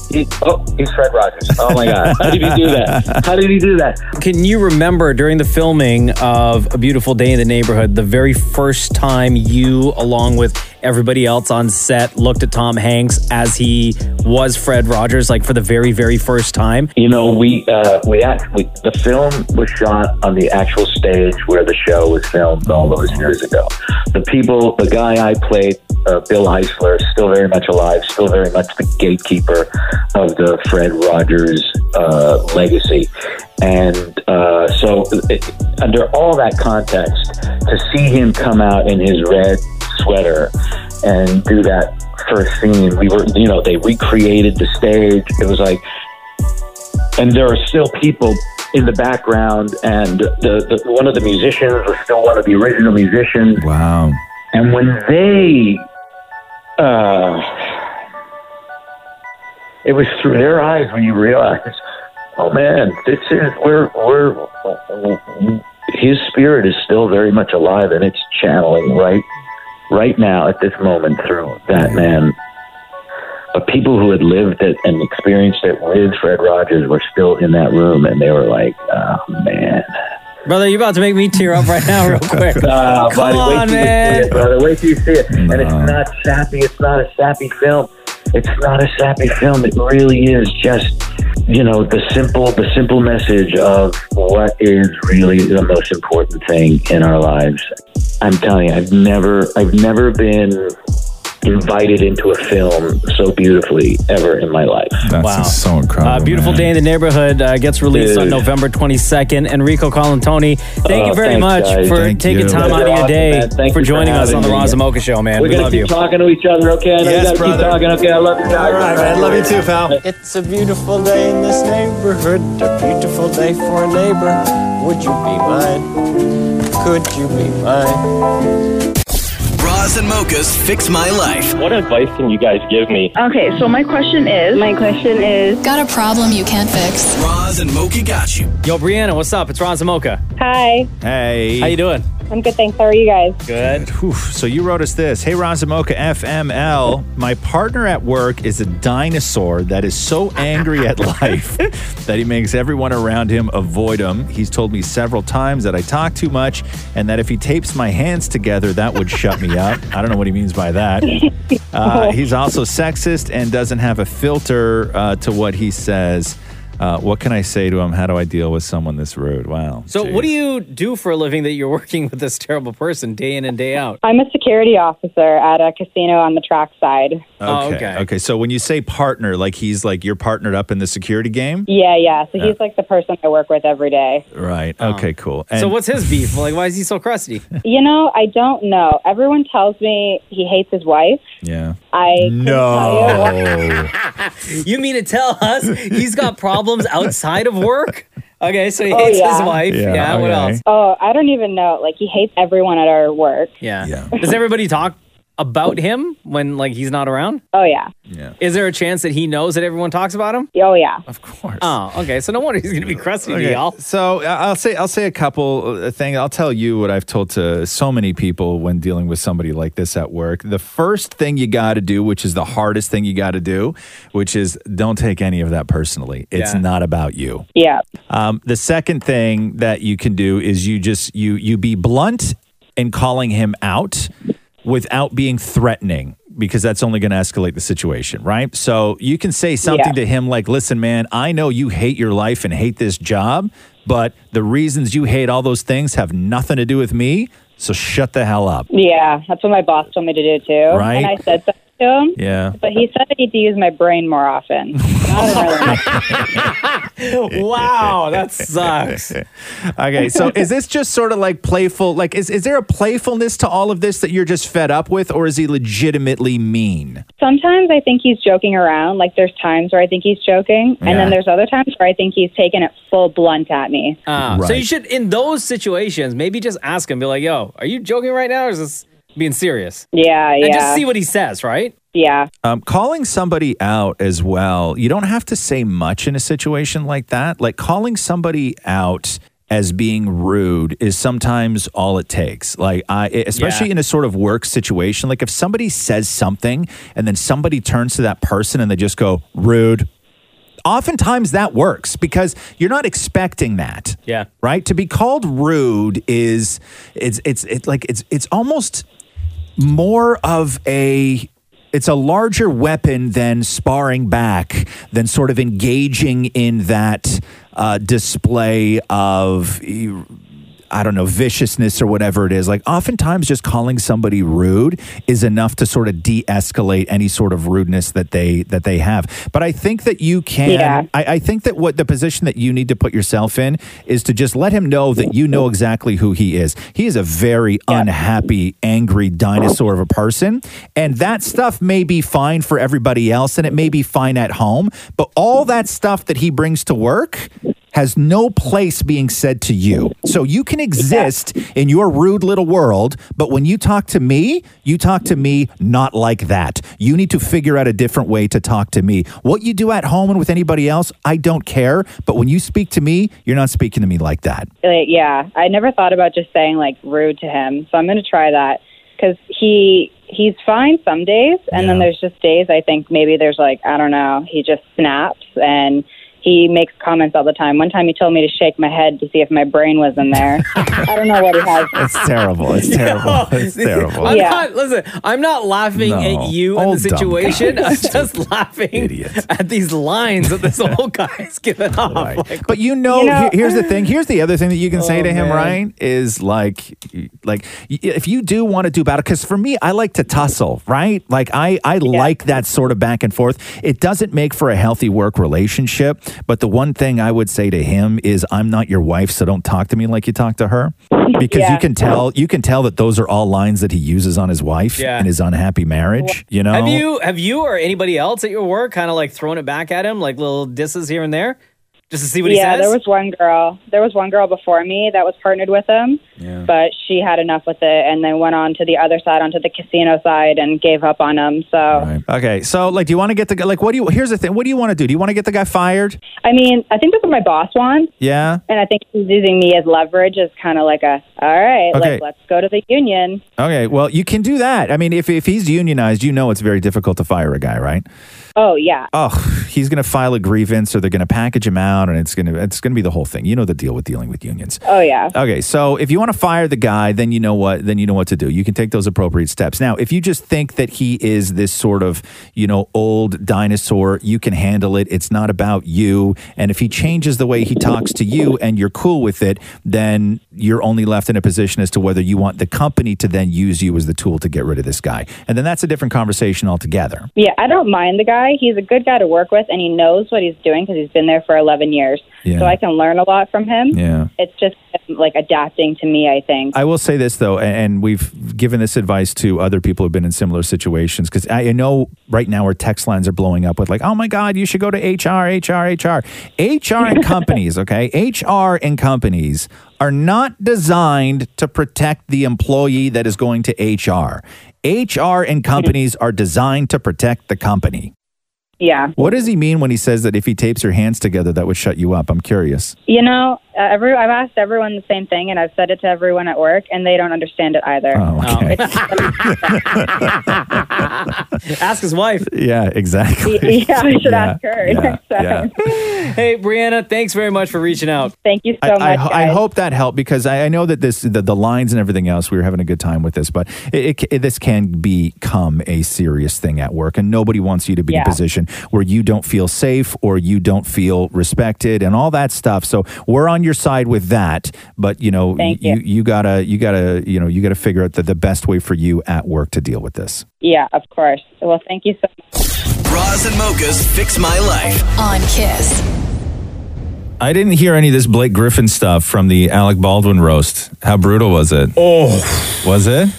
Speaker 24: He, oh, he's Fred Rogers. Oh my God! How did he do that? How did he do that?
Speaker 3: Can you remember during the filming of A Beautiful Day in the Neighborhood, the very first time you, along with everybody else on set, looked at Tom Hanks as he was Fred Rogers, like for the very, very first time?
Speaker 24: You know, we uh, we actually the film was shot on the actual stage where the show was filmed all those years ago. The people, the guy I played, uh, Bill Heisler, still very much alive, still very much the gatekeeper of the Fred Rogers uh, legacy, and uh, so it, under all that context, to see him come out in his red sweater and do that first scene, we were, you know, they recreated the stage. It was like and there are still people in the background, and the, the one of the musicians was still one of the original musicians.
Speaker 5: Wow!
Speaker 24: And when they, uh, it was through their eyes when you realize, oh man, this is we're we're his spirit is still very much alive, and it's channeling right right now at this moment through that man but people who had lived it and experienced it with Fred Rogers were still in that room, and they were like, "Oh man,
Speaker 3: Brother, you're about to make me tear up right now, real quick.
Speaker 24: [LAUGHS] Ah,
Speaker 3: [LAUGHS] Come
Speaker 24: buddy, wait
Speaker 3: on,
Speaker 24: till you see
Speaker 3: man.
Speaker 24: it, brother, wait till you see it." And
Speaker 5: Uh-huh.
Speaker 24: it's not sappy. It's not a sappy film. It's not a sappy film. It really is just, you know, the simple, the simple message of what is really the most important thing in our lives. I'm telling you, I've never, I've never been invited into a film so beautifully ever in my life.
Speaker 5: That's
Speaker 3: Wow.
Speaker 5: so incredible.
Speaker 3: Uh, beautiful day in the neighborhood uh, gets released on
Speaker 24: Dude.
Speaker 3: November 22nd. Enrico Colantoni, thank
Speaker 24: Oh,
Speaker 3: you very
Speaker 24: thanks,
Speaker 3: much
Speaker 24: guys.
Speaker 3: for
Speaker 24: Thank
Speaker 3: taking
Speaker 24: you.
Speaker 3: time
Speaker 24: You're
Speaker 3: out of your
Speaker 24: awesome,
Speaker 3: day
Speaker 24: man. Thank
Speaker 3: for
Speaker 24: you for
Speaker 3: joining us on the
Speaker 24: having me.
Speaker 3: Roz and Mocha show, man.
Speaker 24: We're
Speaker 3: We
Speaker 24: gonna
Speaker 3: love
Speaker 24: keep
Speaker 3: you.
Speaker 24: talking to each other, okay? I know
Speaker 3: Yes,
Speaker 24: you gotta
Speaker 3: brother.
Speaker 24: keep talking, okay? I love you guys.
Speaker 9: All right, man. Love you too, pal. It's a beautiful day in this neighborhood. A beautiful day for a neighbor. Would you be mine? Could you be mine?
Speaker 1: Roz and Mocha's Fix My Life.
Speaker 25: What advice can you guys
Speaker 10: [LAUGHS]
Speaker 25: give me?
Speaker 19: Okay, so my question is. My question is.
Speaker 22: Got a problem you can't fix?
Speaker 1: Roz and Mocha got you.
Speaker 3: Yo, Brianna, what's up? It's Roz and Mocha.
Speaker 4: Hi.
Speaker 5: Hey.
Speaker 3: How you doing?
Speaker 4: I'm good, thanks. How are you guys?
Speaker 3: Good.
Speaker 5: Whew. So you wrote us this. Hey, Razamoka FML. My partner at work is a dinosaur that is so angry at life that he makes everyone around him avoid him. He's told me several times that I talk too much and that if he tapes my hands together, that would shut me up. I don't know what he means by that.
Speaker 7: [LAUGHS]
Speaker 24: [LAUGHS]
Speaker 5: Uh, he's also sexist and doesn't have a filter uh, to what he says. Uh, what can I say to him? How do I deal with someone this rude? Wow.
Speaker 3: So, what do you do for a living that you're [LAUGHS] working with this terrible person day in and day out?
Speaker 4: I'm a security officer at a casino on the track side.
Speaker 3: Oh, okay.
Speaker 5: Okay. So when you say partner, like he's like you're partnered up in the security game.
Speaker 4: Yeah, yeah. So
Speaker 5: Yeah.
Speaker 4: he's like the person I work with every day.
Speaker 5: Right. Oh. Okay. Cool.
Speaker 3: so, what's his beef? Like, why is he so crusty?
Speaker 4: You know, I don't know. Everyone tells me he hates his wife.
Speaker 5: Yeah.
Speaker 4: I couldn't tell you.
Speaker 3: [LAUGHS] you mean to tell us he's got problems outside of work? Okay, so he
Speaker 4: Oh,
Speaker 3: hates his
Speaker 4: yeah.
Speaker 3: wife. Yeah,
Speaker 4: Yeah,
Speaker 3: what
Speaker 4: okay.
Speaker 3: else?
Speaker 4: Oh, I don't even know. Like he hates everyone at our work.
Speaker 3: Yeah. Does everybody talk about him when like he's not around?
Speaker 4: Oh yeah.
Speaker 3: Yeah. Is there a chance that he knows that everyone talks about him?
Speaker 4: Oh yeah.
Speaker 3: Of course. Oh, okay. So no wonder he's gonna be crusty to
Speaker 5: Okay,
Speaker 3: y'all.
Speaker 5: So I- I'll say I'll say a couple uh, things. I'll tell you what I've told to so many people when dealing with somebody like this at work. The first thing you got to do, which is the hardest thing you got to do, which is don't take any of that personally. It's
Speaker 4: Yeah.
Speaker 5: not about you.
Speaker 4: Yeah.
Speaker 5: Um, the second thing that you can do is you just you you be blunt in calling him out without being threatening because that's only going to escalate the situation, right? So you can say something to him like, "Listen, man, I know you hate your life and hate this job, but the reasons you hate all those things have nothing to do with me. So shut the hell up."
Speaker 4: Yeah. That's what my boss told me to do too.
Speaker 5: Right.
Speaker 4: And I said that to him.
Speaker 5: Yeah.
Speaker 4: But he said I need to use my brain more often.
Speaker 3: wow, that sucks.
Speaker 5: okay, so
Speaker 4: [LAUGHS]
Speaker 5: is this just sort of like playful? Like, is, is there a playfulness to all of this that you're just fed up with, or is he legitimately mean?
Speaker 4: Sometimes I think he's joking around. Like there's times where I think he's joking, and
Speaker 5: Yeah.
Speaker 4: then there's other times where I think he's taking it full blunt at me.
Speaker 3: Ah, So you should, in those situations, maybe just ask him, be like, "Yo, are you joking right now, or is this being serious?"
Speaker 4: Yeah,
Speaker 3: and
Speaker 4: yeah.
Speaker 3: just see what he says, right?
Speaker 4: Yeah.
Speaker 5: Um, calling somebody out as well, you don't have to say much in a situation like that. Like calling somebody out as being rude is sometimes all it takes. Like I e, especially
Speaker 7: Yeah.
Speaker 5: in a sort of work situation, like if somebody says something and then somebody turns to that person and they just go rude, oftentimes that works because you're not expecting that.
Speaker 3: Yeah.
Speaker 5: Right? To be called rude is it's it's it's like it's it's almost more of a it's a larger weapon than sparring back, than sort of engaging in that uh, display of I don't know viciousness or whatever it is. Like oftentimes, just calling somebody rude is enough to sort of de-escalate any sort of rudeness that they that they have. But I think that you can.
Speaker 7: Yeah.
Speaker 5: I, I think that what the position that you need to put yourself in is to just let him know that you know exactly who he is. He is a very unhappy, angry dinosaur of a person. And that stuff may be fine for everybody else and it may be fine at home. But all that stuff that he brings to work has no place being said to you. So you can exist in your rude little world, but when you talk to me, you talk to me not like that. You need to figure out a different way to talk to me. What you do at home and with anybody else, I don't care, but when you speak to me, you're not speaking to me like that.
Speaker 4: Like, yeah, I never thought about just saying like rude to him. So I'm going to try that because he he's fine some days, and then there's just days I think maybe there's like I don't know. He just snaps and he makes comments all the time. One time he told me to shake my head to see if my brain was in there. I don't know what he has.
Speaker 7: [LAUGHS]
Speaker 5: It's terrible. It's terrible. It's terrible.
Speaker 3: I'm not listen. I'm not laughing
Speaker 5: No.
Speaker 3: at you
Speaker 5: Oh,
Speaker 3: and
Speaker 5: dumb
Speaker 3: the situation. I'm
Speaker 5: guys.
Speaker 3: just laughing at these lines that this old guy's giving off. Like,
Speaker 5: But you know,
Speaker 3: You know-
Speaker 5: here- here's
Speaker 3: [LAUGHS]
Speaker 5: the thing. Here's the other thing that you can say
Speaker 3: Oh,
Speaker 5: to him,
Speaker 3: man.
Speaker 5: Ryan, is like, like y- if you do want to do battle, because for me, I like to tussle, right? Like I, I like that sort of back and forth. It doesn't make for a healthy work relationship. But the one thing I would say to him is, I'm not your wife, so don't talk to me like you talk to
Speaker 3: [LAUGHS]
Speaker 5: her, because
Speaker 7: Yeah.
Speaker 5: you can tell, you can tell that those are all lines that he uses on his wife
Speaker 3: Yeah.
Speaker 5: and his unhappy marriage. You know,
Speaker 3: have you have you or anybody else at your work kind of like throwing it back at him, like little disses here and there, just to see what
Speaker 4: yeah,
Speaker 3: he says?
Speaker 4: there was one girl. There was one girl before me that was partnered with him, but she had enough with it and then went on to the other side, onto the casino side, and gave up on him. So
Speaker 5: Okay, so like, do you want to get the guy? Like, what do you? Here's the thing. What do you want to do? Do you want to get the guy fired?
Speaker 4: I mean, I think that's what my boss wants.
Speaker 5: Yeah.
Speaker 4: And I think he's using me as leverage as kind of like a, all right,
Speaker 5: Okay.
Speaker 4: like, let's go to the union.
Speaker 5: Okay. Well, you can do that. I mean, if if he's unionized, you know it's very difficult to fire a guy, right?
Speaker 4: [LAUGHS] Oh, yeah.
Speaker 5: Oh, he's going to file a grievance, or they're going to package him out, and it's going to it's going to be the whole thing. You know the deal with dealing with unions.
Speaker 4: Oh, yeah.
Speaker 5: Okay, so if you want to fire the guy, then you know what then you know what to do. You can take those appropriate steps. Now, if you just think that he is this sort of, you know, old dinosaur, you can handle it. It's not about you. And if he changes the way he talks to you and you're cool with it, then you're only left in a position as to whether you want the company to then use you as the tool to get rid of this guy. And then that's a different conversation altogether.
Speaker 4: Yeah, I don't mind the guy. He's a good guy to work with, and he knows what he's doing because he's been there for 11 years.
Speaker 5: Yeah.
Speaker 4: So I can learn a lot from him.
Speaker 5: Yeah.
Speaker 4: it's just like adapting to me, I think.
Speaker 12: I will say this though, and- and we've given this advice to other people who've been in similar situations because I I know right now our text lines are blowing up with like, oh my God, you should go to HR, HR, HR. HR and companies, okay? HR and companies are not designed to protect the employee that is going to HR. HR and companies are designed to protect the company.
Speaker 4: Yeah.
Speaker 12: What does he mean when he says that if he tapes your hands together, that would shut you up? I'm curious.
Speaker 4: You know, uh, every I've asked everyone the same thing, and I've said it to everyone at work, and they don't understand it either.
Speaker 3: [LAUGHS] Ask his wife.
Speaker 12: Yeah, exactly.
Speaker 4: yeah, I should ask her next time.
Speaker 3: hey, Brianna, thanks very much for reaching out.
Speaker 4: Thank you
Speaker 3: so
Speaker 12: I, ho- I hope that helped because I, I know that this the, the lines and everything else we were having a good time with this, but it, it, this can become a serious thing at work, and nobody wants you to be in
Speaker 26: Yeah.
Speaker 12: a position where you don't feel safe or you don't feel respected and all that stuff. So we're on your side with that, but you know
Speaker 4: Thank
Speaker 12: you.
Speaker 4: you.
Speaker 12: you gotta you gotta you know you gotta figure out the, the best way for you at work to deal with this.
Speaker 4: Yeah, of course. Well, thank you so much.
Speaker 1: Bras and mochas fix my life.
Speaker 7: on
Speaker 3: [LAUGHS]
Speaker 7: Kiss.
Speaker 5: I didn't hear any of this Blake Griffin stuff from the Alec Baldwin roast. How brutal was it?
Speaker 3: Oh,
Speaker 5: was it?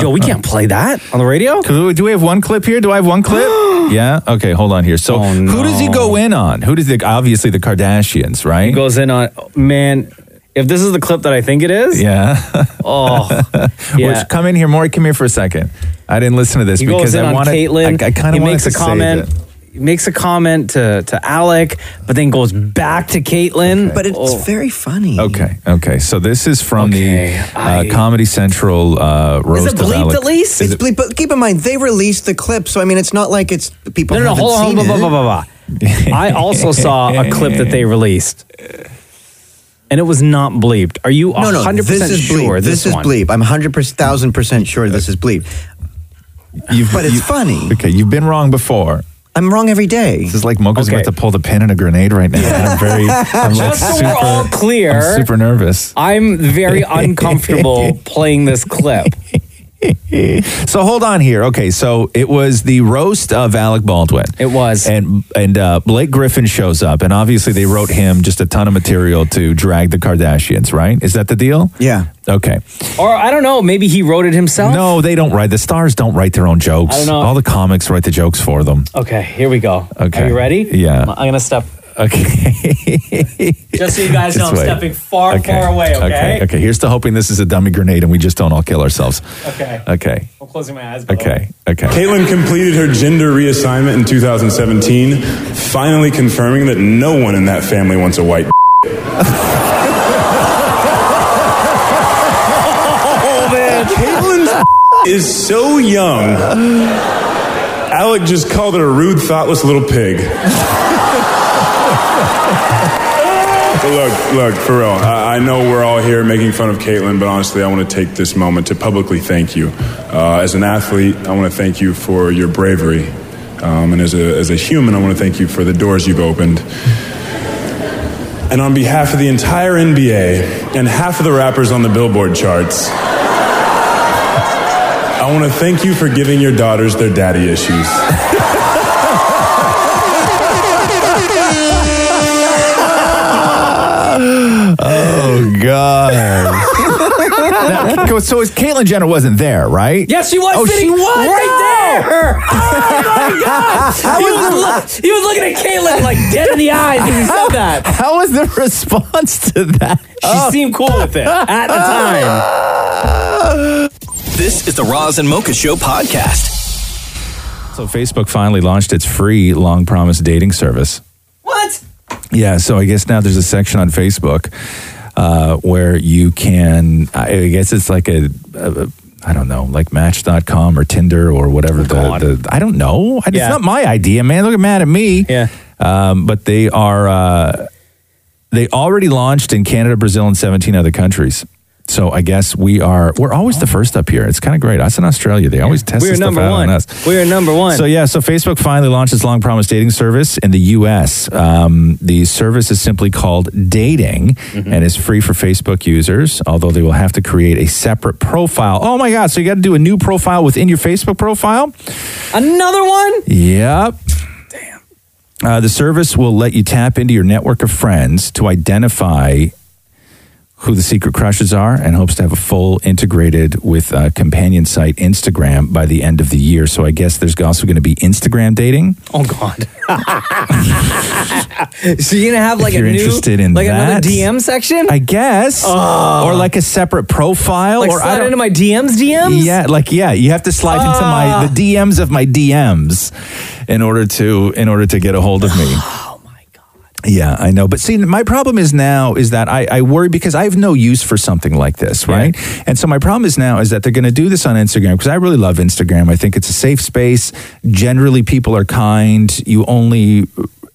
Speaker 3: Yo, we can't play that on the radio.
Speaker 5: Do we have one clip here? Do I have
Speaker 3: [GASPS]
Speaker 5: one clip? yeah. Okay. Hold on here.
Speaker 3: Oh,
Speaker 5: So who does he go in on? Who does the obviously the Kardashians, right?
Speaker 3: He goes in on man. If this is the clip that I think it is,
Speaker 5: yeah.
Speaker 3: [LAUGHS]
Speaker 5: [LAUGHS]
Speaker 3: oh, yeah.
Speaker 5: Which, come in here, Maury. Come here for a second. I didn't listen to this
Speaker 3: he
Speaker 5: because
Speaker 3: goes in
Speaker 5: I
Speaker 3: on
Speaker 5: wanted.
Speaker 3: Caitlyn.
Speaker 5: I, I kind
Speaker 3: He
Speaker 5: of wanted
Speaker 3: makes
Speaker 5: to
Speaker 3: a comment. He makes a comment to to Alec, but then goes back to Caitlyn. Oh. But it's
Speaker 6: very funny.
Speaker 5: Okay. Okay. So this is from the uh, Comedy Central uh, roast. of Alec. Is
Speaker 6: It's
Speaker 5: it-
Speaker 6: bleep, but keep in mind they released the clip, so I mean it's not like it's people.
Speaker 5: No, no, no,
Speaker 6: haven't
Speaker 5: hold on,
Speaker 6: seen
Speaker 5: hold on,
Speaker 6: it.
Speaker 5: blah, blah, blah,
Speaker 3: I also saw a clip that they released, and it was not bleeped. Are you
Speaker 6: No, no,
Speaker 3: 100%
Speaker 6: this is bleep.
Speaker 3: sure?
Speaker 6: This, is
Speaker 3: one?
Speaker 6: bleep. I'm 100,000 percent sure this is bleep. but it's funny.
Speaker 5: Okay, you've been wrong before.
Speaker 6: I'm wrong every day.
Speaker 5: This is like Mocha's about to pull the pin in a grenade right now.
Speaker 6: [LAUGHS]
Speaker 5: I'm very. I'm like
Speaker 3: Just so
Speaker 5: super,
Speaker 3: we're all clear.
Speaker 5: I'm super nervous.
Speaker 3: I'm very
Speaker 6: [LAUGHS]
Speaker 5: [LAUGHS]
Speaker 3: uncomfortable playing this clip.
Speaker 5: so hold on here. Okay, so it was the roast of Alec Baldwin. It
Speaker 3: was,
Speaker 5: and and uh, Blake Griffin shows up, and obviously they wrote him just a ton of material to drag the Kardashians. Right? Is that the deal?
Speaker 6: Yeah.
Speaker 5: Okay.
Speaker 3: Or I don't know, maybe he wrote it himself.
Speaker 5: No, they don't write. The stars don't write their own jokes.
Speaker 3: I don't know.
Speaker 5: All the comics write the jokes for them.
Speaker 3: Okay, here we go.
Speaker 5: Okay.
Speaker 3: Are you ready?
Speaker 5: Yeah.
Speaker 3: I'm going to step.
Speaker 5: Okay.
Speaker 3: [LAUGHS] Just so you guys know,
Speaker 5: [LAUGHS]
Speaker 3: I'm
Speaker 5: Just wait.
Speaker 3: stepping far,
Speaker 5: Okay.
Speaker 3: far away,
Speaker 5: Okay.
Speaker 3: okay?
Speaker 5: Okay. Here's to hoping this is a dummy grenade and we just don't all kill ourselves.
Speaker 3: Okay.
Speaker 5: Okay.
Speaker 3: I'm closing my eyes.
Speaker 5: Okay. [GASPS] Okay.
Speaker 11: Caitlin completed her gender reassignment in 2017, finally confirming that no one in that family wants a white.
Speaker 27: Oh man,
Speaker 11: Caitlin is so young. Alec just called it a rude, thoughtless little pig. But look, look, for real. I, I know we're all here making fun of Caitlin, but honestly, I want to take this moment to publicly thank you. Uh, as an athlete, I want to thank you for your bravery. Um, and as a, as a human, I want to thank you for the doors you've opened. And on behalf of the entire NBA and half of the rappers on the Billboard charts, I want to thank you for giving your daughters their daddy issues.
Speaker 5: oh God. Now, [LAUGHS] so is Caitlyn Jenner wasn't there, right?
Speaker 3: Yes, she was
Speaker 5: Oh,
Speaker 3: sitting
Speaker 5: she was
Speaker 3: right there. [LAUGHS] Oh my God.
Speaker 5: How
Speaker 3: he,
Speaker 5: was
Speaker 3: was
Speaker 5: the-
Speaker 3: loo- he was looking at Caitlin like dead in the eyes when he said that.
Speaker 5: [LAUGHS] How was the response to that? Oh. She
Speaker 3: seemed cool with it at the time.
Speaker 5: [LAUGHS]
Speaker 1: This is the Roz and Mocha Show podcast.
Speaker 5: So Facebook finally launched its free long promised dating service.
Speaker 3: What?
Speaker 5: Yeah, so I guess now there's a section on Facebook uh, where you can, I I guess it's like a, a, I don't know, like Match.com or Tinder or whatever. the, the I don't know. I-
Speaker 12: Yeah.
Speaker 5: It's not my idea, man. Look at mad at me. Yeah. Um, but they are, uh, they already launched in Canada, Brazil, and 17 other countries. So I guess we are, we're always the first up here. It's kind of great. Us in Australia, they always test
Speaker 3: Oh. We are
Speaker 5: this stuff
Speaker 3: number
Speaker 5: out
Speaker 3: one.
Speaker 5: on us.
Speaker 3: We are number one.
Speaker 5: So yeah, so Facebook finally launched its long promised dating service in the U.S. Um, the service is simply called Dating and is free for Facebook users, although they will have to create a separate profile. Oh my God! So you got to do a new profile within your Facebook profile.
Speaker 3: Another one?
Speaker 5: Yep. Damn. Uh, the service will let you tap into your network of friends to identify who the secret crushes are and hopes to have a full integrated with uh, companion site Instagram by the end of the year. So I guess there's also going to be Instagram dating.
Speaker 3: Oh
Speaker 5: [LAUGHS]
Speaker 3: God. so you're gonna have
Speaker 5: If
Speaker 3: like
Speaker 5: you're
Speaker 3: a new,
Speaker 5: interested in
Speaker 3: like
Speaker 5: that,
Speaker 3: another DM section?
Speaker 5: I guess. or like a separate profile
Speaker 3: Like
Speaker 5: or
Speaker 3: slide
Speaker 5: I don't
Speaker 3: into my DMs DMs?
Speaker 5: Yeah, like yeah, you have to slide into my the DMs of my DMs in order to in order to get a hold of me. [SIGHS] Oh my god. Yeah, I know. But see, my problem is now is that I, I worry because I have no use for something like this, right? And so my problem is now is that they're going to do this on Instagram because I really love Instagram. I think it's a safe space. Generally, people are kind. You only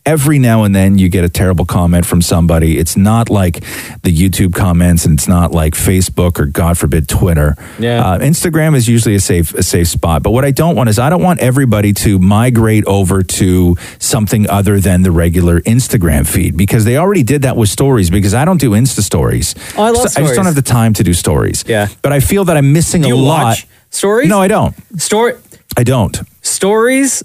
Speaker 5: every now and then you get a terrible comment from somebody. It's not like the YouTube comments and it's not like Facebook or God forbid Twitter. Yeah. Uh, Instagram is usually a safe a safe spot. But what I don't want is I don't want everybody to migrate over to something other than the regular Instagram feed because they already did that with stories because I don't do Insta stories.
Speaker 3: Oh, I love
Speaker 5: I just don't
Speaker 3: stories.
Speaker 5: have the time to do stories. Yeah. But I feel that I'm missing
Speaker 3: Do you
Speaker 5: a lot.
Speaker 3: watch stories?
Speaker 5: No, I don't.
Speaker 3: Story
Speaker 5: I don't.
Speaker 3: stories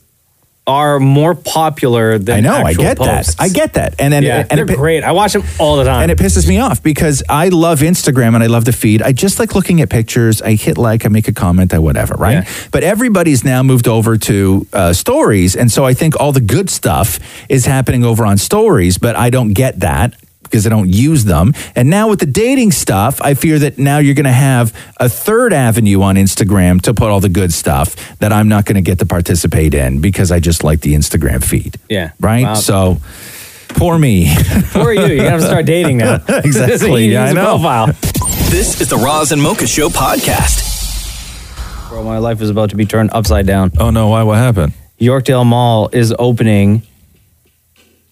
Speaker 3: are more popular than
Speaker 5: I know. I
Speaker 3: actual
Speaker 5: get
Speaker 3: posts.
Speaker 5: that. I get that. And then
Speaker 3: Yeah,
Speaker 5: and
Speaker 3: they're
Speaker 5: it pi-
Speaker 3: great. I watch them all the time.
Speaker 5: And it pisses me off because I love Instagram and I love the feed. I just like looking at pictures. I hit like, I make a comment, I whatever, right? But everybody's now moved over to uh, stories. And so I think all the good stuff is happening over on stories, but I don't get that because I don't use them. And now with the dating stuff, I fear that now you're going to have a third avenue on Instagram to put all the good stuff that I'm not going to get to participate in because I just like the Instagram feed.
Speaker 3: Yeah.
Speaker 5: Right?
Speaker 3: Wow.
Speaker 5: So poor me.
Speaker 3: [LAUGHS] Poor you. You're gonna have to start dating
Speaker 1: [LAUGHS]
Speaker 3: now.
Speaker 5: [LAUGHS]
Speaker 3: [LAUGHS]
Speaker 5: exactly.
Speaker 3: You
Speaker 5: yeah, I
Speaker 3: use a
Speaker 5: know.
Speaker 3: profile.
Speaker 1: This is the Roz and Mocha Show podcast.
Speaker 3: Bro, my life is about to be turned upside down.
Speaker 5: Oh no, why what happened?
Speaker 3: Yorkdale Mall is opening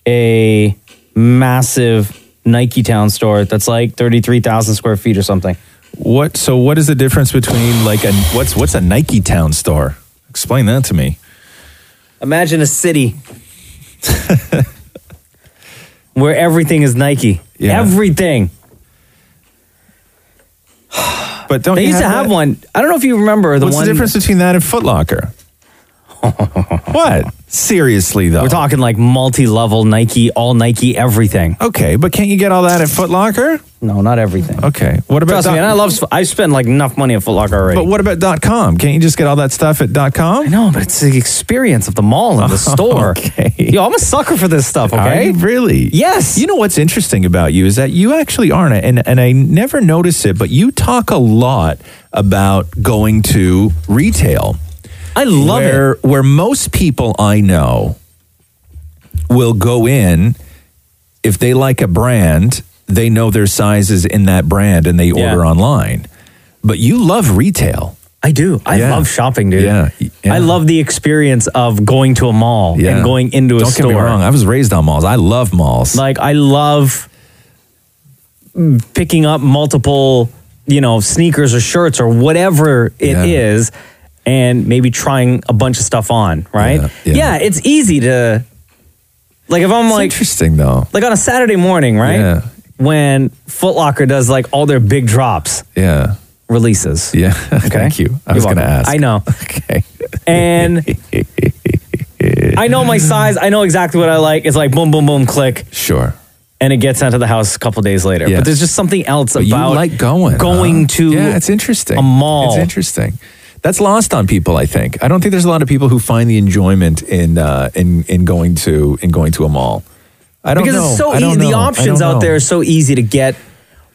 Speaker 3: a massive Nike Town store that's like 33,000 square feet or something.
Speaker 5: What so what is the difference between like a what's what's a Nike Town store? Explain that to me.
Speaker 3: Imagine a city [LAUGHS] where everything is Nike. Everything.
Speaker 5: But don't
Speaker 3: they
Speaker 5: you
Speaker 3: used
Speaker 5: have
Speaker 3: to have
Speaker 5: that?
Speaker 3: one. I don't know if you remember the
Speaker 5: what's
Speaker 3: one.
Speaker 5: the difference between that and
Speaker 3: [LAUGHS]
Speaker 5: Foot Locker? what? Seriously though.
Speaker 3: We're talking like multi-level Nike, all Nike, everything.
Speaker 5: Okay, but can't you get all that at Foot Locker?
Speaker 3: No, not everything.
Speaker 5: Okay. What about
Speaker 3: Trust
Speaker 5: dot-
Speaker 3: me, and I love. I spend like enough money at Foot Locker already.
Speaker 5: But what about dot com? Can't you just get all that stuff at dot com? I
Speaker 3: know, but it's the experience of the mall
Speaker 5: [LAUGHS]
Speaker 3: and the store.
Speaker 5: okay.
Speaker 3: Yo, I'm a sucker for this stuff. Okay,
Speaker 5: Are you really?
Speaker 3: Yes.
Speaker 5: You know what's interesting about you is that you actually aren't, and and I never notice it, but you talk a lot about going to retail.
Speaker 3: I love
Speaker 5: where, it. Where most people I know will go in if they like a brand, they know their sizes in that brand and they order online. But you love retail.
Speaker 3: I do. I
Speaker 5: Yeah.
Speaker 3: love shopping, dude.
Speaker 5: Yeah,
Speaker 3: I love the experience of going to a mall
Speaker 5: Yeah.
Speaker 3: and going into a
Speaker 5: Don't
Speaker 3: store.
Speaker 5: get me wrong. I was raised on malls. I love malls.
Speaker 3: Like I love picking up multiple, you know, sneakers or shirts or whatever it is, and maybe trying a bunch of stuff on, right? Yeah, it's easy to like if I'm
Speaker 5: It's
Speaker 3: like
Speaker 5: interesting though.
Speaker 3: like on a Saturday morning, right?
Speaker 5: Yeah.
Speaker 3: When Foot Locker does like all their big drops.
Speaker 5: Yeah.
Speaker 3: Releases.
Speaker 5: Yeah. [LAUGHS]
Speaker 3: Okay.
Speaker 5: Thank you. I
Speaker 3: You're
Speaker 5: was going to
Speaker 3: welcome.
Speaker 5: ask.
Speaker 3: I know.
Speaker 5: Okay. [LAUGHS]
Speaker 3: And I know my size. I know exactly what I like. It's like boom, boom, boom, click.
Speaker 5: Sure.
Speaker 3: And it gets out to the house a couple days later.
Speaker 5: Yes.
Speaker 3: But there's just something else
Speaker 5: But you
Speaker 3: about
Speaker 5: like going,
Speaker 3: going
Speaker 5: huh?
Speaker 3: to
Speaker 5: Yeah, it's interesting.
Speaker 3: a mall.
Speaker 5: It's interesting. That's lost on people, I think. I don't think there's a lot of people who find the enjoyment in uh, in in going to in going to a mall. I don't
Speaker 3: because
Speaker 5: know.
Speaker 3: it's so
Speaker 5: I don't
Speaker 3: easy. The
Speaker 5: know. I
Speaker 3: options
Speaker 5: don't
Speaker 3: out
Speaker 5: know.
Speaker 3: there are so easy to get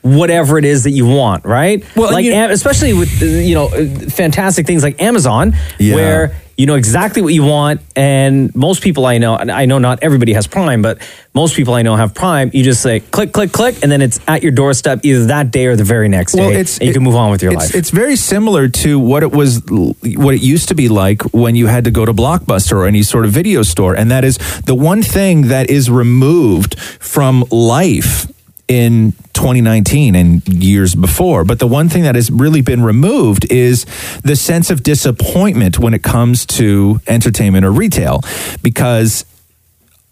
Speaker 3: whatever it is that you want, right? Well, like am- especially with uh, you know uh, fantastic things like Amazon,
Speaker 5: Yeah.
Speaker 3: where you know exactly what you want, and most people I know, and I know not everybody has Prime, but most people I know have Prime. You just say click, click, click, and then it's at your doorstep either that day or the very next
Speaker 5: Well,
Speaker 3: day.
Speaker 5: it's-
Speaker 3: and you
Speaker 5: it-
Speaker 3: can move on with your
Speaker 5: it's,
Speaker 3: life.
Speaker 5: It's very similar to what it was, what it used to be like when you had to go to Blockbuster or any sort of video store, and that is the one thing that is removed from life in 2019 and years before but the one thing that has really been removed is the sense of disappointment when it comes to entertainment or retail because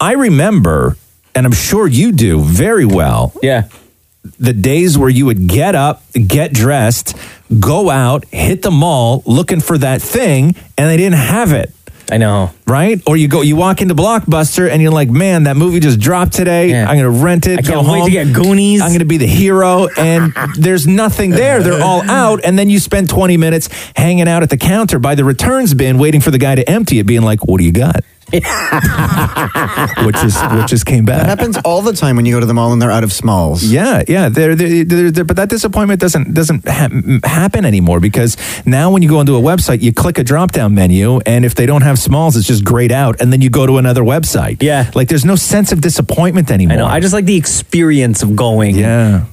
Speaker 5: i remember and i'm sure you do very well
Speaker 3: yeah
Speaker 5: the days where you would get up, get dressed, go out, hit the mall looking for that thing, and they didn't have it.
Speaker 3: I know.
Speaker 5: Right? Or you go, you walk into Blockbuster and you're like, man, that movie just dropped today. I'm going to rent it.
Speaker 3: I
Speaker 5: go
Speaker 3: can't wait
Speaker 5: home.
Speaker 3: to get Goonies."
Speaker 5: I'm going to be the hero.
Speaker 3: [LAUGHS]
Speaker 5: And there's nothing there. They're all out. And then you spend 20 minutes hanging out at the counter by the returns bin, waiting for the guy to empty it, being like, what do
Speaker 3: [LAUGHS]
Speaker 5: you got? which is which is came back.
Speaker 6: That happens all the time when you go to the mall and they're out of smalls.
Speaker 5: Yeah, yeah. They're, they're, they're, they're- but that disappointment doesn't doesn't ha- m- happen anymore because now when you go into a website, you click a drop down menu, and if they don't have smalls, it's just grayed out, and then you go to another website. Yeah, like there's no sense of disappointment anymore.
Speaker 3: I know. I just like the experience of going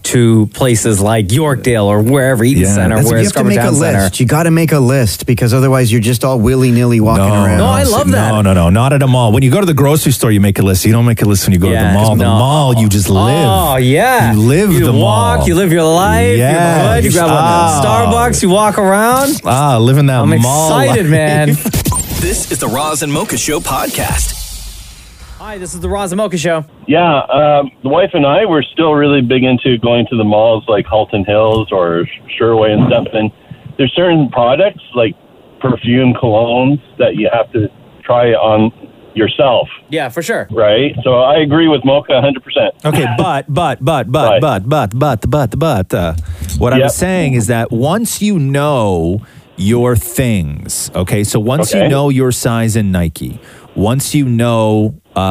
Speaker 3: to places like Yorkdale or wherever Eaton Center,
Speaker 6: That's-
Speaker 3: where
Speaker 6: you have to
Speaker 3: Scarborough
Speaker 6: make a
Speaker 3: Town
Speaker 6: list.
Speaker 3: Center.
Speaker 6: You got to make a list because otherwise you're just all willy nilly walking around.
Speaker 5: Oh, No, no, no, not at a mall. When you go to the grocery store, you make a list. You don't make a list when you go to
Speaker 6: Yeah,
Speaker 5: the mall. The
Speaker 6: no.
Speaker 5: mall, you just live.
Speaker 3: Oh yeah,
Speaker 5: you live
Speaker 3: You
Speaker 5: the
Speaker 3: walk.
Speaker 5: mall.
Speaker 3: You live your life.
Speaker 5: Yeah.
Speaker 3: You're good. You grab
Speaker 5: Ah.
Speaker 3: a Starbucks. You walk around.
Speaker 5: Ah, living that
Speaker 3: I'm
Speaker 5: mall.
Speaker 3: excited,
Speaker 5: life. [LAUGHS]
Speaker 3: man.
Speaker 1: This is the Roz and Mocha Show podcast.
Speaker 3: Hi, this is the Roz and Mocha Show.
Speaker 25: Yeah, um, the wife and I were still really big into going to the malls like Halton Hills or Sherway and stuff. And there's certain products like perfume, colognes that you have to try on yourself,
Speaker 3: Yeah, for sure.
Speaker 25: right? So I agree with Mocha 100%. [LAUGHS]
Speaker 5: Okay, but but but but but but but but but uh, what I
Speaker 25: Yep.
Speaker 5: was saying is that once you know your things, okay, so once you
Speaker 25: Okay.
Speaker 5: know your size in Nike, once you know uh,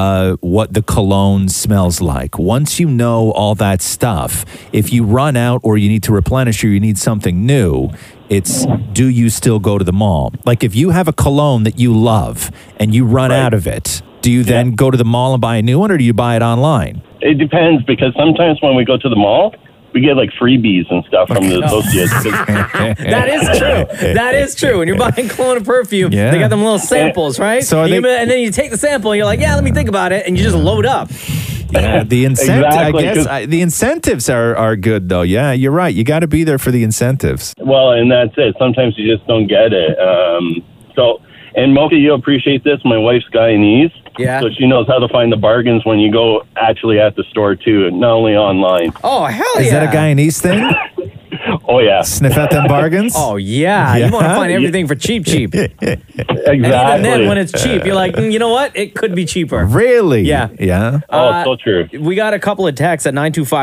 Speaker 5: what the cologne smells like, once you know all that stuff, if you run out or you need to replenish or you need something new, it's do you still go to the mall? Like if you have a cologne that you love and you run out of it, do you then go to the mall and buy a new one or do you buy it online?
Speaker 25: It depends because sometimes when we go to the mall, we get like freebies and stuff from the associates. [LAUGHS]
Speaker 3: That is true. That is true. When you're buying cologne and perfume,
Speaker 25: Yeah.
Speaker 3: they got them little samples, right?
Speaker 5: So are
Speaker 3: You
Speaker 5: they-
Speaker 3: ma- and then you take the sample and you're like, yeah, let me think about it, and you just load up.
Speaker 5: Yeah, [LAUGHS] the incentive.
Speaker 25: Exactly,
Speaker 5: I guess
Speaker 25: 'cause-
Speaker 5: I, the incentives are are good though. Yeah, you're right. You got to be there for the incentives.
Speaker 25: Well, and that's it. Sometimes you just don't get it. Um, so, and Mocha, you appreciate this. My wife's Guyanese.
Speaker 3: Yeah.
Speaker 25: So she knows how to find the bargains when you go actually at the store too, and not only online.
Speaker 3: Oh hell
Speaker 5: Is
Speaker 3: yeah!
Speaker 5: that a
Speaker 3: [LAUGHS]
Speaker 5: Guyanese thing?
Speaker 25: Oh yeah.
Speaker 5: Sniff out them bargains.
Speaker 3: Oh yeah, you want to find everything for cheap, cheap.
Speaker 25: exactly.
Speaker 3: And even then, when it's cheap, you're like, "Mm, you know what? It could be cheaper.
Speaker 5: Really?
Speaker 3: Yeah.
Speaker 5: Yeah.
Speaker 25: Oh,
Speaker 3: Uh, We got a couple of texts at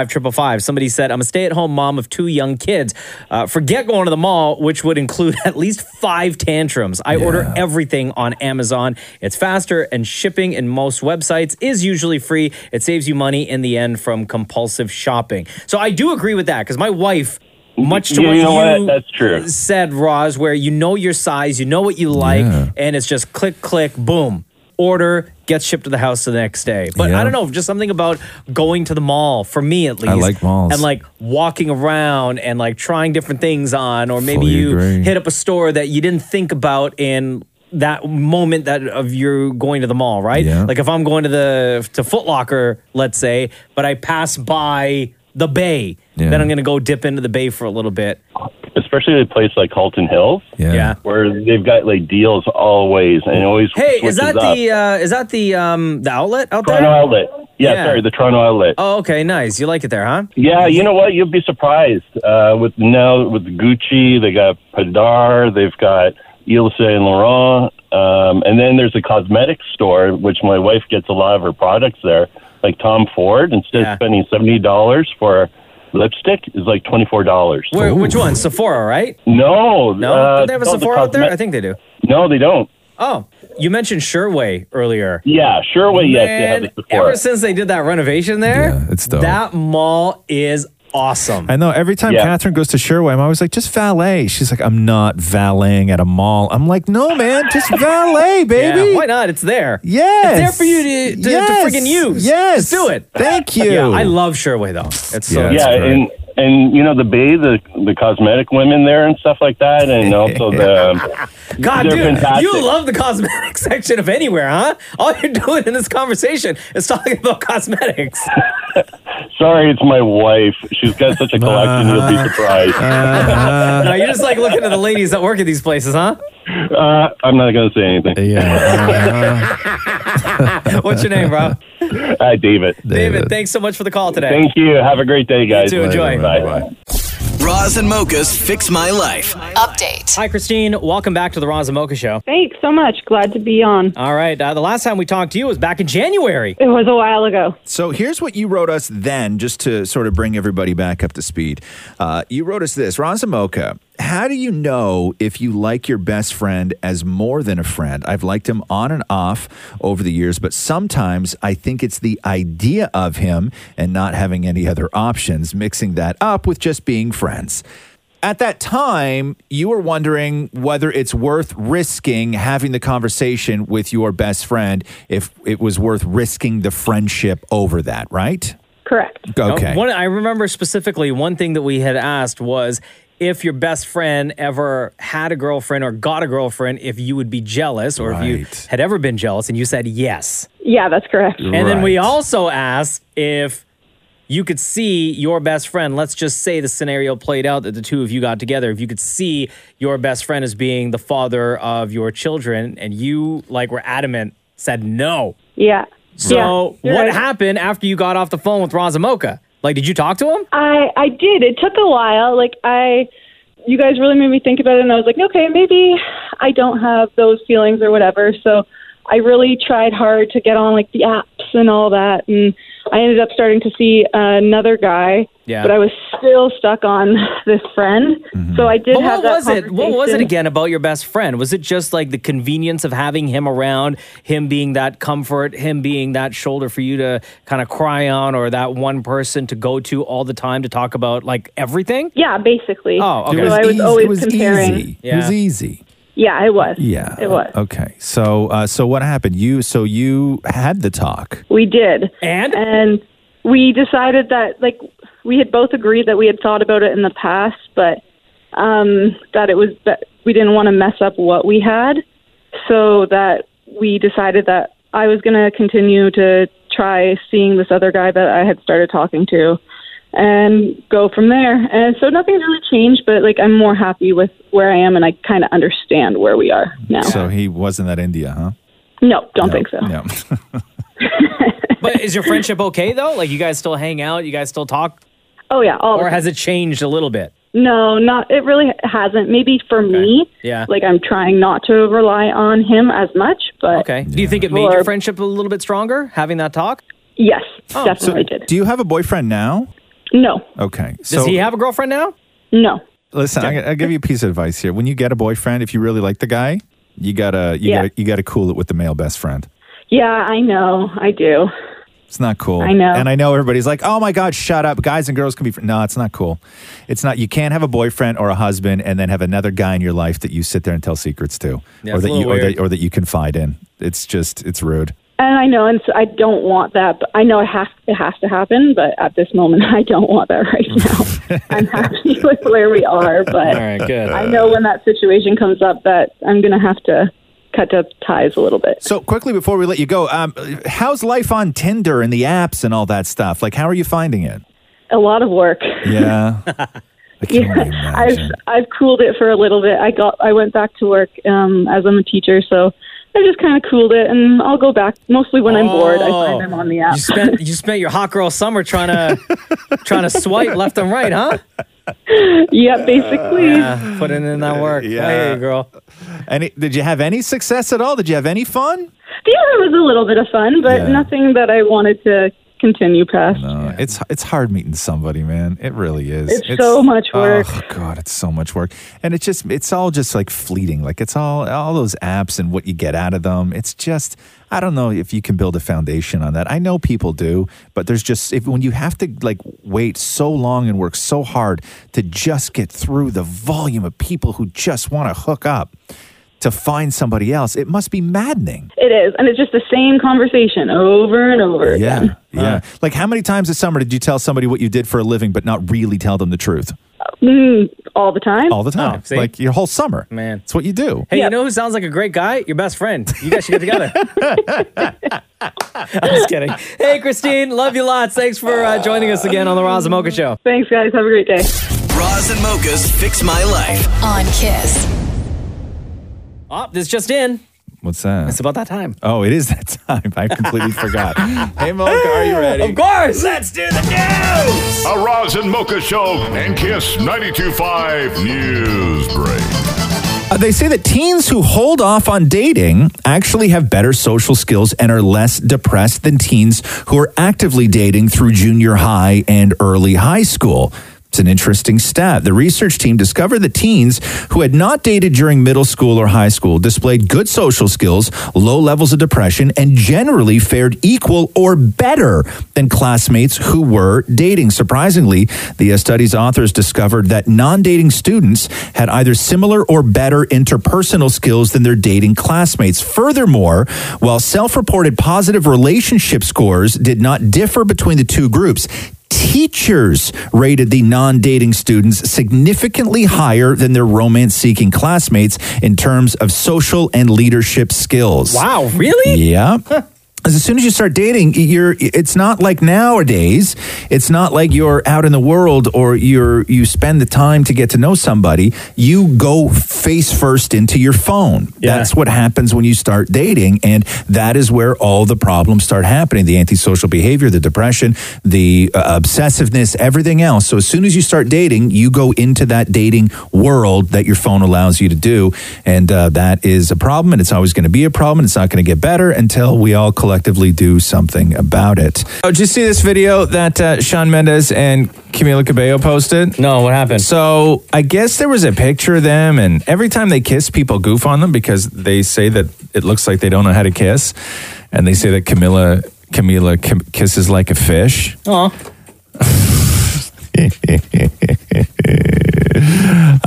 Speaker 3: 925-555. Somebody said, I'm a stay-at-home mom of two young kids. Uh, forget going to the mall, which would include [LAUGHS] at least five tantrums. I order everything on Amazon. It's faster, and shipping in most websites is usually free. It saves you money in the end from compulsive shopping. So I do agree with that because my wife, much to
Speaker 25: You
Speaker 3: what
Speaker 25: know what?
Speaker 3: you
Speaker 25: That's true.
Speaker 3: said, Roz, where you know your size, you know what you like, and it's just click, click, boom. Order gets shipped to the house the next day. But
Speaker 5: Yeah.
Speaker 3: I don't know, just something about going to the mall for me at least.
Speaker 5: I like malls.
Speaker 3: and like walking around and like trying different things on, or maybe
Speaker 5: Fully
Speaker 3: you
Speaker 5: agree.
Speaker 3: hit up a store that you didn't think about in that moment that of you going to the mall, right?
Speaker 5: Yeah.
Speaker 3: Like if I'm going to the to Foot Locker, let's say, but I pass by the bay, then I'm gonna go dip into the bay for a little bit.
Speaker 25: Especially a place like Halton Hills.
Speaker 5: Yeah.
Speaker 25: Where they've got like deals always and it always.
Speaker 3: Hey, is
Speaker 25: switches
Speaker 3: that
Speaker 25: up.
Speaker 3: the uh, is that the um the outlet out there?
Speaker 25: Toronto outlet? Yeah, Sorry, the Toronto outlet.
Speaker 3: Oh, okay, nice. You like it there, huh?
Speaker 25: Yeah, you know what? You'd be surprised. Uh, with now with Gucci, they got Padar, they've got Yves Saint Laurent, um, and then there's a cosmetic store which my wife gets a lot of her products there, like Tom Ford. Instead of spending seventy dollars for lipstick, is like twenty four dollars.
Speaker 3: Where, which one? Sephora, right?
Speaker 25: No,
Speaker 3: No,
Speaker 25: uh,
Speaker 3: don't they have a
Speaker 25: it's called the
Speaker 3: Sephora out there?
Speaker 25: cosme-
Speaker 3: I think they do.
Speaker 25: No, they don't.
Speaker 3: Oh, you mentioned Sherway earlier.
Speaker 25: Yeah, Sherway, yes, they have
Speaker 3: Man,
Speaker 25: a Sephora.
Speaker 3: Ever since they did that renovation there,
Speaker 5: it's dope.
Speaker 3: that mall is awesome.
Speaker 5: I know. Every time Catherine goes to Sherway, I'm always like, just valet. She's like, I'm not valeting at a mall. I'm like, no, man, just valet, baby.
Speaker 3: [LAUGHS] Yeah, why not? It's there.
Speaker 5: Yes.
Speaker 3: It's there for you to, to,
Speaker 5: Yes.
Speaker 3: to freaking use.
Speaker 5: Yes.
Speaker 3: Just do it.
Speaker 5: Thank
Speaker 3: [LAUGHS]
Speaker 5: you.
Speaker 3: Yeah, I love Sherway, though. It's so
Speaker 25: yeah, and and you know the bay, the the cosmetic women there and stuff like
Speaker 3: [LAUGHS]
Speaker 25: that, and also the um,
Speaker 3: God,
Speaker 25: they're
Speaker 3: dude,
Speaker 25: fantastic.
Speaker 3: you love the cosmetic [LAUGHS] section of anywhere, huh? All you're doing in this conversation is talking about
Speaker 5: [LAUGHS]
Speaker 3: cosmetics.
Speaker 25: Sorry, it's my wife. She's got such a collection. You'll be surprised.
Speaker 3: no, you're just like looking at the ladies that work at these places, huh?
Speaker 25: Uh, I'm not going to say anything.
Speaker 5: Yeah.
Speaker 3: [LAUGHS] What's your name, bro?
Speaker 25: Uh, David.
Speaker 3: David, thanks so much for the call today.
Speaker 25: Thank you. Have a great day, guys.
Speaker 3: too. Enjoy.
Speaker 25: Bye.
Speaker 1: Roz and Mocha's Fix My Life.
Speaker 3: Update. Hi, Christine. Welcome back to the Roz and Mocha Show.
Speaker 10: Thanks so much. Glad to be on.
Speaker 3: All right. Uh, the last time we talked to you was back in January.
Speaker 10: It was a while ago.
Speaker 5: So here's what you wrote us then, just to sort of bring everybody back up to speed. Uh, you wrote us this, Ron Zamoka. How do you know if you like your best friend as more than a friend? I've liked him on and off over the years, but sometimes I think it's the idea of him and not having any other options, mixing that up with just being friends. At that time, you were wondering whether it's worth risking having the conversation with your best friend, if it was worth risking the friendship over that, right?
Speaker 10: Correct.
Speaker 5: Okay.
Speaker 3: Uh, One, I remember specifically one thing that we had asked was if your best friend ever had a girlfriend or got a girlfriend, if you would be jealous or if you had ever been jealous, and you said yes.
Speaker 10: Yeah, that's
Speaker 3: [LAUGHS]
Speaker 10: correct.
Speaker 3: And then we also asked if you could see your best friend, let's just say the scenario played out that the two of you got together, if you could see your best friend as being the father of your children and you like were adamant, said no.
Speaker 10: Yeah.
Speaker 3: So
Speaker 10: Yeah, you're
Speaker 3: what
Speaker 10: right.
Speaker 3: happened after you got off the phone with Ron Zamoka? Like, did you talk to him?
Speaker 10: I I did. It took a while. Like I, you guys really made me think about it, and I was like, okay, maybe I don't have those feelings or whatever. So I really tried hard to get on like the apps and all that, and I ended up starting to see another guy.
Speaker 3: Yeah.
Speaker 10: But I was still stuck on [LAUGHS] this friend, so I did
Speaker 3: But
Speaker 10: have
Speaker 3: what
Speaker 10: that
Speaker 3: was it? What was it
Speaker 10: conversation.
Speaker 3: again about your best friend? Was it just like the convenience of having him around, him being that comfort, him being that shoulder for you to kind of cry on, or that one person to go to all the time to talk about like everything?
Speaker 10: Yeah, basically.
Speaker 3: Oh, okay.
Speaker 10: So I was always comparing.
Speaker 5: It was easy.
Speaker 10: Yeah, it was.
Speaker 5: Yeah.
Speaker 10: it was.
Speaker 5: Okay. So uh, so what happened? You so you had the talk.
Speaker 10: We did.
Speaker 3: And?
Speaker 10: And we decided that, like, we had both agreed that we had thought about it in the past, but um, that it was, that we didn't want to mess up what we had. So that we decided that I was going to continue to try seeing this other guy that I had started talking to and go from there. And so nothing's really changed, but, like, I'm more happy with where I am and I kind of understand where we are now.
Speaker 5: So he wasn't that India, huh?
Speaker 10: No, don't think so.
Speaker 5: Yeah. [LAUGHS]
Speaker 3: but is your friendship okay though? Like you guys still hang out? You guys still talk?
Speaker 10: Oh yeah, all the
Speaker 3: or
Speaker 10: time.
Speaker 3: has it changed a little bit?
Speaker 10: No, not it really hasn't. Maybe for me,
Speaker 3: Yeah.
Speaker 10: like I'm trying not to rely on him as much, but
Speaker 3: okay. Do you think it made
Speaker 10: Or-
Speaker 3: your friendship a little bit stronger having that talk?
Speaker 10: Yes,
Speaker 3: Oh.
Speaker 10: definitely did.
Speaker 5: Do you have a boyfriend now?
Speaker 10: No,
Speaker 5: Okay.
Speaker 3: Does he have a girlfriend now?
Speaker 10: no.
Speaker 5: Listen, I, I'll give you a piece of advice here. When you get a boyfriend, if you really like the guy, you gotta you
Speaker 10: Yeah.
Speaker 5: gotta you gotta cool it with the male best friend.
Speaker 10: Yeah, I know, I do.
Speaker 5: It's not cool.
Speaker 10: I know.
Speaker 5: And I know everybody's like, "Oh my God, shut up! Guys and girls can be." Fr-. No, it's not cool. It's not. You can't have a boyfriend or a husband and then have another guy in your life that you sit there and tell secrets to,
Speaker 10: Yeah,
Speaker 5: or
Speaker 10: it's
Speaker 5: that
Speaker 10: a little
Speaker 5: you or
Speaker 10: weird.
Speaker 5: that, or that you confide in. It's just it's rude.
Speaker 10: And I know, and so I don't want that. But I know it has it has to happen. But at this moment, [LAUGHS] I don't want that
Speaker 3: [LAUGHS]
Speaker 10: right now. I'm happy [LAUGHS] with where we are, but
Speaker 3: All right, good.
Speaker 10: I know when that situation comes up that I'm gonna have to cut up ties a little bit.
Speaker 5: So quickly before we let you go, um, how's life on Tinder and the apps and all that stuff? Like, how are you
Speaker 10: [LAUGHS]
Speaker 5: finding it?
Speaker 10: A lot of work.
Speaker 5: Yeah.
Speaker 10: yeah, I've I've cooled it for a little bit. I got I went back to work um, as I'm a teacher, so I just kind of cooled it, and I'll go back mostly when I'm bored. I find I'm on the
Speaker 3: Oh.
Speaker 10: app.
Speaker 3: You
Speaker 10: [LAUGHS]
Speaker 3: spent you spent your hot girl summer trying to trying to swipe left and right, huh?
Speaker 10: yeah, basically.
Speaker 3: Yeah, putting in that work. Yeah, girl.
Speaker 5: Any? Did you have any success at all? Did you have any fun?
Speaker 10: The other was a little bit of fun, but
Speaker 5: Yeah.
Speaker 10: nothing that I wanted to continue past.
Speaker 5: No, it's it's hard meeting somebody, man. It really is.
Speaker 10: It's so much work.
Speaker 5: Oh god, it's so much work, and it's just it's all just like fleeting. Like it's all all those apps and what you get out of them. It's just I don't know if you can build a foundation on that. I know people do, but there's just if when you have to like wait so long and work so hard to just get through the volume of people who just want to hook up to find somebody else, it must be maddening.
Speaker 10: It is, and it's just the same conversation over and over
Speaker 5: Yeah.
Speaker 10: again.
Speaker 5: Yeah. Like how many times this summer did you tell somebody what you did for a living but not really tell them the truth?
Speaker 10: Mm, all the time.
Speaker 5: All the time.
Speaker 3: Oh, see?
Speaker 5: like your whole summer. Man. It's what you do.
Speaker 3: Hey, you know who sounds like a great guy? Your best friend. You guys should get
Speaker 5: [LAUGHS]
Speaker 3: together. I'm just kidding. Hey, Christine, love you lots. Thanks for uh, joining us again on the Roz and Mocha Show.
Speaker 10: Thanks, guys. Have a great day.
Speaker 1: Roz and Mocha's Fix My Life.
Speaker 22: On Kiss.
Speaker 3: Oh, this just in.
Speaker 28: What's that?
Speaker 3: It's about that time.
Speaker 28: Oh, it is
Speaker 5: [LAUGHS]
Speaker 28: that time. I completely
Speaker 3: [LAUGHS]
Speaker 28: forgot. Hey, Mocha, are you ready?
Speaker 3: Of course. Let's do the news.
Speaker 29: A Roz and Mocha Show and Kiss 92.5 News Break.
Speaker 28: Uh, they say that teens who hold off on dating actually have better social skills and are less depressed than teens who are actively dating through junior high and early high school. It's an interesting stat. The research team discovered that teens who had not dated during middle school or high school displayed good social skills, low levels of depression, and generally fared equal or better than classmates who were dating. Surprisingly, the uh, study's authors discovered that non dating students had either similar or better interpersonal skills than their dating classmates. Furthermore, while self reported positive relationship scores did not differ between the two groups, teachers rated the non dating students significantly higher than their romance seeking classmates in terms of social and leadership skills.
Speaker 3: Wow, really?
Speaker 28: Yeah. As soon as you start dating, you're it's not like nowadays, it's not like you're out in the world or you're you spend the time to get to know somebody, you go face first into your phone. That's what happens when you start dating and that is where all the problems start happening, the antisocial behavior, the depression, the uh, obsessiveness, everything else. So as soon as you start dating, you go into that dating world that your phone allows you to do and uh, that is a problem and it's always going to be a problem and it's not going to get better until we all collectively do something about it.
Speaker 5: Oh, did you see this video that uh, Sean Mendes and Camila Cabello posted?
Speaker 3: No, what happened?
Speaker 5: So I guess there was a picture of them, and every time they kiss, people goof on them because they say that it looks like they don't know how to kiss, and they say that Camila Camila kim- kisses like a fish.
Speaker 3: Aw.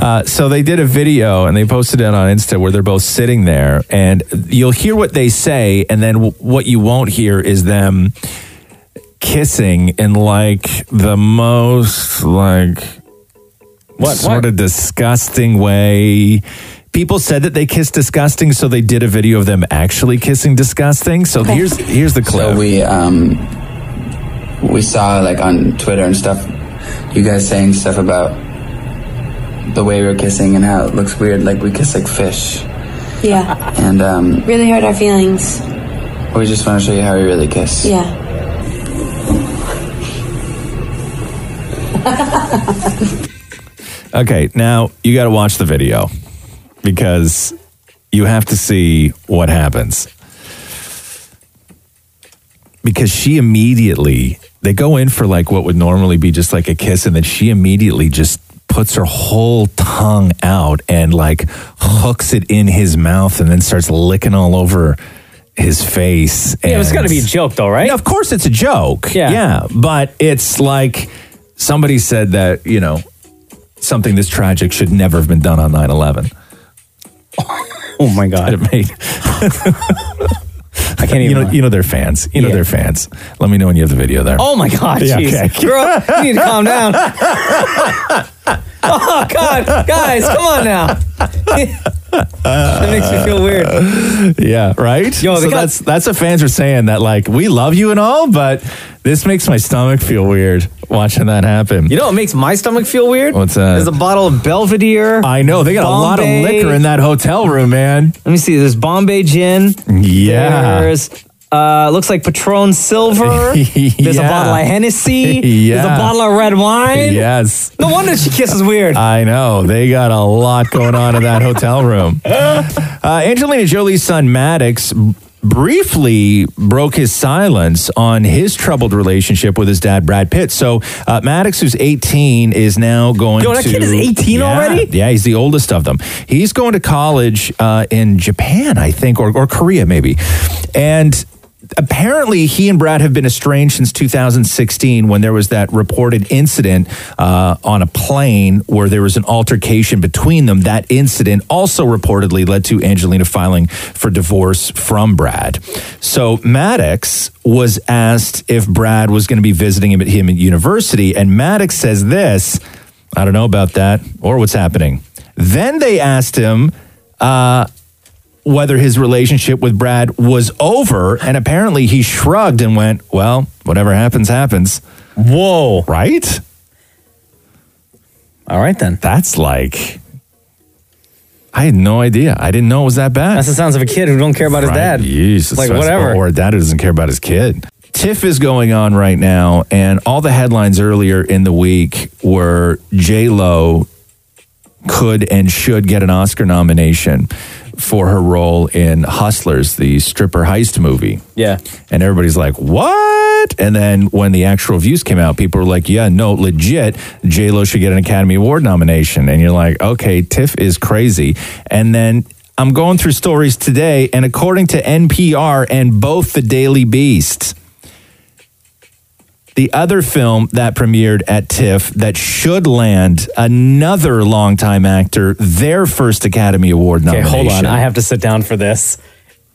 Speaker 5: Uh, so they did a video and they posted it on Insta where they're both sitting there, and you'll hear what they say, and then w- what you won't hear is them kissing in like the most like
Speaker 3: What,
Speaker 5: sort
Speaker 3: what?
Speaker 5: of disgusting way. People said that they kissed disgusting, so they did a video of them actually kissing disgusting. So here's here's the clip.
Speaker 7: So we um we saw like on Twitter and stuff, you guys saying stuff about the way we're kissing and how it looks weird, like we kiss like fish.
Speaker 10: Yeah.
Speaker 7: And um,
Speaker 10: Really hurt our feelings.
Speaker 7: we just want to show you how we really kiss.
Speaker 10: Yeah.
Speaker 5: Okay, now you got to watch the video because you have to see what happens. Because she immediately, they go in for like what would normally be just like a kiss, and then she immediately just puts her whole tongue out and like hooks it in his mouth and then starts licking all over his face.
Speaker 3: Yeah, it was
Speaker 5: and-
Speaker 3: got to be a joke, though, right?
Speaker 5: of course, it's a joke.
Speaker 3: Yeah.
Speaker 5: Yeah. But it's like somebody said that, you know, something this tragic should never have been done on 9 11.
Speaker 3: Oh my God.
Speaker 5: It [LAUGHS] made. I can't even. You know, you know they're fans. You know they're fans. Let me know when you have the video there.
Speaker 3: Oh my God,
Speaker 5: Yeah,
Speaker 3: jeez. Girl, you need to calm down.
Speaker 5: [LAUGHS]
Speaker 3: [LAUGHS] oh God, guys, come on now. that makes me feel weird.
Speaker 5: yeah, right.
Speaker 3: Yo, they
Speaker 5: so
Speaker 3: got-
Speaker 5: that's that's what fans are saying that like we love you and all, but this makes my stomach feel weird watching that happen.
Speaker 3: You know what Oh, makes my stomach feel weird?
Speaker 5: What's that?
Speaker 3: There's a bottle of Belvedere.
Speaker 5: I know they got a lot of liquor in that hotel room, man.
Speaker 3: Let me see. There's Bombay gin.
Speaker 5: Yeah.
Speaker 3: There's uh, looks like Patron Silver.
Speaker 5: [LAUGHS]
Speaker 3: There's
Speaker 5: Yeah.
Speaker 3: a bottle of
Speaker 5: [LAUGHS]
Speaker 3: Hennessy. There's
Speaker 5: Yeah.
Speaker 3: a bottle of red wine.
Speaker 5: Yes.
Speaker 3: No wonder she kisses weird.
Speaker 5: I know. They got a lot going on in that hotel
Speaker 3: [LAUGHS]
Speaker 5: room. Uh, Angelina Jolie's son, Maddox, b- briefly broke his silence on his troubled relationship with his dad, Brad Pitt. So, uh, Maddox, who's 18, is now going
Speaker 3: Yo,
Speaker 5: to.
Speaker 3: that kid is 18
Speaker 5: Yeah.
Speaker 3: already?
Speaker 5: Yeah, he's the oldest of them. He's going to college uh, in Japan, I think, or, or Korea, maybe. And apparently, he and Brad have been estranged since 2016 when there was that reported incident uh, on a plane where there was an altercation between them. That incident also reportedly led to Angelina filing for divorce from Brad. So Maddox was asked if Brad was going to be visiting him at him at university, and Maddox says this. I don't know about that or what's happening. Then they asked him uh, whether his relationship with Brad was over, and apparently he shrugged and went, Well, whatever happens, happens.
Speaker 3: Whoa.
Speaker 5: Right?
Speaker 3: All right, then.
Speaker 5: That's like. I had no idea. I didn't know it was that bad.
Speaker 3: That's the sounds of a kid who don't care about his dad.
Speaker 5: Jesus,
Speaker 3: Like,
Speaker 5: that's-
Speaker 3: whatever.
Speaker 5: Or a dad who doesn't care about his kid. TIFF is going on right now, and all the headlines earlier in the week were J Lo could and should get an Oscar nomination for her role in Hustlers, the stripper heist movie.
Speaker 3: Yeah.
Speaker 5: And everybody's like, what? And then when the actual reviews came out, people were like, yeah, no, legit, J-Lo should get an Academy Award nomination. And you're like, okay, Tiff is crazy. And then I'm going through stories today, and according to NPR and both the Daily Beast, the other film that premiered at TIFF that should land another longtime actor their first Academy Award
Speaker 3: Okay,
Speaker 5: nomination.
Speaker 3: hold on. I have to sit down for this.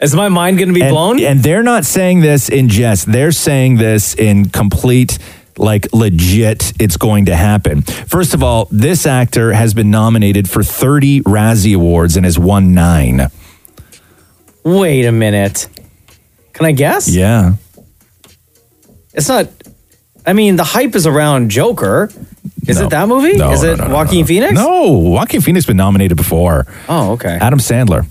Speaker 3: Is my mind going to be
Speaker 5: and,
Speaker 3: blown?
Speaker 5: And they're not saying this in jest. They're saying this in complete, like legit, it's going to happen. First of all, this actor has been nominated for 30 Razzie Awards and has won nine.
Speaker 3: Wait a minute. Can I guess?
Speaker 5: Yeah.
Speaker 3: It's not. I mean, the hype is around Joker. Is it that movie?
Speaker 5: No,
Speaker 3: is
Speaker 5: no,
Speaker 3: it
Speaker 5: no, no,
Speaker 3: Joaquin
Speaker 5: no.
Speaker 3: Phoenix?
Speaker 5: No, Joaquin Phoenix been nominated before.
Speaker 3: Oh, okay.
Speaker 5: Adam Sandler.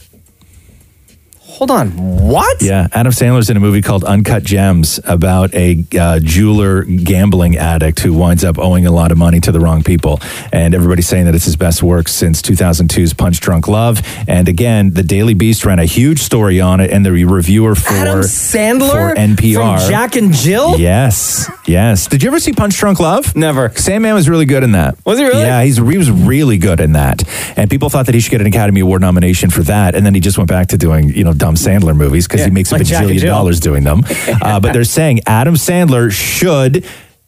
Speaker 3: Hold on. What?
Speaker 5: Yeah, Adam Sandler's in a movie called Uncut Gems about a uh, jeweler gambling addict who winds up owing a lot of money to the wrong people. And everybody's saying that it's his best work since 2002's Punch Drunk Love. And again, the Daily Beast ran a huge story on it, and the reviewer for
Speaker 3: Adam Sandler
Speaker 5: for NPR,
Speaker 3: from Jack and Jill.
Speaker 5: Yes, yes. Did you ever see Punch Drunk Love?
Speaker 3: Never.
Speaker 5: Sandman was really good in that. Was he really? Yeah, he's, he was really good in that. And people thought that he should get an Academy Award nomination for that. And then he just went back to doing, you know, dumb Sandler movies because he makes a
Speaker 12: like Jack and
Speaker 5: bajillion
Speaker 12: Jill.
Speaker 5: dollars doing them. uh, but they're saying Adam Sandler should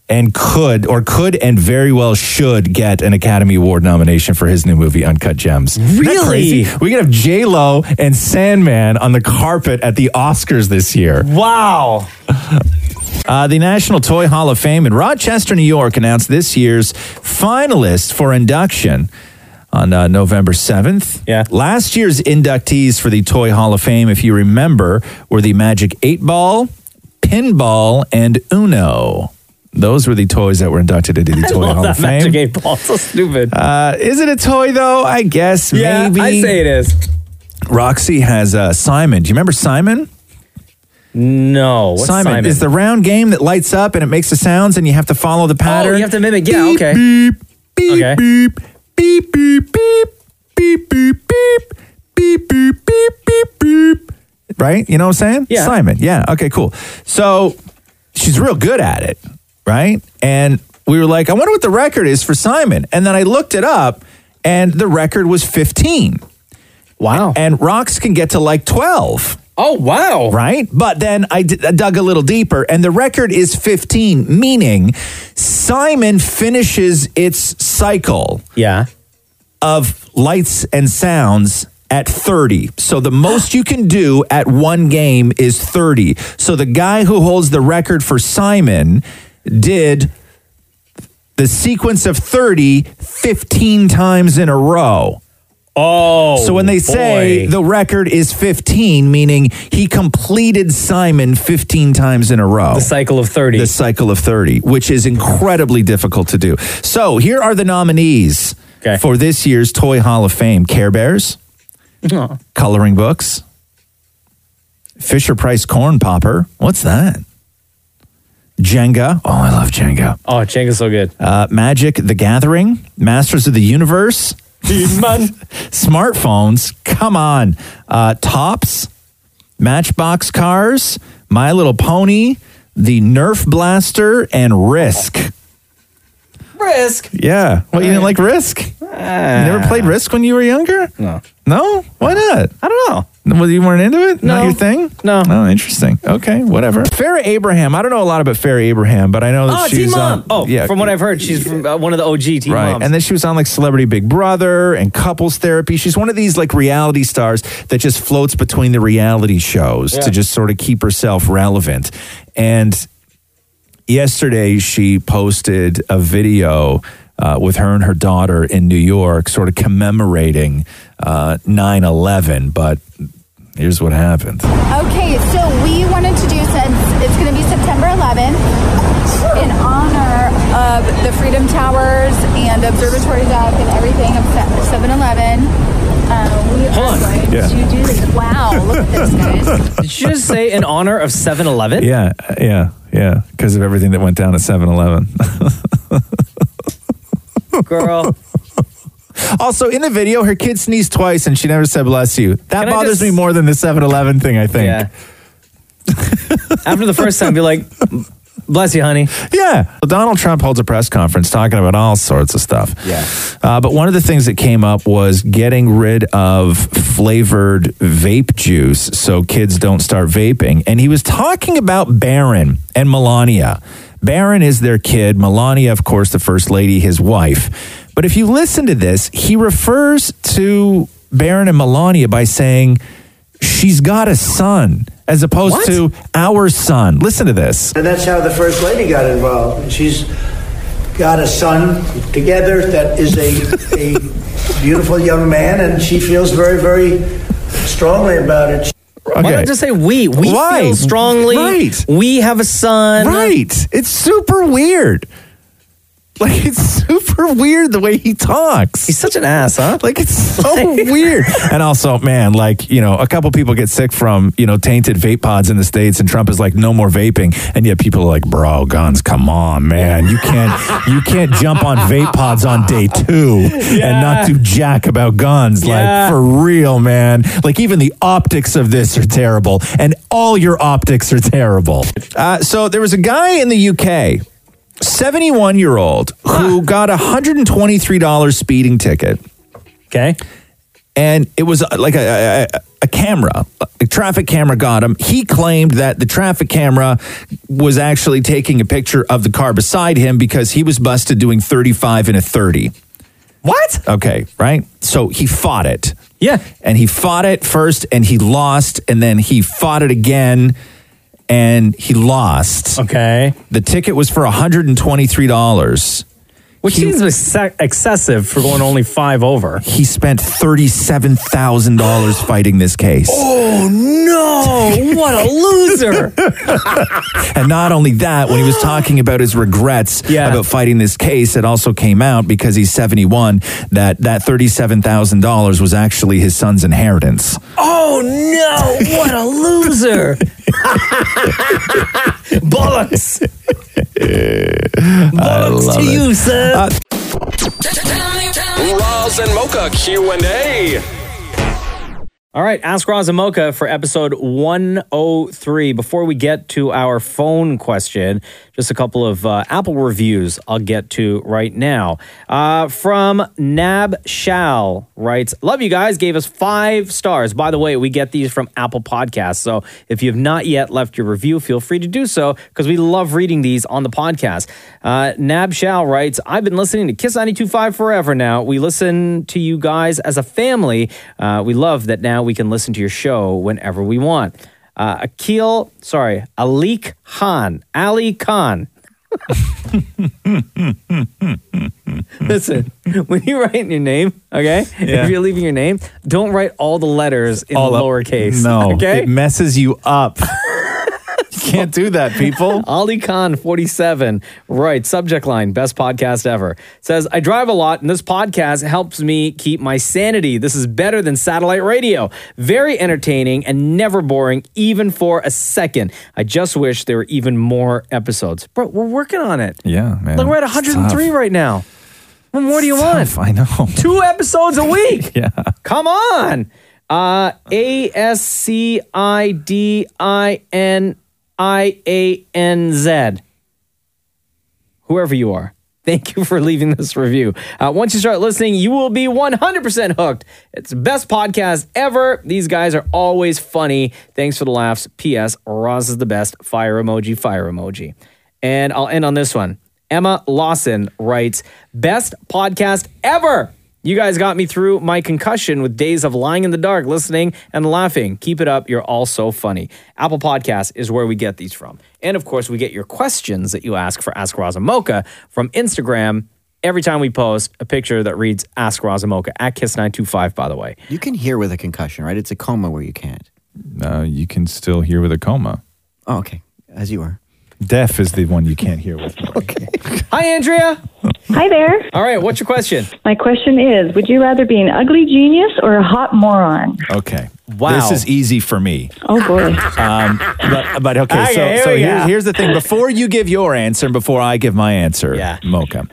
Speaker 5: and could or could and very well should get an Academy Award nomination for his new movie Uncut Gems. Isn't that
Speaker 3: Really?
Speaker 5: crazy? We could have J Lo and Sandman on the carpet at the Oscars this year.
Speaker 3: Wow.
Speaker 5: Uh, the National Toy Hall of Fame in Rochester, New York announced this year's finalists for induction on uh, November 7th. Yeah. Last year's inductees for the Toy Hall of Fame, if you remember, were the Magic 8 Ball, Pinball, and Uno. Those were the toys that were inducted into the
Speaker 3: I
Speaker 5: Toy
Speaker 3: love
Speaker 5: Hall
Speaker 3: that
Speaker 5: of Fame.
Speaker 3: Magic Eight Ball. So stupid.
Speaker 5: Uh, is it a toy though? I guess
Speaker 3: yeah,
Speaker 5: maybe.
Speaker 3: I say it is.
Speaker 5: Roxy has uh, Simon. Do you remember Simon?
Speaker 3: No. what's
Speaker 5: Simon,
Speaker 3: Simon?
Speaker 5: is the round game that lights up and it makes the sounds and you have to follow the pattern.
Speaker 3: Oh, you have to mimic. Yeah. okay.
Speaker 5: Beep,
Speaker 3: okay.
Speaker 5: beep, beep, beep, beep, beep, beep, beep, beep, beep, beep, beep, beep. Right? You know what I'm saying?
Speaker 12: Yeah.
Speaker 5: Simon. Yeah. Okay, cool. So she's real good at it, right? And we were like, I wonder what the record is for Simon. And then I looked it up and the record was 15.
Speaker 3: Wow.
Speaker 5: And rocks can get to like 12.
Speaker 3: Oh, wow.
Speaker 5: Right? But then I d- I dug a little deeper, and the record is 15, meaning Simon finishes its cycle
Speaker 3: yeah.
Speaker 5: of lights and sounds at 30. So the most you can do at one game is 30. So the guy who holds the record for Simon did the sequence of 30 15 times in a row.
Speaker 3: Oh.
Speaker 5: So when they say
Speaker 3: boy.
Speaker 5: the record is 15, meaning he completed Simon 15 times in a row. The
Speaker 3: cycle of 30.
Speaker 5: The cycle of 30, which is incredibly difficult to do. So here are the nominees for this year's Toy Hall of Fame Care Bears,
Speaker 3: Oh.
Speaker 5: Coloring Books, Fisher Price Corn Popper. What's that? Jenga. Oh, I love Jenga.
Speaker 3: Oh, Jenga's so good.
Speaker 5: Uh, Magic the Gathering, Masters of the Universe, [LAUGHS] smartphones, come on, uh, Tops, Matchbox Cars, My Little Pony, the Nerf Blaster, and Risk.
Speaker 3: Risk.
Speaker 5: Yeah. Well, you didn't like Risk? You never played Risk when you were younger?
Speaker 3: No.
Speaker 5: Ah. No? Why not? I
Speaker 3: don't
Speaker 5: know. Well, you weren't into it? Not
Speaker 3: No.
Speaker 5: your thing?
Speaker 3: No.
Speaker 5: Oh, interesting. Okay, whatever. Farrah Abraham. I don't know a lot about Farrah Abraham, but I know that
Speaker 3: Oh,
Speaker 5: she's
Speaker 3: Team Mom.
Speaker 5: on.
Speaker 3: oh,
Speaker 5: yeah,
Speaker 3: from what I've heard, she's from uh, one of the OG Team
Speaker 5: right.
Speaker 3: Moms.
Speaker 5: And then she was on like Celebrity Big Brother and Couples Therapy. She's one of these like reality stars that just floats between the reality shows
Speaker 12: Yeah.
Speaker 5: to just sort of keep herself relevant. And yesterday she posted a video uh, with her and her daughter in New York, sort of commemorating 9 11. But here's what happened.
Speaker 10: Okay, so we wanted to do since it's going to be September 11th in honor of the Freedom Towers and Observatory Dock and everything of 7 Eleven. Um,
Speaker 3: Hold on.
Speaker 5: Yeah.
Speaker 10: Wow, look at this, guys.
Speaker 3: Did you just say in honor of 7 Eleven?
Speaker 5: Yeah, yeah, yeah. Because of everything that went down at 7 Eleven.
Speaker 3: [LAUGHS] Girl.
Speaker 5: Also, in the video, her kid sneezed twice and she never said bless you. That
Speaker 3: Can I
Speaker 5: bothers
Speaker 3: just-
Speaker 5: me more than the 7 Eleven thing, I think.
Speaker 3: Yeah. After the first time, be like, bless you, honey.
Speaker 5: Yeah. Well, Donald Trump holds a press conference talking about all sorts of stuff. Yeah. Uh, but one of the things that came up was getting rid of flavored vape juice so kids don't start vaping. And he was talking about Barron and Melania. Barron is their kid, Melania, of course, the first lady, his wife. But if you listen to this, he refers to Barron and Melania by saying, She's got a son, as opposed to our son. Listen to this.
Speaker 17: And that's how the First Lady got involved. And She's got a son together that is a, a beautiful young man, and she feels very, very strongly about it.
Speaker 3: Why not just say we? We feel strongly.
Speaker 17: Right.
Speaker 3: We have a son.
Speaker 5: Right. It's super weird. Like it's super weird the way he talks. He's
Speaker 3: such an ass, huh?
Speaker 5: Like
Speaker 3: [LAUGHS]
Speaker 5: it's so weird. [LAUGHS] And also, man, like, you know, a couple people get sick from, you know, tainted vape pods in the States and Trump is like, no more vaping. And yet people are like, bro, guns, come on, man. You can't you can't jump on vape pods on day two and not do jack about guns.
Speaker 7: Yeah.
Speaker 5: Like for real, man. Like even the optics of this are terrible. And all your optics are terrible. Uh, so there was a guy in the UK 71 year old who got a $123 speeding ticket.
Speaker 3: Okay.
Speaker 5: And it was uh, like a, a, a camera, a traffic camera got him. He claimed that the traffic camera was actually taking a picture of the car beside him because he was busted doing 35 and a 30.
Speaker 3: What?
Speaker 5: Okay, right? So he fought it.
Speaker 3: Yeah.
Speaker 5: And he fought it first and he lost, and then he fought it again and he lost.
Speaker 3: Okay.
Speaker 5: The ticket was for $123.
Speaker 3: Which seems ex- excessive for going only five over.
Speaker 5: He spent $37,000 fighting this case.
Speaker 7: Oh
Speaker 3: no! What a loser!
Speaker 5: and not only that, when he was talking about his regrets about fighting this case, it also came out because he's 71 that that $37,000 was actually his son's inheritance.
Speaker 7: Oh no! What a
Speaker 5: [LAUGHS]
Speaker 7: loser!
Speaker 3: Bollocks!
Speaker 7: Bollocks to you, sir.
Speaker 5: Uh,
Speaker 25: Roz and Mocha Q&A.
Speaker 3: All right, ask Roz and Mocha for episode 103. Before we get to our phone question, just a couple of uh, Apple reviews I'll get to right now. Uh, from Nab Shal writes, Love you guys, gave us five stars. By the way, we get these from Apple Podcasts. So if you have not yet left your review, feel free to do so because we love reading these on the podcast. Uh, Nab Shal writes, I've been listening to Kiss 925 forever now. We listen to you guys as a family. Uh, we love that now we can listen to your show whenever we want. Uh, Akil, sorry, Alik Khan, Ali Khan. [LAUGHS] Listen, when you write your name, okay,
Speaker 5: Yeah.
Speaker 3: if you're leaving your name, don't write all the letters in
Speaker 5: All up-
Speaker 3: lowercase.
Speaker 5: No,
Speaker 3: okay,
Speaker 5: it messes you up. [LAUGHS] you can't do that, people.
Speaker 3: [LAUGHS] Ali Khan 47, right, subject line, best podcast ever. Says, I drive a lot and this podcast helps me keep my sanity. This is better than satellite radio. Very entertaining and never boring, even for a second. I just wish there were even more episodes. Bro, we're working on it.
Speaker 5: Yeah, man.
Speaker 3: Look, we're at
Speaker 5: It's
Speaker 3: 103
Speaker 5: tough.
Speaker 3: right now. What more do you want?
Speaker 5: I know.
Speaker 3: Two episodes a week. yeah. Come on. Uh, A S C I D I N I A N Z. Whoever you are, thank you for leaving this review. Uh, once you start listening, you will be 100% hooked. It's the best podcast ever. These guys are always funny. Thanks for the laughs. P.S. Roz is the best. Fire emoji, fire emoji. And I'll end on this one. Emma Lawson writes, Best podcast ever. You guys got me through my concussion with days of lying in the dark, listening and laughing. Keep it up. You're all so funny. Apple Podcasts is where we get these from. And of course, we get your questions that you ask for Ask Roz and Mocha from Instagram every time we post a picture that reads Ask Roz and Mocha at Kiss925, by the way.
Speaker 6: You can hear with a concussion, right? It's a coma where you can't.
Speaker 5: No, you can still hear with a coma.
Speaker 6: Oh, okay. As you are.
Speaker 5: Deaf is the one you can't hear with. okay.
Speaker 3: Hi, Andrea.
Speaker 10: Hi there.
Speaker 3: All right, what's your question?
Speaker 10: My question is Would you rather be an ugly genius or a hot moron?
Speaker 5: Okay.
Speaker 3: Wow.
Speaker 5: This is easy for me.
Speaker 10: Oh, boy.
Speaker 5: Um, but, but okay,
Speaker 10: Okay,
Speaker 5: so,
Speaker 10: Ah, here
Speaker 5: so
Speaker 10: we
Speaker 5: here's,
Speaker 10: go.
Speaker 5: here's the thing. Before you give your answer and before I give my answer, Mocha,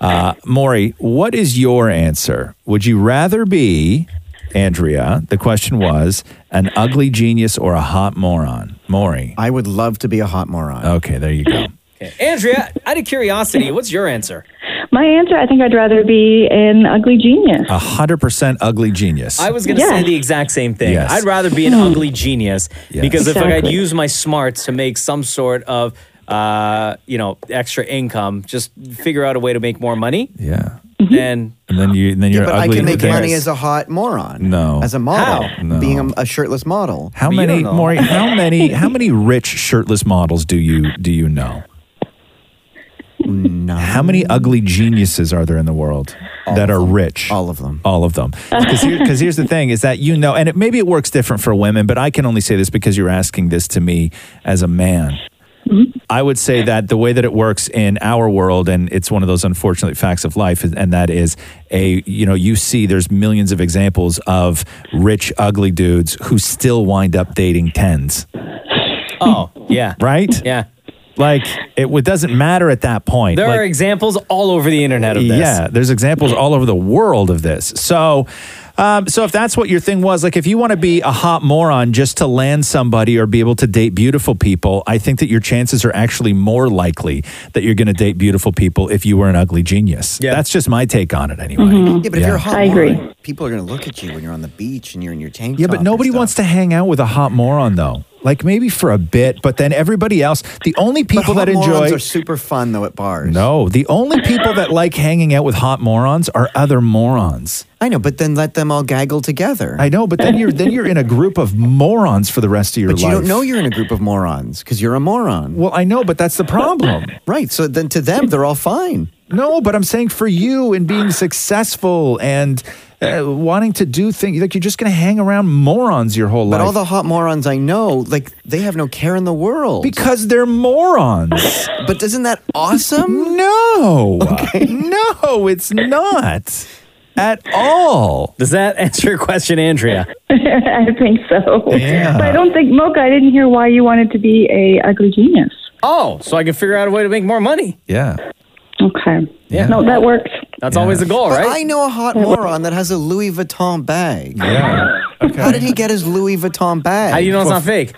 Speaker 5: uh, Maury, what is your answer? Would you rather be, Andrea, the question was, an ugly genius or a hot moron? Maury.
Speaker 6: I would love to be a hot moron.
Speaker 5: Okay, there you go.
Speaker 3: Andrea, out of curiosity, what's your answer?
Speaker 10: [LAUGHS] My answer I think I'd rather be an ugly genius. [LAUGHS]
Speaker 5: A 100% ugly genius.
Speaker 3: I was going to
Speaker 10: Yes.
Speaker 3: say the exact same thing.
Speaker 5: Yes.
Speaker 3: I'd rather be an
Speaker 5: Hmm.
Speaker 3: ugly genius
Speaker 5: Yes.
Speaker 3: because if I could
Speaker 5: Exactly.
Speaker 3: use my smarts to make some sort of uh, you know, extra income, just figure out a way to make more money.
Speaker 5: Yeah.
Speaker 3: Then
Speaker 5: And then you, then you're
Speaker 6: Mm-hmm. but I
Speaker 5: ugly.
Speaker 6: can make
Speaker 5: then-
Speaker 6: money as a hot moron.
Speaker 5: No.
Speaker 6: As a model.
Speaker 5: How? No.
Speaker 6: Being a, a shirtless model.
Speaker 5: How many, Maury?
Speaker 6: [LAUGHS]
Speaker 5: How many? How many rich shirtless models do you do you know? How many ugly geniuses are there in the world that are rich? All
Speaker 6: of them.
Speaker 5: All of
Speaker 6: [LAUGHS]
Speaker 5: them. Because here's the thing: is that you know, and it, maybe it works different for women, but I can only say this because you're asking this to me as a man. I would say that the way that it works in our world, and it's one of those unfortunate facts of life, and that is a you know you see there's millions of examples of rich ugly dudes who still wind up dating tens.
Speaker 3: Oh, yeah.
Speaker 5: Right?
Speaker 3: Yeah.
Speaker 5: Like it, it doesn't matter at that point.
Speaker 3: There
Speaker 5: Like,
Speaker 3: are examples all over the internet of this.
Speaker 5: yeah, there's examples all over the world of this. So, um, so if that's what your thing was, like if you want to be a hot moron just to land somebody or be able to date beautiful people, I think that your chances are actually more likely that you're going to date beautiful people if you were an ugly genius. Yeah. That's just my take on it anyway.
Speaker 6: Yeah, but if
Speaker 5: Yeah.
Speaker 6: you're a hot
Speaker 5: Mm-hmm. I agree.
Speaker 6: moron, people are going to look at you when you're on the beach and you're in your tank
Speaker 5: Yeah,
Speaker 6: top.
Speaker 5: but nobody wants to hang out with a hot moron though. Like maybe for a bit, but then everybody else, the only
Speaker 6: But
Speaker 5: people
Speaker 6: hot
Speaker 5: that
Speaker 6: morons
Speaker 5: enjoy
Speaker 6: are super fun though at bars.
Speaker 5: No, the only people that like hanging out with hot morons are other morons.
Speaker 6: I know, but then let them all gaggle together.
Speaker 5: I know, but then you're then you're in a group of morons for the rest of your
Speaker 6: But you
Speaker 5: life.
Speaker 6: don't know you're in a group of morons because you're a moron.
Speaker 5: Well, I know, but that's the problem.
Speaker 6: right. So then to them, they're all fine.
Speaker 5: No, but I'm saying for you and being successful and uh, wanting to do things like you're just going to hang around morons your whole
Speaker 6: But
Speaker 5: life.
Speaker 6: all the hot morons I know, like they have no care in the world
Speaker 5: because they're morons.
Speaker 6: [LAUGHS] but isn't that awesome?
Speaker 5: [LAUGHS] no, no, it's not at all.
Speaker 3: Does that answer your question, Andrea?
Speaker 10: I think so.
Speaker 3: Yeah.
Speaker 10: But I don't think, Mocha, I didn't hear why you wanted to be a ugly genius.
Speaker 3: Oh, so I can figure out a way to make more money.
Speaker 5: Yeah.
Speaker 10: Okay.
Speaker 3: Yeah.
Speaker 10: No, that works.
Speaker 3: That's always the goal,
Speaker 6: But
Speaker 3: right?
Speaker 6: I know a hot moron that has a Louis Vuitton bag.
Speaker 5: Yeah.
Speaker 6: How did he get his Louis Vuitton bag?
Speaker 3: How do you know it's not fake?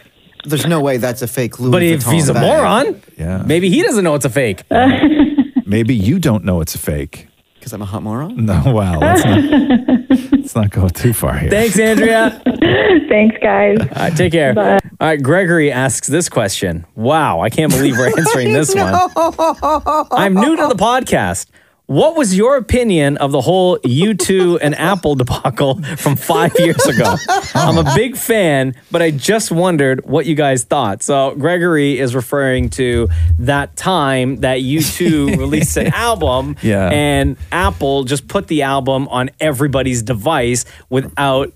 Speaker 6: There's no way that's a fake Louis
Speaker 3: but
Speaker 6: Vuitton
Speaker 3: if he's a
Speaker 6: bag.
Speaker 3: moron, maybe he doesn't know it's a fake.
Speaker 10: [LAUGHS]
Speaker 5: Maybe you don't know it's
Speaker 6: [LAUGHS]
Speaker 5: a fake.
Speaker 6: Because I'm a hot moron?
Speaker 5: No, wow. Let's not, let's not go too far here.
Speaker 3: Thanks, Andrea.
Speaker 10: [LAUGHS] Thanks, guys.
Speaker 3: All right, take care.
Speaker 10: Bye.
Speaker 3: All right, Gregory asks this question. Wow, I can't believe
Speaker 18: [LAUGHS]
Speaker 3: we're [LAUGHS] answering this one.
Speaker 7: [LAUGHS]
Speaker 3: I'm new to the podcast. What was your opinion of the whole U2 and Apple debacle from five years ago? I'm a big fan, but I just wondered what you guys thought. So, Gregory is referring to that time that U2 released an album,
Speaker 5: Yeah.
Speaker 3: and Apple just put the album on everybody's device without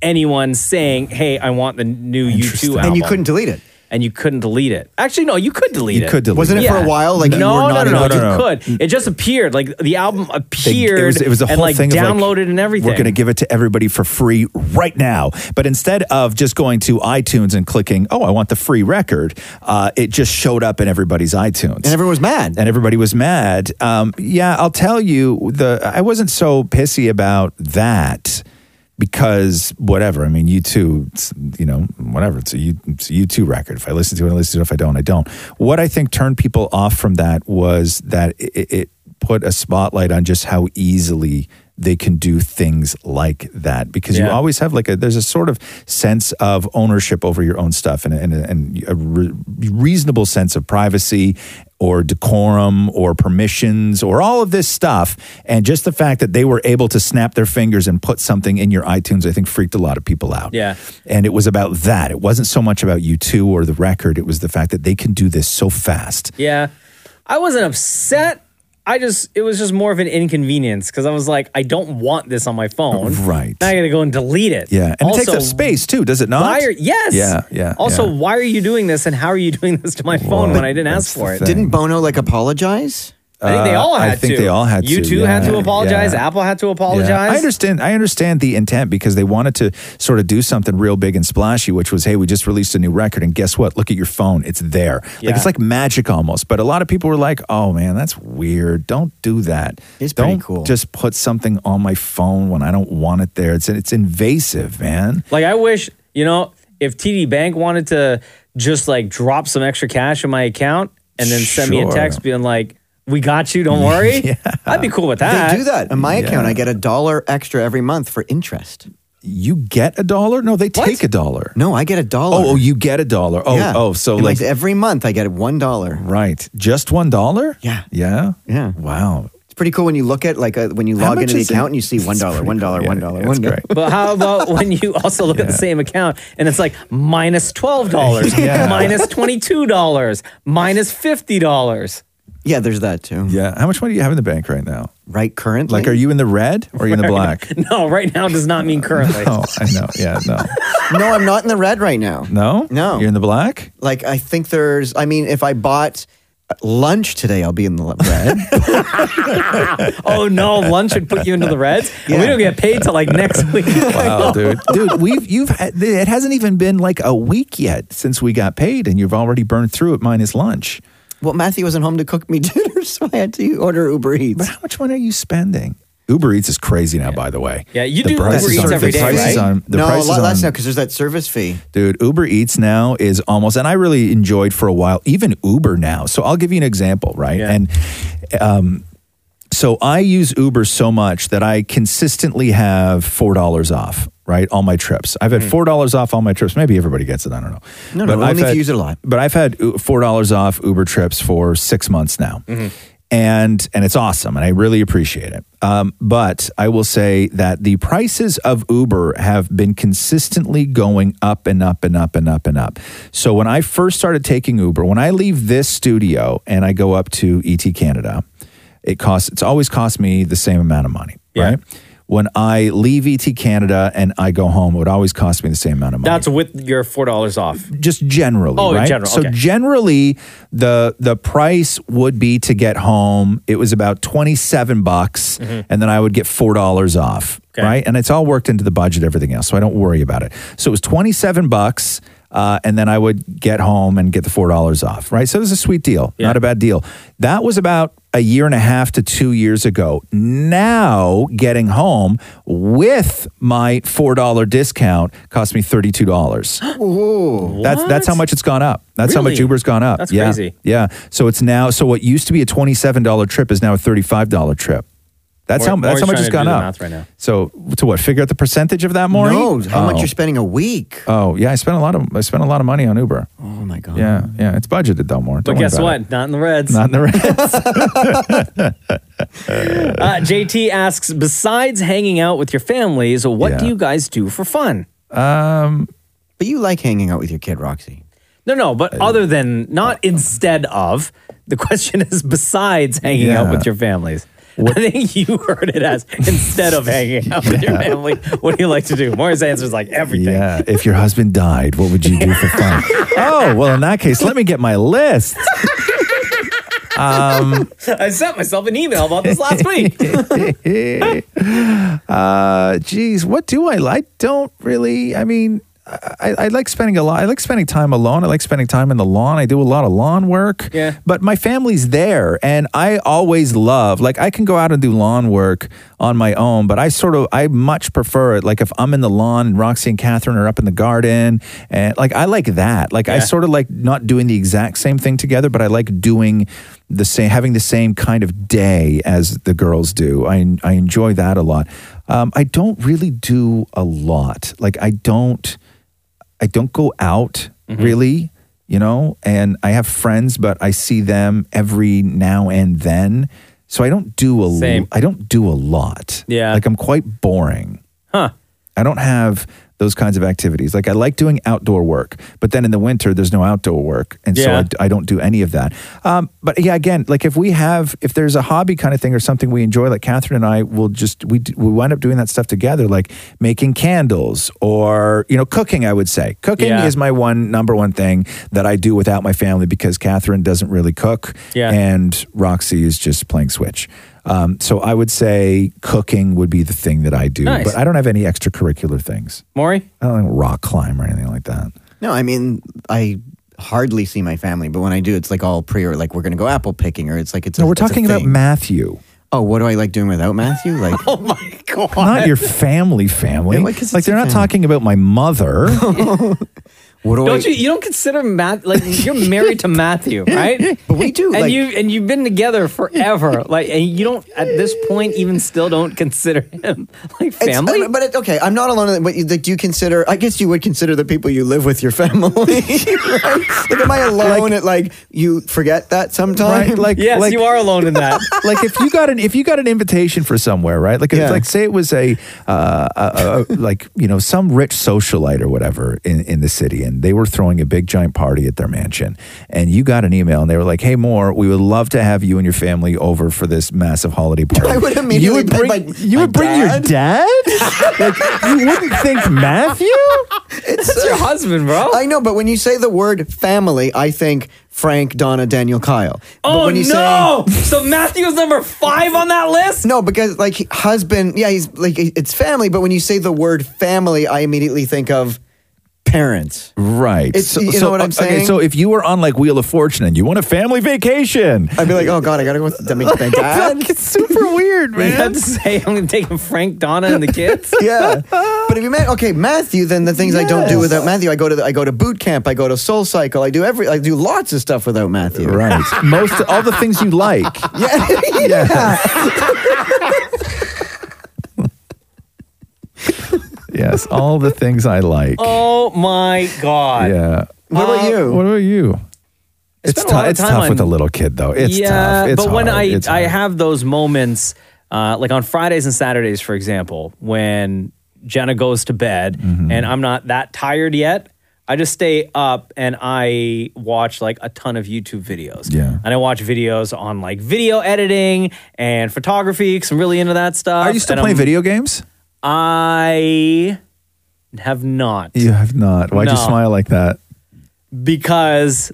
Speaker 3: anyone saying, "Hey, I want the new U2 album."
Speaker 6: And you couldn't delete it.
Speaker 3: And you couldn't delete it. Actually, no, you could delete
Speaker 5: You
Speaker 3: it.
Speaker 5: could delete Wasn't it it. for a
Speaker 3: Yeah.
Speaker 5: while, like,
Speaker 3: no,
Speaker 5: you were
Speaker 3: no,
Speaker 5: not
Speaker 3: no, no,
Speaker 5: allowed to-
Speaker 3: You could. It just appeared. Like the album
Speaker 5: They-
Speaker 3: appeared.
Speaker 5: It was, it was a whole
Speaker 3: and, like,
Speaker 5: thing of, like,
Speaker 3: downloaded and everything.
Speaker 5: We're going to give it to everybody for free right now. But instead of just going to iTunes and clicking, oh, I want the free record, uh, it just showed up in everybody's iTunes, and
Speaker 6: everyone was mad.
Speaker 5: And everybody was mad. Um, yeah, I'll tell you, the I wasn't so pissy about that. Because whatever, I mean, you too, it's, you know, whatever. It's a U two record. If I listen to it, I listen to it. If I don't, I don't. What I think turned people off from that was that it, it put a spotlight on just how easily they can do things like that because you
Speaker 16: Yeah.
Speaker 5: always have like a there's a sort of sense of ownership over your own stuff and and, and a re- reasonable sense of privacy or decorum or permissions or all of this stuff and just the fact that they were able to snap their fingers and put something in your iTunes I think freaked a lot of people out
Speaker 3: yeah.
Speaker 5: and it was about that it wasn't so much about you two or the record it was the fact that they can do this so fast
Speaker 3: Yeah. I wasn't upset. I just it was just more of an inconvenience because I was like, I don't want this on my phone.
Speaker 5: Right.
Speaker 3: Now I gotta go and delete it.
Speaker 5: Yeah, and it takes
Speaker 3: Also,
Speaker 5: up space too, does it not?
Speaker 3: Why are, yes.
Speaker 5: Yeah, yeah.
Speaker 3: Also,
Speaker 5: yeah.
Speaker 3: why are you doing this and how are you doing this to my phone when I didn't ask for it?
Speaker 6: Didn't Bono like apologize?
Speaker 3: I think they all
Speaker 5: Uh, I
Speaker 3: had
Speaker 5: think
Speaker 3: to.
Speaker 5: they all had
Speaker 3: you
Speaker 5: to,
Speaker 3: two had
Speaker 5: yeah,
Speaker 3: to apologize.
Speaker 5: yeah.
Speaker 3: Apple had to apologize.
Speaker 5: Yeah. I understand. I understand the intent because they wanted to sort of do something real big and splashy, which was, "Hey, we just released a new record, and guess what? Look at your phone; it's there.
Speaker 7: Yeah.
Speaker 5: Like it's like magic almost." But a lot of people were like, "Oh man, that's weird. Don't do that. It's
Speaker 6: pretty
Speaker 5: don't
Speaker 6: cool.
Speaker 5: Just put something on my phone when I don't want it there. It's it's invasive, man.
Speaker 3: Like I wish, you know, if TD Bank wanted to just like drop some extra cash in my account and then send me a
Speaker 6: Sure.
Speaker 3: text being like, "We got you, don't
Speaker 5: [LAUGHS]
Speaker 3: worry." I'd be cool with that.
Speaker 6: They do that. In my account, I get a dollar extra every month for interest.
Speaker 5: You get a dollar? No, they take a dollar.
Speaker 6: No, I get a dollar.
Speaker 5: Oh, oh, you get a dollar. Oh,
Speaker 6: Yeah.
Speaker 5: oh, so
Speaker 6: And,
Speaker 5: like
Speaker 6: every month I get one dollar.
Speaker 5: Right, just one dollar.
Speaker 6: Yeah,
Speaker 5: yeah,
Speaker 6: yeah.
Speaker 5: Wow,
Speaker 6: it's pretty cool when you look at like uh when you
Speaker 5: How
Speaker 6: log
Speaker 5: much
Speaker 6: into the
Speaker 5: is it?
Speaker 6: account and you see one dollar, one dollar, one dollar, one dollar.
Speaker 3: But
Speaker 6: [LAUGHS]
Speaker 3: how about when you also look at the same account and it's like minus twelve
Speaker 5: [LAUGHS]
Speaker 3: dollars,
Speaker 6: Yeah.
Speaker 3: minus twenty two dollars, minus fifty dollars.
Speaker 6: Yeah, there's that too.
Speaker 5: Yeah. How much money do you have in the bank right now?
Speaker 6: Right currently?
Speaker 5: Like, are you in the red or are you in the
Speaker 6: [LAUGHS]
Speaker 5: black?
Speaker 3: [LAUGHS] No, right now does not mean
Speaker 5: [LAUGHS]
Speaker 3: currently.
Speaker 5: No, I know. Yeah, no.
Speaker 6: [LAUGHS] no, I'm not in the red right now.
Speaker 5: No?
Speaker 6: No.
Speaker 5: You're in the black?
Speaker 6: Like, I think there's, I mean, if I bought uh, lunch today, I'll be in the le-
Speaker 5: [LAUGHS]
Speaker 6: red.
Speaker 3: [LAUGHS] oh, no. Lunch would put you into the reds. And We don't get paid till like
Speaker 5: [LAUGHS]
Speaker 3: next week. Oh,
Speaker 5: Wow, dude. Dude, we've you've had, it hasn't even been like a week yet since we got paid and you've already burned through it minus lunch.
Speaker 6: well, Matthew wasn't home to cook me [LAUGHS] dinner, so I had to order Uber Eats. But how
Speaker 5: much money are you spending? Uber Eats is crazy now, by the way.
Speaker 3: Yeah, you
Speaker 5: The
Speaker 3: do
Speaker 5: price
Speaker 3: Uber
Speaker 5: is
Speaker 3: Eats
Speaker 5: on-
Speaker 3: every
Speaker 5: the
Speaker 3: day,
Speaker 5: price
Speaker 3: right?
Speaker 5: is on- the
Speaker 6: no,
Speaker 5: price
Speaker 6: a
Speaker 5: is
Speaker 6: lot less
Speaker 5: on-
Speaker 6: now because there's that service fee.
Speaker 5: Dude, Uber Eats now is almost, and I really enjoyed for a while, even Uber now. So I'll give you an example, right? And um, so I use Uber so much that I consistently have $4 off, right? All my trips. I've had $4 off all my trips. Maybe everybody gets it. I don't know.
Speaker 6: Hmm. No, no, only
Speaker 5: I've
Speaker 6: if you
Speaker 5: had-
Speaker 6: use it a lot.
Speaker 5: But I've had U- $4 off Uber trips for six months now [LAUGHS] and and it's awesome and i really appreciate it um, but i will say that the prices of uber have been consistently going up and up and up and up and up so when i first started taking uber when i leave this studio and i go up to et canada it costs it's always cost me the same amount of money right when i leave et canada and i go home it would always cost me the same amount of money
Speaker 3: That's with your $4 off.
Speaker 5: just generally,
Speaker 3: Oh, in
Speaker 5: right?
Speaker 3: general,
Speaker 5: So
Speaker 3: okay.
Speaker 5: generally, the the price would be to get home. It was about twenty seven bucks,
Speaker 3: Mm-hmm.
Speaker 7: Mhm.
Speaker 5: and then I would get four dollars off, right? And it's all worked into the budget, everything else, so I don't worry about it. So it was twenty seven bucks, uh, and then I would get home and get the four dollars off, right? So it was a sweet deal, not a bad deal. That was about a year and a half to two years ago. Now getting home with my four dollar discount cost me thirty two dollars. That's that's how much it's gone up. That's how much
Speaker 3: Really?
Speaker 5: Uber's gone up.
Speaker 3: That's
Speaker 5: yeah.
Speaker 3: crazy.
Speaker 5: Yeah. So it's now so what used to be a twenty seven dollar trip is now a thirty five dollar trip. That's how
Speaker 3: Maury-
Speaker 5: that's how much
Speaker 3: Maury's
Speaker 5: it's
Speaker 3: trying
Speaker 5: gone
Speaker 3: to do the math
Speaker 5: up.
Speaker 3: right now.
Speaker 5: So to what? Figure out the percentage of that more?
Speaker 6: No, how much you're spending a week?
Speaker 5: Oh yeah, I spent a lot of I spent a lot of money on Uber. Oh
Speaker 6: my god.
Speaker 5: Yeah, yeah, it's budgeted though, more.
Speaker 3: But guess what? Not in the reds.
Speaker 5: Not in the reds.
Speaker 3: [LAUGHS]
Speaker 5: [LAUGHS]
Speaker 3: Uh, JT asks, besides hanging out with your families, what do you guys do for fun?
Speaker 5: Um,
Speaker 6: but you like hanging out with your kid, Roxy.
Speaker 3: No, no, but
Speaker 6: Uh,
Speaker 3: other than, not instead of, the question is besides hanging out
Speaker 5: Yeah.
Speaker 3: with your families. I think you heard it as instead of hanging out with your family, what do you like to do? Maury's answer is like everything.
Speaker 5: Yeah. If your husband died, what would you do for
Speaker 3: [LAUGHS]
Speaker 5: fun? oh, well in that case, let me get my list. Um
Speaker 3: I sent myself an email about this last week.
Speaker 5: [LAUGHS] uh, geez, what do I like? Don't really. I mean, I, I like spending a lot. I like spending time alone. I like spending time in the lawn. I do a lot of lawn work.
Speaker 7: Yeah.
Speaker 5: But my family's there, and I always love. Like, I can go out and do lawn work on my own, but I sort of I much prefer it. Like, if I'm in the lawn, and Roxy and Catherine are up in the garden, and like I like that. Like, I
Speaker 7: Yeah.
Speaker 5: sort of like not doing the exact same thing together, but I like doing the same, having the same kind of day as the girls do. I I enjoy that a lot. Um, I don't really do a lot. Like, I don't. I don't go out
Speaker 3: Mm-hmm.
Speaker 5: really, you know, and I have friends, but I see them every now and then. So I don't do a
Speaker 3: Same.
Speaker 5: I don't do a lot.
Speaker 3: Yeah.
Speaker 5: Like I'm quite boring.
Speaker 3: Huh.
Speaker 5: I don't have those kinds of activities. Like I like doing outdoor work, but then in the winter there's no outdoor work, and so
Speaker 7: Yeah.
Speaker 5: I, d- I don't do any of that. Um, but yeah, again, like if we have if there's a hobby kind of thing or something we enjoy, like Catherine and I will just we d- we wind up doing that stuff together, like making candles or you know cooking. I would say cooking
Speaker 7: Yeah.
Speaker 5: is my one number one thing that I do without my family because Catherine doesn't really cook,
Speaker 7: Yeah.
Speaker 5: and Roxy is just playing Switch. Um, so I would say cooking would be the thing that I do,
Speaker 6: Nice.
Speaker 5: but I don't have any extracurricular things.
Speaker 3: Maury?
Speaker 5: I don't like rock climb or anything like that.
Speaker 6: No, I mean, I hardly see my family, but when I do, it's like all pre or like we're going to go apple picking or it's like it's.
Speaker 5: No,
Speaker 6: a,
Speaker 5: we're
Speaker 6: it's a
Speaker 5: talking about
Speaker 6: thing.
Speaker 5: Matthew.
Speaker 6: Oh, what do I like doing without Matthew? Like,
Speaker 3: oh my god,
Speaker 5: [LAUGHS] Not your family, family.
Speaker 6: Yeah, why?
Speaker 5: like
Speaker 6: 'Cause
Speaker 5: they're not talking about my mother. [LAUGHS]
Speaker 6: what do
Speaker 3: Don't you? You don't consider Matt like you're married to
Speaker 6: [LAUGHS]
Speaker 3: Matthew, right?
Speaker 6: But we do,
Speaker 3: and
Speaker 6: like-
Speaker 3: you and you've been together forever. Like, and you don't at this point even still don't consider him like
Speaker 6: [LAUGHS] It's-
Speaker 3: family.
Speaker 6: uh, but it, okay, I'm not alone. in it, But you, like, do you consider? I guess you would consider the people you live with your family. [LAUGHS] right? Like, am I alone? at like you forget that sometimes.
Speaker 5: Right, like- Yes, like- you
Speaker 3: are alone in that.
Speaker 5: [LAUGHS] like if you got an if you got an invitation for somewhere, right? Like
Speaker 6: Yeah.
Speaker 5: if, like say it was a, uh, a, a like you know some rich socialite or whatever in in the city, and they were throwing a big giant party at their mansion, and you got an email, and they were like, "Hey, Moore, we would love to have you and your family over for this massive holiday party."
Speaker 6: [LAUGHS] I would immediately.
Speaker 5: you would
Speaker 6: been
Speaker 5: bring
Speaker 6: like,
Speaker 5: you would bring
Speaker 6: [LAUGHS]
Speaker 5: your dad. like you wouldn't think Matthew.
Speaker 6: It's
Speaker 3: That's your husband, bro.
Speaker 6: I know, but when you say the word family, I think Frank, Donna, Daniel, Kyle. but
Speaker 3: oh
Speaker 6: when you
Speaker 3: no! so Matthew was number five on that list.
Speaker 6: Say, no, because like he- husband, yeah, he's like he- it's family. But when you say the word family, I immediately think of parents.
Speaker 5: Right.
Speaker 6: It's- you know what I'm
Speaker 5: Okay,
Speaker 6: saying?
Speaker 5: so if you were on like Wheel of Fortune and you want a family vacation,
Speaker 6: I'd be like, oh god, I gotta go with
Speaker 5: [LAUGHS]
Speaker 6: the my
Speaker 3: [LAUGHS]
Speaker 6: dad.
Speaker 5: it's super weird,
Speaker 3: You have to [LAUGHS] say I'm going to take Frank, Donna, and the kids.
Speaker 6: [LAUGHS] yeah. But if you met okay Matthew, then the things I don't do
Speaker 3: Yes.
Speaker 6: without Matthew, I go to the, I go to boot camp, I go to Soul Cycle, I do every I do lots of stuff without Matthew. [LAUGHS]
Speaker 5: Right. Most all the things you like.
Speaker 6: Yeah.
Speaker 5: [LAUGHS]
Speaker 6: yeah.
Speaker 5: yes, all the things I like.
Speaker 3: Oh my god. Uh,
Speaker 5: Yeah.
Speaker 3: What about you?
Speaker 5: What about you? It's
Speaker 3: spent a lot
Speaker 5: tough.
Speaker 3: of
Speaker 5: It's
Speaker 3: time
Speaker 5: tough with a
Speaker 3: on-
Speaker 5: little kid, though. It's
Speaker 3: yeah,
Speaker 5: tough. It's
Speaker 3: but when
Speaker 5: hard.
Speaker 3: I
Speaker 5: It's
Speaker 3: I have those moments, uh, like on Fridays and Saturdays, for example, when Jenna goes to bed
Speaker 5: Mm-hmm.
Speaker 3: and I'm not that tired yet, I just stay up and I watch like a ton of YouTube videos. Yeah, and I watch videos on like video editing and photography because I'm really into that stuff.
Speaker 5: Are you still
Speaker 3: and
Speaker 5: playing
Speaker 3: I'm-
Speaker 5: video games?
Speaker 3: I have not
Speaker 5: You have not. Why'd you
Speaker 3: No.
Speaker 5: smile like that?
Speaker 3: because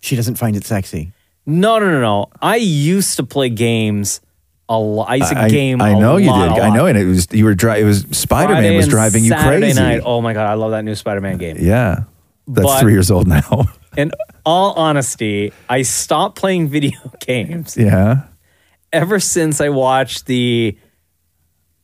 Speaker 6: she doesn't find it sexy.
Speaker 3: No, no, no, no. I used to play games a lot. I used to
Speaker 5: I,
Speaker 3: game.
Speaker 5: I
Speaker 3: a
Speaker 5: know you
Speaker 3: lot,
Speaker 5: did.
Speaker 3: a
Speaker 5: I
Speaker 3: lot.
Speaker 5: know, and it was you were dri It was Spider Man
Speaker 3: Friday
Speaker 5: was
Speaker 3: and
Speaker 5: driving you
Speaker 3: Saturday
Speaker 5: crazy.
Speaker 3: Night. Oh my god, I love that new Spider-Man game.
Speaker 5: Yeah, that's
Speaker 3: But-
Speaker 5: three years old now. [LAUGHS]
Speaker 3: In all honesty, I stopped playing [LAUGHS] video games
Speaker 5: yeah. [LAUGHS]
Speaker 3: ever since I watched the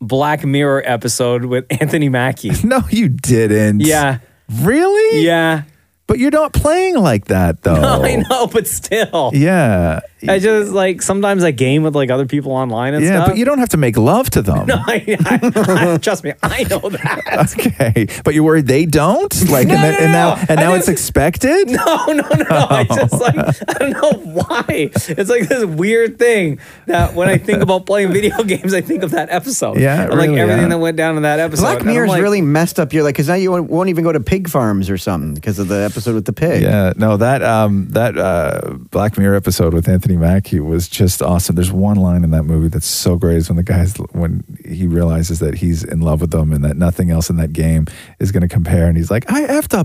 Speaker 3: Black Mirror episode with [LAUGHS] Anthony Mackie.
Speaker 5: No, you didn't.
Speaker 3: Yeah.
Speaker 5: Really?
Speaker 3: Yeah.
Speaker 5: But you're not playing like that though.
Speaker 3: No, [LAUGHS] I know, but still.
Speaker 5: Yeah.
Speaker 3: I just like sometimes I game with like other people online and
Speaker 5: yeah,
Speaker 3: stuff.
Speaker 5: but you don't have to make love to
Speaker 3: [LAUGHS]
Speaker 5: them.
Speaker 3: No, I, I, I, trust me, I know that.
Speaker 5: [LAUGHS] Okay, but you're worried they don't. Like, and, then, and now, and now it's expected.
Speaker 3: [LAUGHS]
Speaker 5: Oh.
Speaker 3: No, no, no. I just like
Speaker 5: [LAUGHS]
Speaker 3: [LAUGHS] I don't know why. It's like this weird thing that when I think about playing video [LAUGHS] games, I think of that episode.
Speaker 6: Yeah,
Speaker 3: Of,
Speaker 6: really,
Speaker 3: like everything
Speaker 6: yeah.
Speaker 3: that went down in that episode.
Speaker 6: Black
Speaker 3: And I'm
Speaker 6: Mirror's
Speaker 3: like, [LAUGHS]
Speaker 5: [LAUGHS]
Speaker 6: really messed up your like because now you won't, won't even go to pig farms or something because of the episode with the pig.
Speaker 5: Yeah, no, that um, that uh, Black Mirror episode with Anthony Mackie was just awesome. There's one line in that movie that's so great is when the guy's when he realizes that he's in love with them and that nothing else in that game is going to compare, and he's like, "I effed a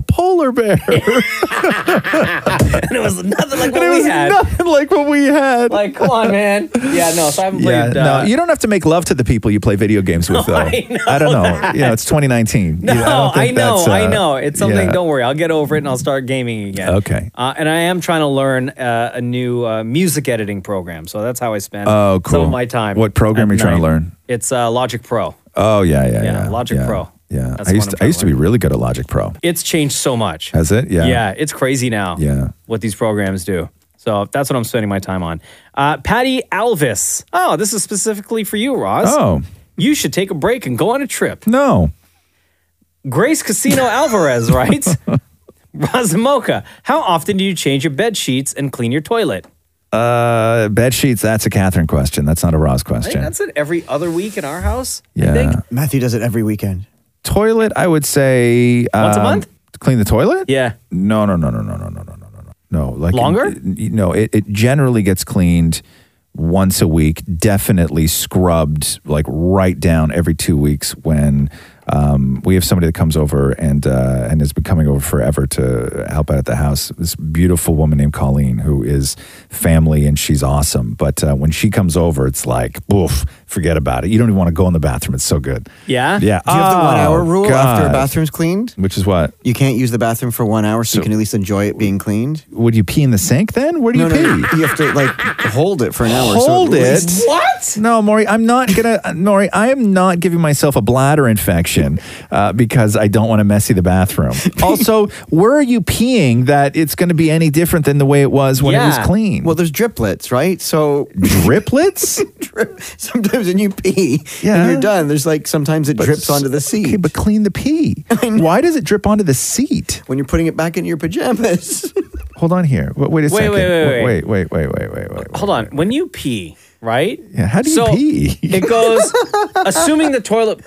Speaker 3: [LAUGHS]
Speaker 5: polar bear."
Speaker 3: and it was nothing like what
Speaker 5: it
Speaker 3: we
Speaker 5: was
Speaker 3: had.
Speaker 5: nothing like what we had.
Speaker 3: Like, come on, man. Yeah, no. [LAUGHS]
Speaker 5: [LAUGHS]
Speaker 3: So I haven't
Speaker 5: yeah,
Speaker 3: played.
Speaker 5: no,
Speaker 3: uh,
Speaker 5: you don't have to make love to the people you play video games
Speaker 3: [LAUGHS]
Speaker 5: with, though.
Speaker 3: I know
Speaker 5: don't know.
Speaker 3: that.
Speaker 5: You know, it's
Speaker 3: [LAUGHS]
Speaker 5: 2019.
Speaker 3: No,
Speaker 5: You- don't
Speaker 3: I,
Speaker 5: think
Speaker 3: know,
Speaker 5: that's, uh,
Speaker 3: I know. It's something.
Speaker 5: yeah.
Speaker 3: Don't worry, I'll get over it and I'll start gaming again.
Speaker 5: Okay.
Speaker 3: Uh, and I am trying to learn uh, a new uh, music editing program, so that's how I spend
Speaker 5: Oh, cool.
Speaker 3: some of my time.
Speaker 5: What program
Speaker 3: at
Speaker 5: are you trying to
Speaker 3: night.
Speaker 5: learn?
Speaker 3: It's uh, Logic Pro.
Speaker 5: Oh yeah, yeah,
Speaker 3: Yeah,
Speaker 5: yeah.
Speaker 3: Logic
Speaker 5: yeah,
Speaker 3: Pro.
Speaker 5: Yeah,
Speaker 3: That's
Speaker 5: I
Speaker 3: the
Speaker 5: used
Speaker 3: one
Speaker 5: to,
Speaker 3: I'm
Speaker 5: I used to be really good at Logic Pro.
Speaker 3: It's changed so much.
Speaker 5: Has it? Yeah.
Speaker 3: Yeah, it's crazy now.
Speaker 5: Yeah.
Speaker 3: What these programs do. So that's what I'm spending my time on. Uh, Patty Alvis. Oh, this is specifically for you, Roz.
Speaker 5: Oh.
Speaker 3: You should take a break and go on a trip.
Speaker 5: No.
Speaker 3: Grace
Speaker 5: [LAUGHS]
Speaker 3: Casino Alvarez writes, Razamoka, how often do you change your bed sheets and clean your toilet?
Speaker 5: Uh, bed sheets. That's a Catherine question. That's not a Roz
Speaker 3: I think
Speaker 5: question.
Speaker 3: that's it every other week in our house.
Speaker 5: Yeah.
Speaker 6: Matthew does it every weekend.
Speaker 5: Toilet, I would say
Speaker 3: Once a
Speaker 5: um,
Speaker 3: month?
Speaker 5: to clean the toilet.
Speaker 3: Yeah.
Speaker 5: No, no, no, no, no, no, no, no, no, no, no. Like
Speaker 3: Longer?
Speaker 5: It, no, it, it generally gets cleaned once a week. Definitely scrubbed like right down every two weeks when. Um, we have somebody that comes over and uh, and has been coming over forever to help out at the house. This beautiful woman named Colleen, who is family and she's awesome. But uh, when she comes over, it's like, oof, forget about it. You don't even want to go in the bathroom. It's so good.
Speaker 3: Yeah.
Speaker 5: Yeah.
Speaker 6: Do you have the one hour
Speaker 5: Oh,
Speaker 6: rule after a
Speaker 5: God.
Speaker 6: bathroom's cleaned?
Speaker 5: Which is what?
Speaker 6: You can't use the bathroom for one hour, so, you can at least enjoy it being cleaned.
Speaker 5: Would you pee in the sink then? Where do
Speaker 6: no,
Speaker 5: you
Speaker 6: no,
Speaker 5: pee?
Speaker 6: You have to like hold it for an hour.
Speaker 5: Hold
Speaker 6: so at
Speaker 5: it.
Speaker 6: least-
Speaker 5: What? No, Maury, I'm not gonna. uh, Maury, I am not giving myself a bladder infection uh, because I don't want to messy the bathroom. [LAUGHS] also, where are you peeing that it's going to be any different than the way it was when it was clean?
Speaker 6: Well, there's driplets, right? So [LAUGHS]
Speaker 5: driplets.
Speaker 6: sometimes when you pee
Speaker 5: Yeah.
Speaker 6: and you're done, there's like sometimes it drips onto the seat. Okay,
Speaker 5: but clean
Speaker 6: [LAUGHS]
Speaker 5: the pee. Why does it drip onto the seat
Speaker 6: when you're putting it back in your pajamas? [LAUGHS]
Speaker 5: Hold on here. Wait, wait a
Speaker 3: Wait,
Speaker 5: second.
Speaker 3: wait, wait,
Speaker 5: wait, wait, wait, wait, wait, wait.
Speaker 3: Hold on. When you pee, right?
Speaker 5: Yeah, how do you
Speaker 3: So,
Speaker 5: pee?
Speaker 3: It
Speaker 5: [LAUGHS]
Speaker 3: goes, assuming the toilet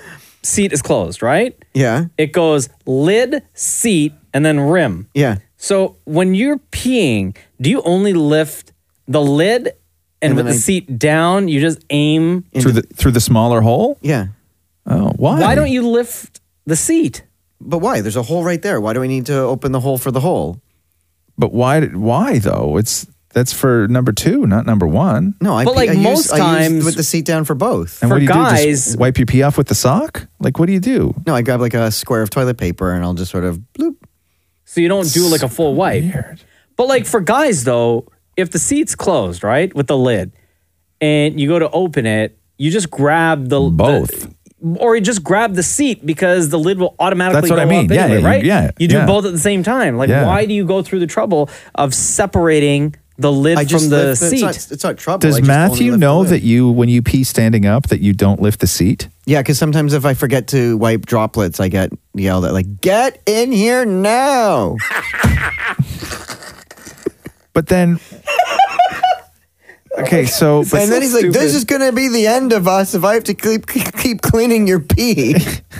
Speaker 3: seat is closed, right?
Speaker 6: Yeah.
Speaker 3: It goes lid, seat, and then rim.
Speaker 6: Yeah.
Speaker 3: So when you're peeing, do you only lift the lid and,
Speaker 5: And
Speaker 3: with the
Speaker 5: then I-
Speaker 3: seat down, you just aim
Speaker 5: Through the through the smaller hole.
Speaker 6: Yeah.
Speaker 5: Oh, why?
Speaker 3: Why don't you lift the seat?
Speaker 6: But why? There's a hole right there. Why do we need to open the hole for the hole?
Speaker 5: But why? Why though? It's that's for number two, not number one.
Speaker 6: No, I
Speaker 3: But,
Speaker 6: pee-
Speaker 3: like,
Speaker 6: I use-
Speaker 3: most
Speaker 6: I use
Speaker 3: times-
Speaker 6: with the seat down for both.
Speaker 5: And what do you do? Just wipe your pee off with the sock? Like, what do you do?
Speaker 6: No, I grab like a square of toilet paper and I'll just sort of bloop.
Speaker 3: So you don't do like a full wipe. But like for guys though, if the seat's closed, right, with the lid, and you go to open it, you just grab the both. or you just grab the seat because the lid will automatically
Speaker 5: That's what
Speaker 3: go
Speaker 5: I mean.
Speaker 3: up
Speaker 5: Yeah,
Speaker 3: anyway,
Speaker 5: yeah, you-
Speaker 3: right?
Speaker 5: yeah,
Speaker 3: You do
Speaker 5: yeah.
Speaker 3: both at the same time. Like
Speaker 5: Yeah.
Speaker 3: why do you go through the trouble of separating the lid
Speaker 6: I just
Speaker 3: from the
Speaker 6: lift the- it's
Speaker 3: seat?
Speaker 6: not- it's not trouble. I
Speaker 5: Does
Speaker 6: just only
Speaker 5: Matthew
Speaker 6: lift the
Speaker 5: know
Speaker 6: lid.
Speaker 5: that you, when you pee standing up, that you don't lift the seat?
Speaker 6: Yeah, because sometimes if I forget to wipe droplets, I get yelled at, like, get in here now.
Speaker 5: [LAUGHS] But then,
Speaker 6: [LAUGHS]
Speaker 5: okay, so but,
Speaker 6: and then he's like, this is going to be the end of us if I have to keep, keep cleaning your pee.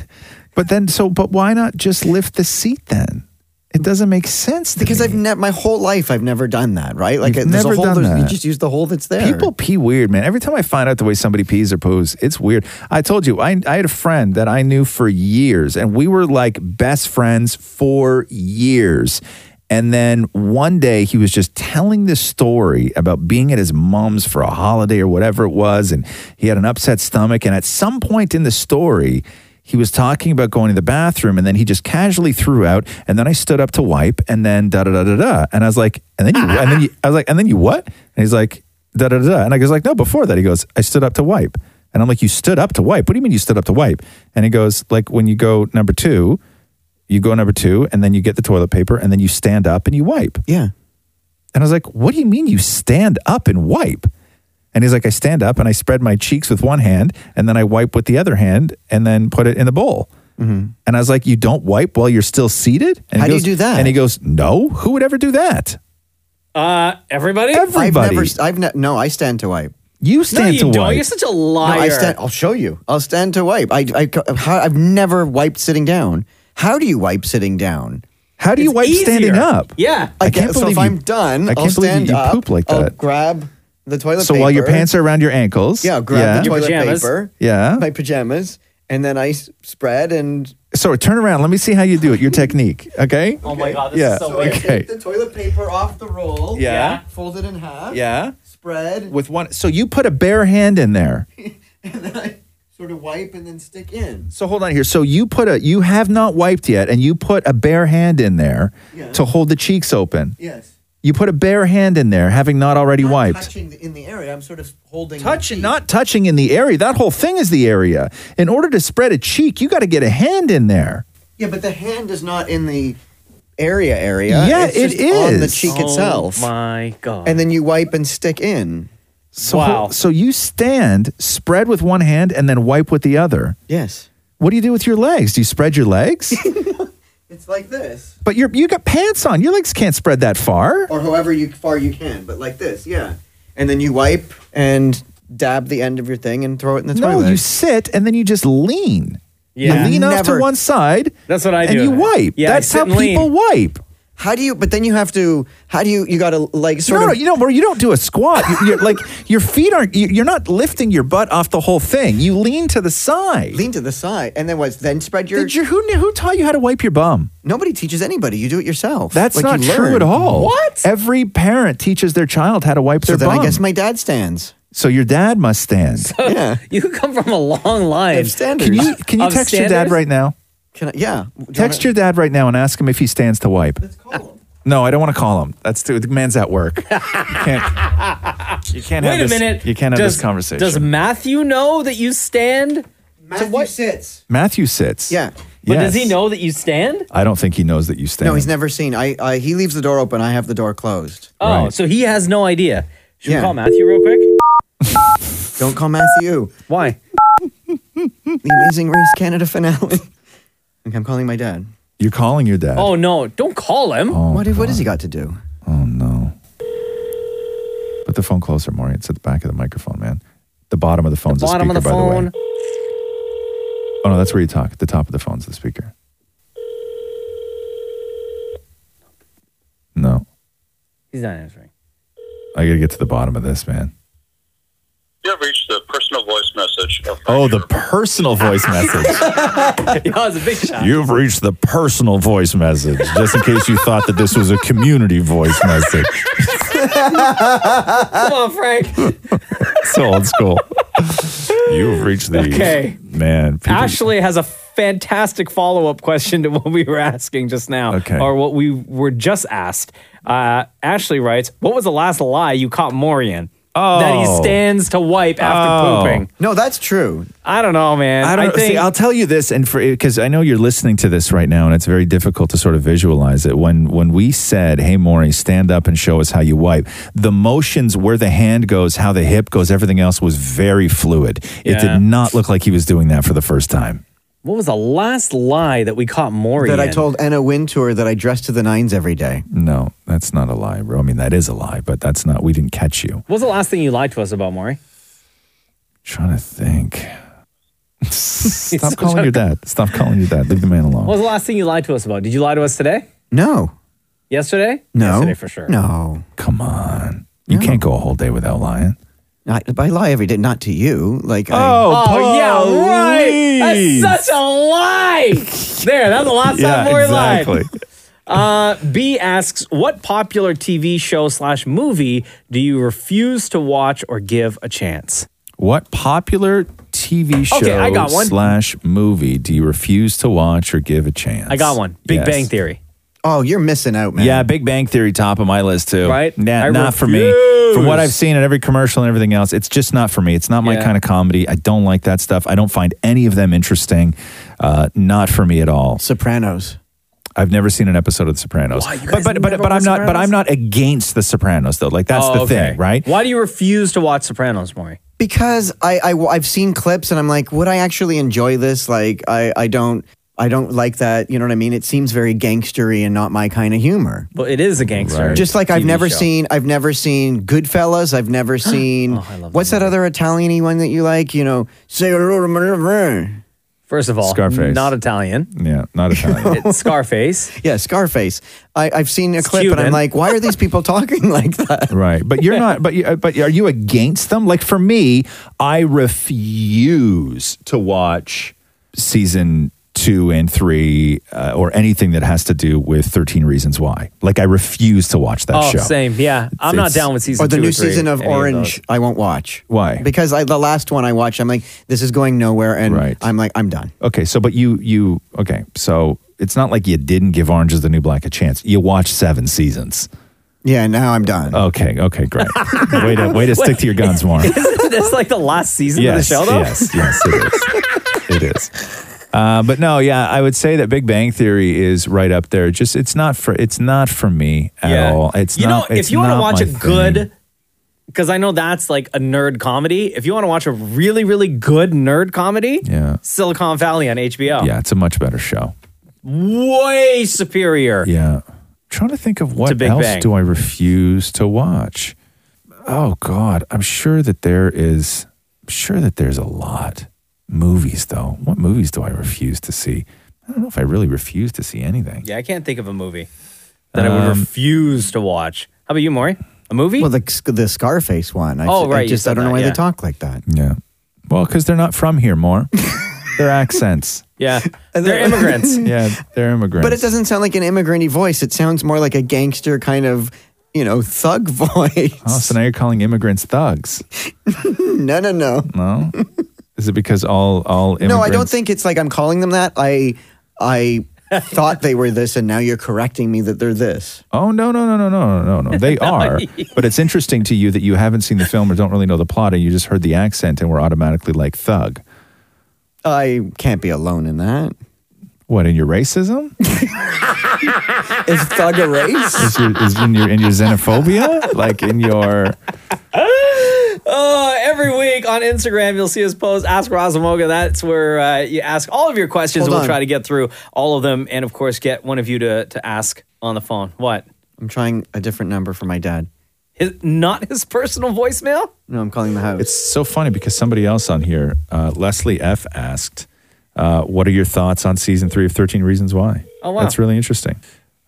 Speaker 5: [LAUGHS] but then, so, but why not just lift the seat then? It doesn't make sense
Speaker 6: because I've never, my whole life, I've never done that, right? Like,
Speaker 5: You've
Speaker 6: there's
Speaker 5: never
Speaker 6: a hole,
Speaker 5: done
Speaker 6: there's- you
Speaker 5: that.
Speaker 6: just use the hole that's there.
Speaker 5: People pee weird, man. Every time I find out the way somebody pees or poos, it's weird. I told you, I, I had a friend that I knew for years, and we were like best friends for years. And then one day he was just telling this story about being at his mom's for a holiday or whatever it was, and he had an upset stomach. And at some point in the story, he was talking about going to the bathroom and then he just casually threw out and then I stood up to wipe and then da da da da da and I was like and then you and then you, I was like and then you what and he's like da da da da and I was like no before that he goes I stood up to wipe and I'm like you stood up to wipe what do you mean you stood up to wipe and he goes like when you go number two you go number two and then you get the toilet paper and then you stand up and you wipe
Speaker 6: yeah
Speaker 5: and I was like what do you mean you stand up and wipe and he's like I stand up and I spread my cheeks with one hand and then I wipe with the other hand and then put it in the bowl.
Speaker 6: Mm-hmm.
Speaker 5: And I was like, "You don't wipe while you're still seated." And he
Speaker 6: How do you
Speaker 5: goes-
Speaker 6: do that?
Speaker 5: And he goes, "No, who would ever do that?"
Speaker 3: Uh, everybody?
Speaker 6: I've never, I've ne- no, I stand to wipe.
Speaker 5: You
Speaker 3: stand No, you to don't. wipe. You're [LAUGHS] such a
Speaker 6: No, I
Speaker 3: liar.
Speaker 6: stand, I'll show you. I'll stand to wipe. I, I, how, I've never wiped sitting down. How do you wipe sitting down?
Speaker 5: How do you It's wipe standing easier. up?
Speaker 3: Yeah,
Speaker 6: I,
Speaker 5: I
Speaker 6: can't.
Speaker 5: can't
Speaker 6: So if
Speaker 5: believe you-
Speaker 6: I'm done,
Speaker 5: I
Speaker 6: I
Speaker 5: can't
Speaker 6: will
Speaker 5: believe
Speaker 6: stand
Speaker 5: you
Speaker 6: up.
Speaker 5: poop like
Speaker 6: I'll
Speaker 5: that.
Speaker 6: grab the toilet.
Speaker 5: So while your
Speaker 6: paper.
Speaker 5: pants are around your ankles,
Speaker 6: Yeah, I'll grab
Speaker 5: yeah.
Speaker 6: the toilet paper.
Speaker 5: Yeah.
Speaker 6: my pajamas, and then I s- spread and.
Speaker 5: So turn around. Let me see how you do it. Your technique, okay?
Speaker 6: Oh my
Speaker 5: God, this is Yeah, so weird.
Speaker 6: [LAUGHS]
Speaker 5: okay.
Speaker 6: the toilet paper off the roll.
Speaker 5: Yeah.
Speaker 6: Fold it in half.
Speaker 5: Yeah.
Speaker 6: Spread.
Speaker 5: With one, so you put a bare hand in there.
Speaker 6: And then I sort of wipe and then stick in.
Speaker 5: So hold on here. So you put a, you have not wiped yet, and you put a bare hand in there to hold the cheeks open.
Speaker 6: Yes.
Speaker 5: You put a bare hand in there, having not already wiped.
Speaker 6: Touching the, in the area, I'm sort of holding.
Speaker 5: touching not touching in the area that whole thing is the area in order to spread a cheek you got to get a hand in there
Speaker 6: Yeah, but the hand is not in the area area.
Speaker 5: Yeah,
Speaker 6: it's
Speaker 5: it
Speaker 6: just on the
Speaker 5: is.
Speaker 6: cheek
Speaker 5: Oh
Speaker 6: itself.
Speaker 3: My God.
Speaker 6: And then you wipe and stick in.
Speaker 5: so, so you stand spread with one hand and then wipe with the other
Speaker 6: yes
Speaker 5: what do you do with your legs do you spread your [LAUGHS] legs
Speaker 6: [LAUGHS] It's like this,
Speaker 5: but you're you got pants on your legs can't spread that far
Speaker 6: or however you far you can, but like this, yeah. And then you wipe and dab the end of your thing and throw it in the
Speaker 5: no
Speaker 6: toilet.
Speaker 5: you sit and then you just lean You lean off to one side.
Speaker 3: That's what I
Speaker 5: And you wipe. That's how people wipe.
Speaker 6: How do you? But then you have to. How do you? You got to like
Speaker 5: No,
Speaker 6: sort
Speaker 5: no,
Speaker 6: of.
Speaker 5: you know, where you don't do a squat. You- You're like your feet aren't. you- You're not lifting your butt off the whole thing. You lean to the side.
Speaker 6: Lean to the side, and then what? Then spread your.
Speaker 5: Did you? Who knew- who taught you how to wipe your bum?
Speaker 6: Nobody teaches anybody. You do it yourself.
Speaker 5: That's
Speaker 6: Like,
Speaker 5: not
Speaker 6: you
Speaker 5: true
Speaker 6: learn.
Speaker 5: at all. Every parent teaches their child how to wipe
Speaker 6: So
Speaker 5: their
Speaker 6: then
Speaker 5: bum.
Speaker 6: I guess my
Speaker 3: [LAUGHS]
Speaker 6: dad stands.
Speaker 5: so your dad must stand.
Speaker 6: yeah.
Speaker 3: You come from a long line
Speaker 6: of standards.
Speaker 5: Can you can you text your dad right now?
Speaker 6: Can I, yeah.
Speaker 5: Text your dad right now and ask him if he stands to wipe. Let's call him. No, I don't want to call him. That's too, the man's at work. You [LAUGHS] can't. You can't
Speaker 3: Wait
Speaker 5: have
Speaker 3: a
Speaker 5: this,
Speaker 3: minute.
Speaker 5: You can't have
Speaker 3: Does-
Speaker 5: this conversation.
Speaker 3: Does Matthew know that you stand?
Speaker 6: Matthew what? sits.
Speaker 5: Matthew sits.
Speaker 6: Yeah.
Speaker 3: But does
Speaker 5: Yes.
Speaker 3: he know that you stand?
Speaker 5: I don't think he knows that you stand.
Speaker 6: No, he's never seen. I, I he leaves the door open. I have the door closed.
Speaker 3: Oh, so he has no idea. Should
Speaker 6: Yeah.
Speaker 3: we call Matthew real quick?
Speaker 6: [LAUGHS] Don't call Matthew.
Speaker 3: Why?
Speaker 6: the Amazing Race Canada finale. [LAUGHS] okay, I'm calling my dad.
Speaker 5: You're calling your dad. Oh,
Speaker 3: Oh no! Don't call him.
Speaker 6: what? What has he got to do?
Speaker 5: Put Oh, the phone closer, Maury. It's at the back of the microphone, man. The bottom of the phone's the,
Speaker 3: Bottom of
Speaker 5: speaker,
Speaker 3: the
Speaker 5: by the way.
Speaker 3: phone.
Speaker 5: Oh no, that's where you talk. The top of the phone's the speaker. No,
Speaker 3: He's not answering.
Speaker 5: I gotta get to the bottom of this, man.
Speaker 17: You have reached the personal voice message. of-
Speaker 5: Oh, the personal voice message.
Speaker 3: that was a big shot.
Speaker 5: [LAUGHS] You've reached the personal voice message. Just in case you thought that this was a community voice message.
Speaker 3: Come on, Frank.
Speaker 5: So old school. You've reached the
Speaker 3: Okay.
Speaker 5: man. people-
Speaker 3: Ashley has a fantastic follow up question to what we were asking just now, okay. or what we were just asked. Uh, Ashley writes, "What was the last lie you caught Morian? Oh. That he stands to wipe after
Speaker 5: Oh.
Speaker 3: pooping."
Speaker 6: No, that's true.
Speaker 3: I don't know, man.
Speaker 5: I don't
Speaker 3: think
Speaker 5: see. I'll tell you this, and for because I know you're listening to this right now, and it's very difficult to sort of visualize it. When when we said, "Hey, Maury, stand up and show us how you wipe," the motions where the hand goes, how the hip goes, everything else was very fluid. It
Speaker 3: Yeah.
Speaker 5: did not look like he was doing that for the first time.
Speaker 3: what was the last lie that we caught Morian?
Speaker 6: That I told Anna Wintour that I dress to the nines every day.
Speaker 5: No, that's not a lie, bro. I mean, that is a lie, but that's not. We didn't catch you.
Speaker 3: What was the last thing you lied to us about, Maury?
Speaker 5: Trying
Speaker 3: [LAUGHS]
Speaker 5: to think.
Speaker 3: He's so
Speaker 5: Stop
Speaker 3: [LAUGHS]
Speaker 5: calling
Speaker 3: trying
Speaker 5: your
Speaker 3: to-
Speaker 5: dad. Stop calling your dad. Leave the man alone.
Speaker 3: What was the last thing you lied to us about? Did you lie to us today?
Speaker 6: No.
Speaker 3: Yesterday?
Speaker 5: No.
Speaker 3: Yesterday for sure.
Speaker 6: No.
Speaker 5: Come on. You can't go a whole day without lying.
Speaker 6: I, I lie every day, not to you. Like I-
Speaker 3: Oh, yeah, right. That's such a
Speaker 5: [LAUGHS]
Speaker 3: lie. there, that's the last time Maury lied. [LAUGHS] Uh, B asks, what popular TV show slash movie do you refuse to watch or give a chance?
Speaker 5: What popular TV show
Speaker 3: Okay, I got one.
Speaker 5: slash movie do you refuse to watch or give a chance?
Speaker 3: I got one. Big
Speaker 5: Yes.
Speaker 3: Bang Theory.
Speaker 6: Oh, you're missing out, man.
Speaker 5: Yeah, Big Bang Theory, top of my list too.
Speaker 3: Right?
Speaker 5: Nah,
Speaker 3: I
Speaker 5: not for me.
Speaker 3: refuse.
Speaker 5: From what I've seen at every commercial and everything else, it's just not for me. It's not my
Speaker 3: Yeah.
Speaker 5: kind of comedy. I don't like that stuff. I don't find any of them interesting. Uh, not for me at all.
Speaker 6: Sopranos.
Speaker 5: I've never seen an episode of The Sopranos. but but but, but I'm not but I'm not against The Sopranos though. Like that's
Speaker 3: Oh,
Speaker 5: the
Speaker 3: okay.
Speaker 5: thing, right?
Speaker 3: Why do you refuse to watch Sopranos, Maury?
Speaker 6: because I, I have seen clips and I'm like, would I actually enjoy this? Like I I don't I don't like that. You know what I mean? It seems very gangstery and not my kind of humor.
Speaker 3: Well, it is a gangster.
Speaker 6: Just like I've
Speaker 3: TV
Speaker 6: never
Speaker 3: show. Oh,
Speaker 6: seen, I've never seen Goodfellas.
Speaker 3: [GASPS]
Speaker 6: I've never seen. what's that other Italian one that you like? You know, say.
Speaker 3: First of all,
Speaker 6: Scarface.
Speaker 3: not Italian.
Speaker 5: Yeah, not Italian.
Speaker 3: [LAUGHS] It's Scarface.
Speaker 6: yeah, Scarface. I, I've seen a clip and
Speaker 5: Cuban.
Speaker 6: I'm like, why are
Speaker 3: [LAUGHS]
Speaker 6: these people talking [LAUGHS] like that?
Speaker 5: Right. But you're not, but, you, uh, but are you against them? Like for me, I refuse to watch season two and three uh, or anything that has to do with 13 Reasons Why. Like I refuse to watch that
Speaker 3: oh,
Speaker 5: show.
Speaker 3: same. Yeah, I'm not down with season.
Speaker 6: Or the
Speaker 3: two
Speaker 6: new
Speaker 3: three,
Speaker 6: season of
Speaker 3: any
Speaker 6: Orange,
Speaker 3: those.
Speaker 6: I won't watch.
Speaker 5: Why?
Speaker 6: Because I, the last one I watched, I'm like, this is going nowhere, and I'm like, I'm done.
Speaker 5: Okay. So, but you, you, okay. So it's not like you didn't give Orange is the New Black a chance. You watched seven seasons.
Speaker 6: Yeah, now I'm done.
Speaker 5: Okay. Okay. Great. [LAUGHS] way to, way to stick to your guns,
Speaker 3: [LAUGHS]
Speaker 5: Warren.
Speaker 3: Isn't this like the last season
Speaker 5: yes,
Speaker 3: of the show, though? [LAUGHS]
Speaker 5: Yes, yes, it is. it is. Uh, but no, yeah, I would say that Big Bang Theory is right up there. Just it's not for it's not for me at all. It's
Speaker 3: you
Speaker 5: not.
Speaker 3: know,
Speaker 5: it's
Speaker 3: if you want to
Speaker 5: not
Speaker 3: watch
Speaker 5: my
Speaker 3: a good, because I know that's like a nerd comedy. If you want to watch a really, really good nerd comedy, yeah, Silicon Valley on HBO.
Speaker 5: thing. yeah, it's a much better show.
Speaker 3: way superior.
Speaker 5: Yeah, trying to think of what
Speaker 3: Big
Speaker 5: else
Speaker 3: Bang.
Speaker 5: do I refuse to watch? Oh God, I'm sure that there is. I'm sure that there's a lot. Movies, though. What movies do I refuse to see? I don't know if I really refuse to see anything.
Speaker 3: Yeah, I can't think of a movie that I would
Speaker 5: Um,
Speaker 3: refuse to watch. How about you, Maury? A movie?
Speaker 6: Well, the the Scarface one. I,
Speaker 3: Oh,
Speaker 6: I
Speaker 3: right, you
Speaker 6: just I
Speaker 3: said
Speaker 6: don't know
Speaker 3: that,
Speaker 6: why
Speaker 3: yeah.
Speaker 6: they talk like that.
Speaker 5: Yeah. Well, because they're not from
Speaker 6: [LAUGHS]
Speaker 5: here more. Their accents.
Speaker 3: Yeah.
Speaker 6: They're [LAUGHS] immigrants.
Speaker 5: yeah, they're immigrants.
Speaker 6: But it doesn't sound like an immigrant voice. It sounds more like a gangster kind of, you know, thug [LAUGHS] voice.
Speaker 5: Oh, so now you're calling immigrants thugs?
Speaker 6: no, no, no. [LAUGHS]
Speaker 5: No. Is it because all all immigrants?
Speaker 6: No, I don't think it's like I'm calling them that. I I thought they were this and now you're correcting me that they're this.
Speaker 5: Oh no no no no no no no! They are, but it's interesting to you that you haven't seen the film or don't really know the plot, and you just heard the accent and were automatically like thug.
Speaker 6: I can't be alone in that.
Speaker 5: What in
Speaker 6: [LAUGHS]
Speaker 5: your racism?
Speaker 6: Is thug a race?
Speaker 5: is, your, is in your in your xenophobia? Like in your
Speaker 3: Oh, every week on Instagram, you'll see us post Ask Razamoga. That's where uh, you ask all of your questions.
Speaker 6: Hold
Speaker 3: we'll
Speaker 6: on.
Speaker 3: try to get through all of them and, of course, get one of you to, to ask on the phone. What?
Speaker 6: I'm trying a different number for my dad.
Speaker 3: His, not his personal voicemail?
Speaker 6: No, I'm calling the house.
Speaker 5: It's so funny because somebody else on here, uh, Leslie F, asked, uh, "What are your thoughts on season three of Thirteen Reasons Why?"
Speaker 3: Oh, wow.
Speaker 5: that's really interesting.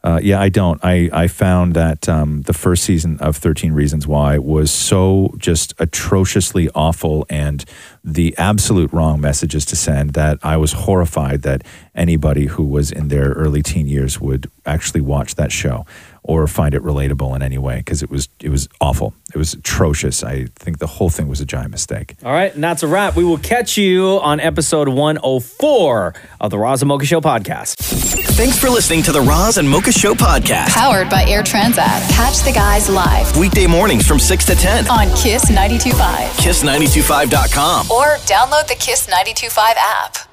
Speaker 5: Uh, yeah, I don't. I I found that um, the first season of Thirteen Reasons Why was so just atrociously awful and the absolute wrong messages to send that I was horrified that anybody who was in their early teen years would actually watch that show or find it relatable in any way because it was it was awful. It was atrocious. I think the whole thing was a giant mistake.
Speaker 3: All right, and that's a wrap. We will catch you on episode 104 of the Razamoga Show podcast.
Speaker 1: Thanks for listening to the Roz and Mocha Show podcast.
Speaker 22: Powered by Air Transat. Catch the guys live
Speaker 1: Weekday mornings from 6 to 10.
Speaker 22: on Kiss 92.5
Speaker 1: Kiss925.com.
Speaker 22: or download the Kiss 92.5 app.